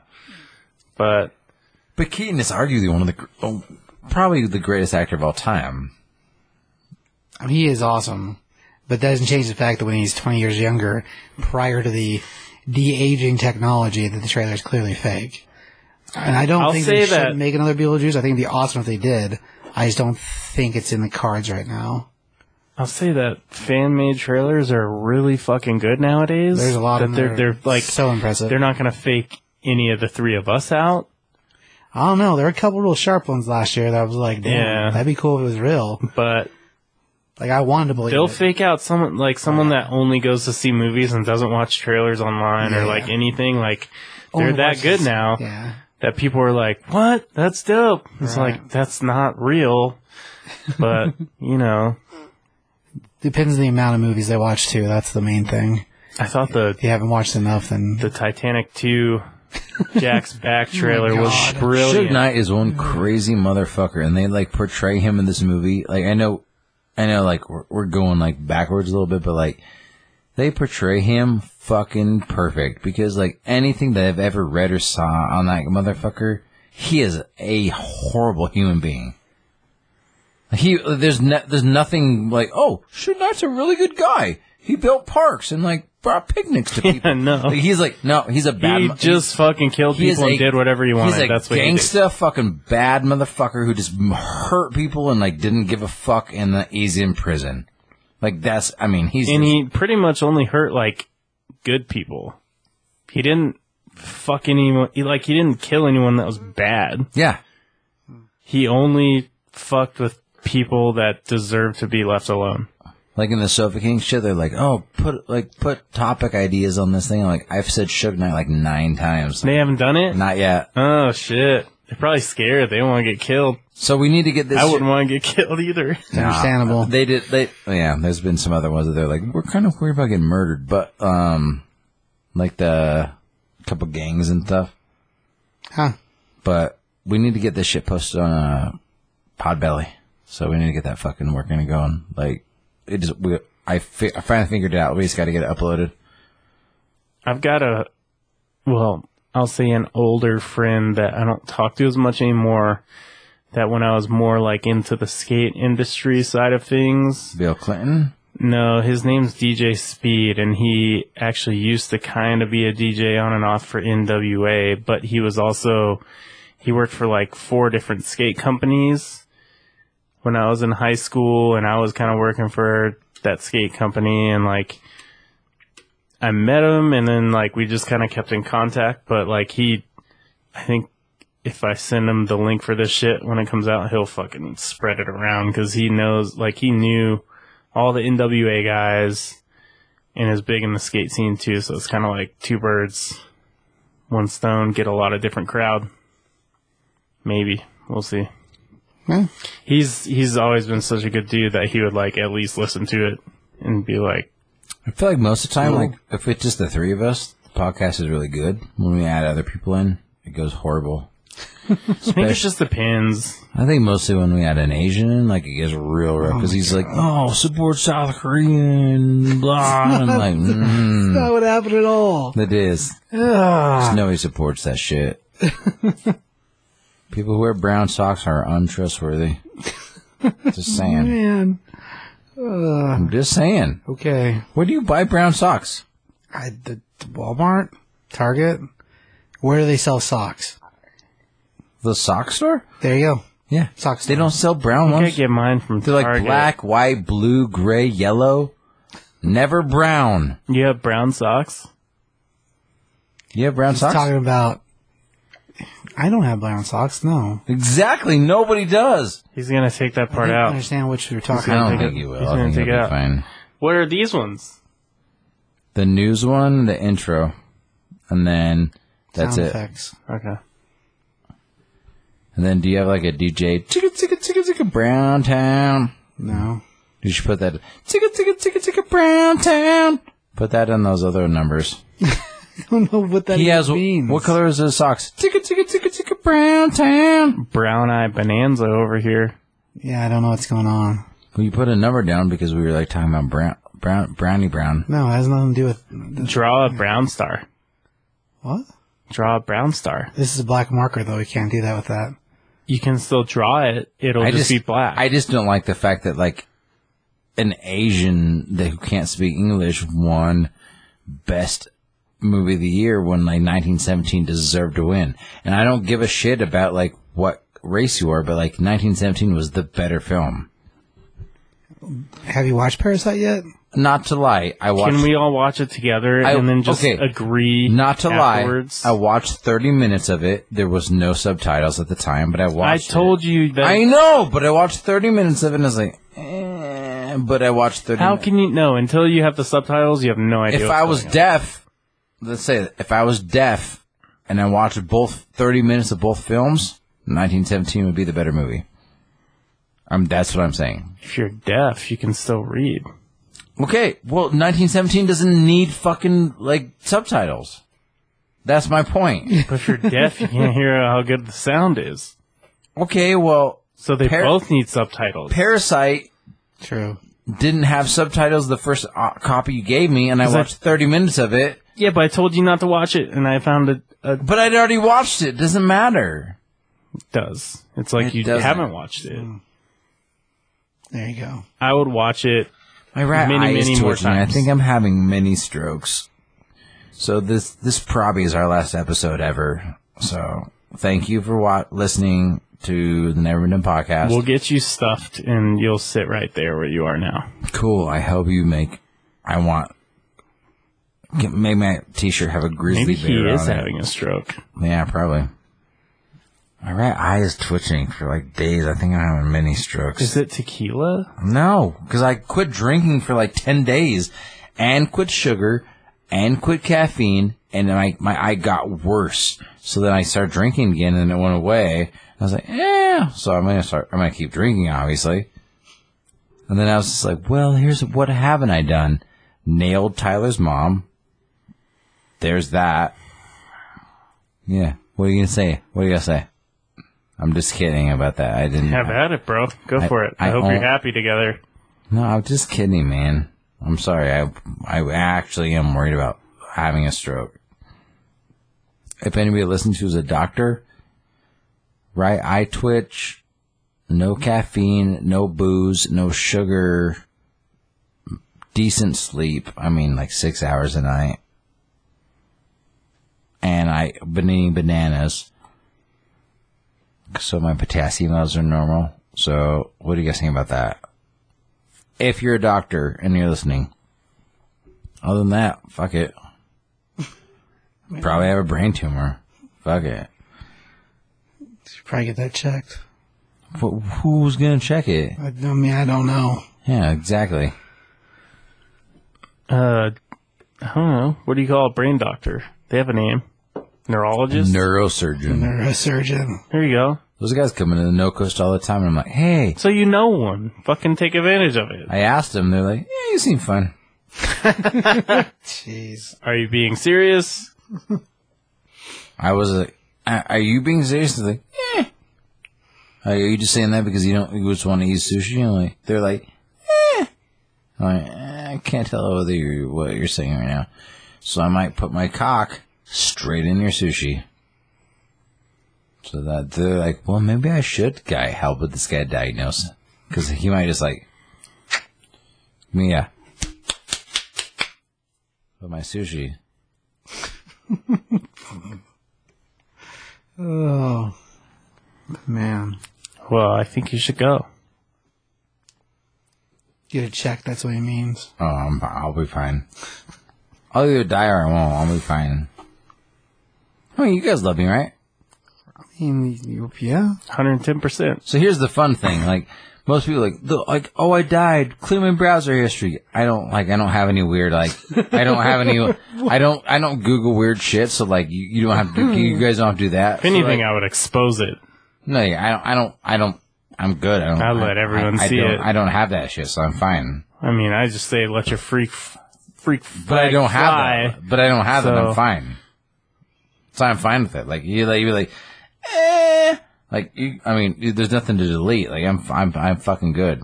Speaker 3: But
Speaker 1: But Keaton is arguably one of the, gr- oh, probably the greatest actor of all time.
Speaker 2: I mean, he is awesome, but that doesn't change the fact that when he's 20 years younger, prior to the de-aging technology, that the trailer is clearly fake. And I don't
Speaker 3: I'll
Speaker 2: think
Speaker 3: say
Speaker 2: they should
Speaker 3: that-
Speaker 2: make another Beetlejuice. I think it'd be awesome if they did. I just don't think it's in the cards right now.
Speaker 3: I'll say that fan made trailers are really fucking good nowadays.
Speaker 2: There's a lot
Speaker 3: that
Speaker 2: of them
Speaker 3: they're
Speaker 2: that
Speaker 3: they're
Speaker 2: are
Speaker 3: like
Speaker 2: so impressive.
Speaker 3: they're not gonna fake any of the three of us out.
Speaker 2: I don't know. There were a couple real sharp ones last year that I was like, damn,
Speaker 3: Yeah.
Speaker 2: that'd be cool if it was real.
Speaker 3: But
Speaker 2: Like I wanted to believe
Speaker 3: they'll
Speaker 2: it.
Speaker 3: fake out someone like someone that only goes to see movies and doesn't watch trailers online or
Speaker 2: Yeah.
Speaker 3: like anything. Like they're
Speaker 2: Only
Speaker 3: that
Speaker 2: watches-
Speaker 3: good now
Speaker 2: Yeah.
Speaker 3: that people are like, "What? That's dope." It's
Speaker 2: Right.
Speaker 3: like that's not real. But you know,
Speaker 2: Depends on the amount of movies they watch too. That's the main thing.
Speaker 3: I thought the
Speaker 2: If you haven't watched enough, then
Speaker 3: the Titanic two. Jack's back trailer was
Speaker 2: God.
Speaker 1: Oh Suge
Speaker 3: brilliant.
Speaker 1: Knight is one crazy motherfucker, and they like portray him in this movie. Like I know, I know, like we're, we're going like backwards a little bit, but like they portray him fucking perfect because like anything that I've ever read or saw on that motherfucker, he is a horrible human being. He there's no, there's nothing like oh Suge Knight's a really good guy. He built parks and like brought picnics to people.
Speaker 3: no.
Speaker 1: Like, he's like no, he's a bad.
Speaker 3: He
Speaker 1: mo-
Speaker 3: just fucking killed
Speaker 1: He is
Speaker 3: people and
Speaker 1: a-
Speaker 3: did whatever he wanted.
Speaker 1: He's a
Speaker 3: That's what he did.
Speaker 1: gangsta, fucking bad motherfucker who just m- hurt people and like didn't give a fuck, and uh, he's in prison. Like that's, I mean, he's
Speaker 3: And he pretty much only hurt like good people. He didn't fuck anyone. He, like he didn't kill anyone that was bad.
Speaker 1: yeah,
Speaker 3: He only fucked with people that deserve to be left alone.
Speaker 1: like in the Sofa King shit. They're like, oh, put like put topic ideas on this thing. Like I've said Suge Knight like nine times,
Speaker 3: They haven't done it.
Speaker 1: not yet.
Speaker 3: Oh shit! They're probably scared. They want to get killed.
Speaker 1: So we need to get this.
Speaker 3: I wouldn't want to get killed either.
Speaker 2: it's understandable.
Speaker 1: They did. They yeah. There's been some other ones that they're like, we're kind of worried about getting murdered, but um, like the couple gangs and stuff.
Speaker 2: huh.
Speaker 1: but we need to get this shit posted on uh, Podbelly. So we need to get that fucking working and going. Like it just we, I, fi- I finally figured it out. We just got to get it uploaded.
Speaker 3: I've got a, well, I'll say an older friend that I don't talk to as much anymore. That when I was more like into the skate industry side of things,
Speaker 1: Bill Clinton.
Speaker 3: no, his name's DJ Speed, and he actually used to kind of be a DJ on and off for NWA, but he was also, he worked for like four different skate companies when I was in high school, and I was kind of working for that skate company, and like, I met him and then like we just kind of kept in contact, but like he, I think if I send him the link for this shit when it comes out, he'll fucking spread it around because he knows, like he knew all the NWA guys and is big in the skate scene too. So it's kind of like two birds, one stone, get a lot of different crowd. Maybe we'll see.
Speaker 2: Hmm.
Speaker 3: He's he's always been such a good dude that he would like at least listen to it and be like,
Speaker 1: I feel like most of the time, like if it's just the three of us, the podcast is really good. When we add other people in, it goes horrible.
Speaker 3: I think it just depends.
Speaker 1: I think mostly when we had an Asian, in, like it gets real rough because he's like, "Oh, support South Korean," blah. And I'm like, mm,
Speaker 2: That would happen at all.
Speaker 1: it is.
Speaker 3: Ah.
Speaker 1: Just nobody supports that shit. People who wear brown socks are untrustworthy. Just saying.
Speaker 2: Man.
Speaker 1: I'm just saying.
Speaker 2: Okay.
Speaker 1: Where do you buy brown socks?
Speaker 2: I, the, the Walmart, Target. Where do they sell socks?
Speaker 1: The sock store?
Speaker 2: There you go.
Speaker 1: Yeah.
Speaker 2: Socks.
Speaker 1: They don't sell brown
Speaker 3: I
Speaker 1: ones.
Speaker 3: get mine from
Speaker 1: They're like
Speaker 3: Target.
Speaker 1: black, white, blue, gray, yellow. Never brown.
Speaker 3: You have brown socks.
Speaker 1: You have brown
Speaker 2: He's
Speaker 1: socks?
Speaker 2: talking about. I don't have brown socks. No,
Speaker 1: exactly. Nobody does.
Speaker 3: He's gonna take that part
Speaker 2: I don't
Speaker 3: out.
Speaker 2: understand what you're
Speaker 1: I
Speaker 2: talking
Speaker 1: don't
Speaker 2: about.
Speaker 1: think
Speaker 3: it-
Speaker 1: you will.
Speaker 3: he's
Speaker 1: I
Speaker 3: gonna
Speaker 1: think you'll be
Speaker 3: take it out.
Speaker 1: fine.
Speaker 3: What are these ones?
Speaker 1: The news one, the intro, and then that's
Speaker 2: Sound
Speaker 1: it.
Speaker 2: effects.
Speaker 3: Okay.
Speaker 1: And then do you have like a DJ? Chicka chicka chicka chicka Brown Town.
Speaker 2: No,
Speaker 1: You should put that. Chicka chicka chicka chicka Brown Town. Put that in those other numbers.
Speaker 2: I don't know what that
Speaker 1: He
Speaker 2: even
Speaker 1: has
Speaker 2: means.
Speaker 1: what color is his socks? Chicka chicka chicka chicka Brown Town.
Speaker 3: Brown eye bonanza over here.
Speaker 2: Yeah, I don't know what's going on.
Speaker 1: Well, you put a number down because we were like talking about brown, brown, brownie brown.
Speaker 2: No, it has nothing to do with
Speaker 3: Draw a brown star.
Speaker 2: what.
Speaker 3: Draw a brown star.
Speaker 2: This is a black marker though. We can't do that with that.
Speaker 3: You can still draw it. It'll
Speaker 1: I just
Speaker 3: just, be black.
Speaker 1: I just don't like the fact that like an Asian that who can't speak English won best movie of the year when like 1917 deserved to win. And I don't give a shit about like what race you are, but like 1917 was the better film.
Speaker 2: Have you watched Parasite yet?
Speaker 1: Not to lie, I watched.
Speaker 3: can we all watch it together
Speaker 1: I-
Speaker 3: and then just
Speaker 1: okay.
Speaker 3: agree?
Speaker 1: not to
Speaker 3: afterwards?
Speaker 1: lie, I watched 30 minutes of it. There was no subtitles at the time, but I
Speaker 3: I
Speaker 1: watched. it.
Speaker 3: told you that.
Speaker 1: I know, but I watched 30 minutes of it and I was like, eh, but I watched 30
Speaker 3: how can you know until you have the subtitles? You have no idea.
Speaker 1: if
Speaker 3: what's
Speaker 1: I was
Speaker 3: going on.
Speaker 1: deaf, let's say that, if I was deaf and I watched both 30 minutes of both films, 1917 would be the better movie. Um, that's what I'm saying.
Speaker 3: if you're deaf, you can still read.
Speaker 1: Okay, well, 1917 doesn't need fucking like subtitles. That's my point.
Speaker 3: But if you're deaf, you can't hear how good the sound is.
Speaker 1: Okay, well,
Speaker 3: So they
Speaker 1: Par-
Speaker 3: both need subtitles.
Speaker 1: Parasite
Speaker 2: True.
Speaker 1: didn't have subtitles the first uh, copy you gave me, and I
Speaker 3: Is that-
Speaker 1: watched 30 minutes of it,
Speaker 3: yeah, but I told you not to watch it, and I found it. Uh,
Speaker 1: but I'd already watched it. Doesn't matter.
Speaker 3: does it's like
Speaker 1: It
Speaker 3: you
Speaker 1: doesn't.
Speaker 3: haven't watched it?
Speaker 2: There you go.
Speaker 3: I would watch it.
Speaker 1: My right
Speaker 3: Many,
Speaker 1: eye
Speaker 3: many
Speaker 1: is
Speaker 3: more
Speaker 1: twitching. I
Speaker 3: times.
Speaker 1: think I'm having many strokes. So this this probably is our last episode ever. So thank you for wa- listening to the Never Been Done podcast.
Speaker 3: We'll get you stuffed, and you'll sit right there where you are now.
Speaker 1: cool. I hope you make. I want. get- Make my T-shirt have a grizzly
Speaker 3: Maybe he
Speaker 1: bear
Speaker 3: is
Speaker 1: on it.
Speaker 3: having a stroke.
Speaker 1: Yeah, probably. My right eye is twitching for like days. I think I'm having many strokes.
Speaker 3: Is it tequila?
Speaker 1: No, because I quit drinking for like 10 days and quit sugar and quit caffeine and my, my eye got worse. So then I started drinking again and it went away. I was like, yeah. So I'm going to start, I'm going to keep drinking, obviously. And then I was just like, well, here's what haven't I done? Nailed Tyler's mom. There's that. Yeah. What are you going to say? What are you going to say? I'm just kidding about that. I didn't
Speaker 3: Have at it, bro. Go for it. I,
Speaker 1: I
Speaker 3: hope
Speaker 1: own-
Speaker 3: you're happy together.
Speaker 1: No, I'm just kidding, man. I'm sorry. I I actually am worried about having a stroke. If anybody listens to is a doctor, right eye twitch, no caffeine, no booze, no sugar, decent sleep. I mean, like six hours a night. And I been eating bananas, so my potassium levels are normal. So, what do you guys think about that? if you're a doctor and you're listening. Other than that, fuck it. Probably have a brain tumor. Fuck it.
Speaker 2: Should probably get that checked.
Speaker 1: But who's gonna check it?
Speaker 2: I, I mean, I don't know.
Speaker 1: Yeah, exactly.
Speaker 3: Uh, I don't know. What do you call a brain doctor? They have a name. Neurologist.
Speaker 1: Neurosurgeon.
Speaker 2: Neurosurgeon.
Speaker 3: there you go.
Speaker 1: Those guys come into the no coast all the time, and I'm like, hey.
Speaker 3: So you know one. Fucking take advantage of it.
Speaker 1: I asked them. They're like, yeah, you seem fun.
Speaker 2: Jeez.
Speaker 3: Are you being serious?
Speaker 1: I was like, "A- are you being serious? They're like, yeah. Like, are you just saying that because you don't you just want to eat sushi? And like, they're like, eh. I'm like, "Eh, I can't tell whether you're what you're saying right now. So I might put my cock straight in your sushi. So that they're like, well, maybe I should guy help with this guy diagnose because he might just like, yeah, but my sushi.
Speaker 2: Oh man.
Speaker 3: Well, I think you should go.
Speaker 2: Get it checked. That's what he means.
Speaker 1: Oh, I'm, fi- I'll be fine. I'll either die or I won't. I'll be fine. I mean, you guys love me, right?
Speaker 2: I mean, you- yeah.
Speaker 3: 110%.
Speaker 1: So here's the fun thing. Like most people, like the, like oh, I died. Clear my browser history. I don't like. I don't have any weird. Like I don't have any. I don't. I don't Google weird shit. So like you, you don't have to. You guys don't have to do that.
Speaker 3: Hmm. If anything, I would expose it.
Speaker 1: No, yeah, I don't. I don't. I don't. I'm good. I don't.
Speaker 3: I'll let
Speaker 1: I-
Speaker 3: everyone
Speaker 1: I, I
Speaker 3: see
Speaker 1: don't,
Speaker 3: it.
Speaker 1: I don't have that shit, so I'm fine.
Speaker 3: I mean, I just say let your freak, f- freak
Speaker 1: But I don't have that. But I don't have that. I'm
Speaker 3: So-
Speaker 1: fine. So I'm fine with it. Like you, like you're like, eh. Like you, I mean, you- there's nothing to delete. Like I'm, I'm, I'm fucking good.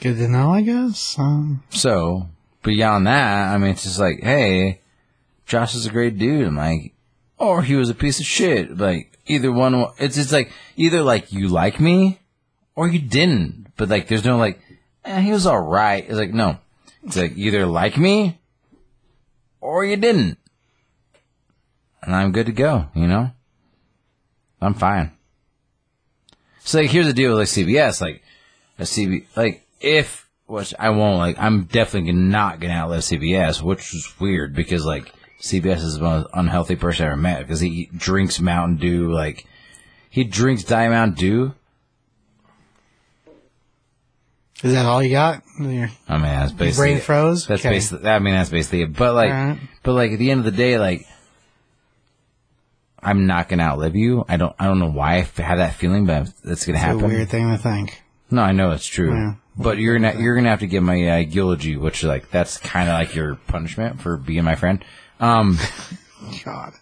Speaker 2: Good to know, I guess. Um,
Speaker 1: So beyond that, I mean, it's just like, hey, Josh is a great dude. I'm like, or he was a piece of shit. Like either one. wa- It's just like either like you like me, or you didn't. But like, there's no like, eh, he was all right. It's like no. It's like either like me, or you didn't. And I'm good to go. You know, I'm fine. So like, here's the deal with like CBS. Like a CB like if which I won't like I'm definitely not gonna outlive CBS, which is weird because like CBS is the most unhealthy person I ever met because he drinks Mountain Dew like he drinks Diet Mountain Dew.
Speaker 2: is that all you got? Your
Speaker 1: I mean that's
Speaker 2: your
Speaker 1: basically
Speaker 2: brain froze.
Speaker 1: that's
Speaker 2: Okay.
Speaker 1: basically I mean that's basically it. But like
Speaker 2: Alright.
Speaker 1: but like at the end of the day like I'm not gonna outlive you. I don't I don't know why I f- have that feeling, but that's gonna
Speaker 2: It's
Speaker 1: happen.
Speaker 2: a weird thing to think.
Speaker 1: No, I know it's true.
Speaker 2: Yeah.
Speaker 1: But you're gonna you're gonna have to give my uh, eulogy, which like that's kind of like your punishment for being my friend. Um,
Speaker 2: God.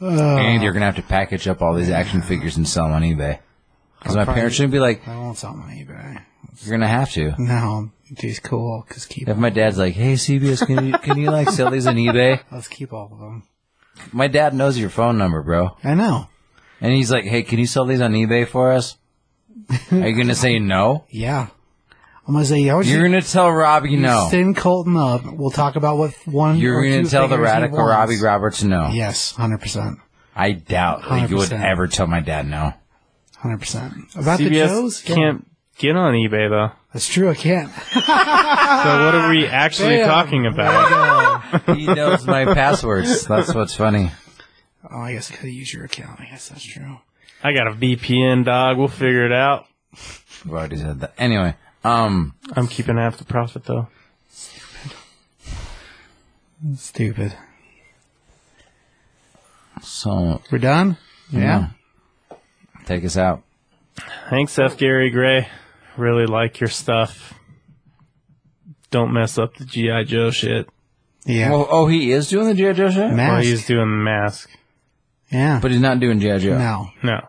Speaker 1: and you're gonna have to package up all these action figures and sell them on eBay. Because my
Speaker 2: probably-
Speaker 1: parents shouldn't be like,
Speaker 2: I won't sell my eBay.
Speaker 1: you're gonna have to.
Speaker 2: No, he's cool. Cause keep
Speaker 1: If my dad's like, hey CBS, can you can you like sell these on eBay?
Speaker 2: let's keep all of them.
Speaker 1: My dad knows your phone number, bro,
Speaker 2: I know.
Speaker 1: and he's like, hey, can you sell these on eBay for us? Are you gonna say no?
Speaker 2: Yeah, I'm gonna say. I would
Speaker 1: You're gonna tell Robbie no.
Speaker 2: Send Colton up. We'll talk about what one.
Speaker 1: You're
Speaker 2: or
Speaker 1: gonna
Speaker 2: two
Speaker 1: tell the
Speaker 2: figures he
Speaker 1: radical
Speaker 2: wants.
Speaker 1: Robbie Roberts no.
Speaker 2: Yes, hundred percent,
Speaker 1: I doubt that you would
Speaker 2: 100%.
Speaker 1: ever tell my dad no.
Speaker 2: hundred percent. About the
Speaker 3: CBS
Speaker 2: Joes, Yeah.
Speaker 3: can't get on eBay though.
Speaker 2: That's true. I can't.
Speaker 3: So what are
Speaker 1: Ah,
Speaker 3: we actually
Speaker 2: Damn.
Speaker 3: talking about?
Speaker 1: He knows my passwords. That's what's funny.
Speaker 2: Oh, I guess I could use your account. I guess that's true.
Speaker 3: I got a VPN, dog. We'll figure it out.
Speaker 1: I've already said that. Anyway, um,
Speaker 3: I'm keeping half the profit though.
Speaker 2: Stupid.
Speaker 1: so
Speaker 2: We're done. Yeah.
Speaker 1: take us out.
Speaker 3: Thanks, F. Gary Gray. Really like your stuff. Don't mess up the GI Joe shit.
Speaker 2: Yeah.
Speaker 1: Well, oh, he is doing the GI Joe shit,
Speaker 3: While
Speaker 2: Mask.
Speaker 3: he's doing the mask.
Speaker 2: yeah.
Speaker 1: but he's not doing GI Joe.
Speaker 2: no.
Speaker 3: No,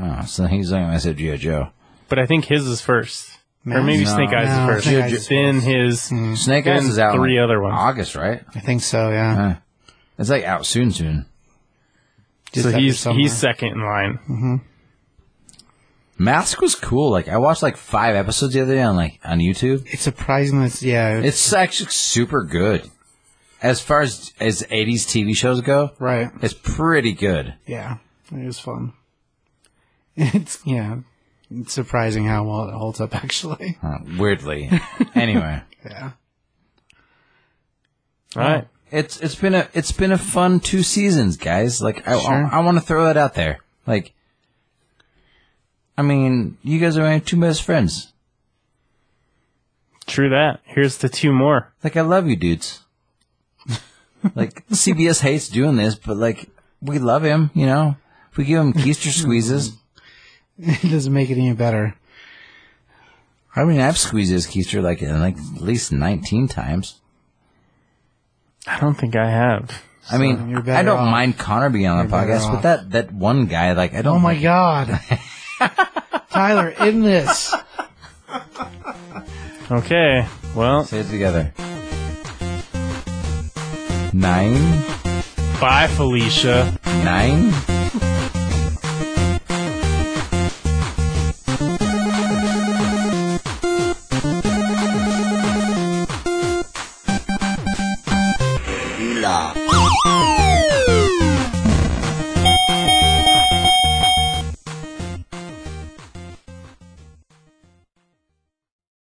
Speaker 1: Oh, so he's like I said, GI Joe.
Speaker 3: but I think his is first, or
Speaker 2: Mask.
Speaker 3: maybe
Speaker 1: No.
Speaker 3: Snake Eyes
Speaker 2: No,
Speaker 3: is first.
Speaker 2: Snake Eyes is Hmm.
Speaker 3: then his
Speaker 1: Snake
Speaker 3: Then
Speaker 1: Eyes is out. in
Speaker 3: three other ones.
Speaker 1: August, right?
Speaker 2: I think so. Yeah.
Speaker 1: Huh. It's like out soon, soon.
Speaker 2: Just
Speaker 3: so
Speaker 2: after
Speaker 3: he's
Speaker 2: summer. Hmm.
Speaker 3: he's second in line.
Speaker 1: Mask was cool. Like I watched like five episodes the other day on like on YouTube.
Speaker 2: It's surprising. That's yeah. It's
Speaker 1: It's actually super good. As far as as eighties TV shows go,
Speaker 2: right.
Speaker 1: it's pretty good.
Speaker 2: Yeah. It was fun. It's yeah. It's surprising how well it holds up actually.
Speaker 1: Uh, weirdly. anyway.
Speaker 2: Yeah.
Speaker 3: All right,
Speaker 1: It's it's been a it's been a fun two seasons, guys. Like I
Speaker 2: Sure.
Speaker 1: I, want to throw that out there. Like, I mean, you guys are my two best friends.
Speaker 3: true that. Here's to two more.
Speaker 1: Like I love you, dudes. like CBS hates doing this, but like we love him. You know, we give him keister squeezes.
Speaker 2: It doesn't make it any better.
Speaker 1: I mean, I've squeezed his keister like in like at least nineteen times.
Speaker 3: I don't think I have.
Speaker 1: I mean,
Speaker 2: you're
Speaker 1: I
Speaker 2: better
Speaker 1: don't
Speaker 2: off.
Speaker 1: mind Connor being on the
Speaker 2: You're better
Speaker 1: podcast, but
Speaker 2: off.
Speaker 1: that that one guy, like, I don't.
Speaker 2: Oh my god. Tyler, in this.
Speaker 3: Okay, well,
Speaker 1: Say it together. Nine.
Speaker 3: bye, Felicia.
Speaker 1: Nine.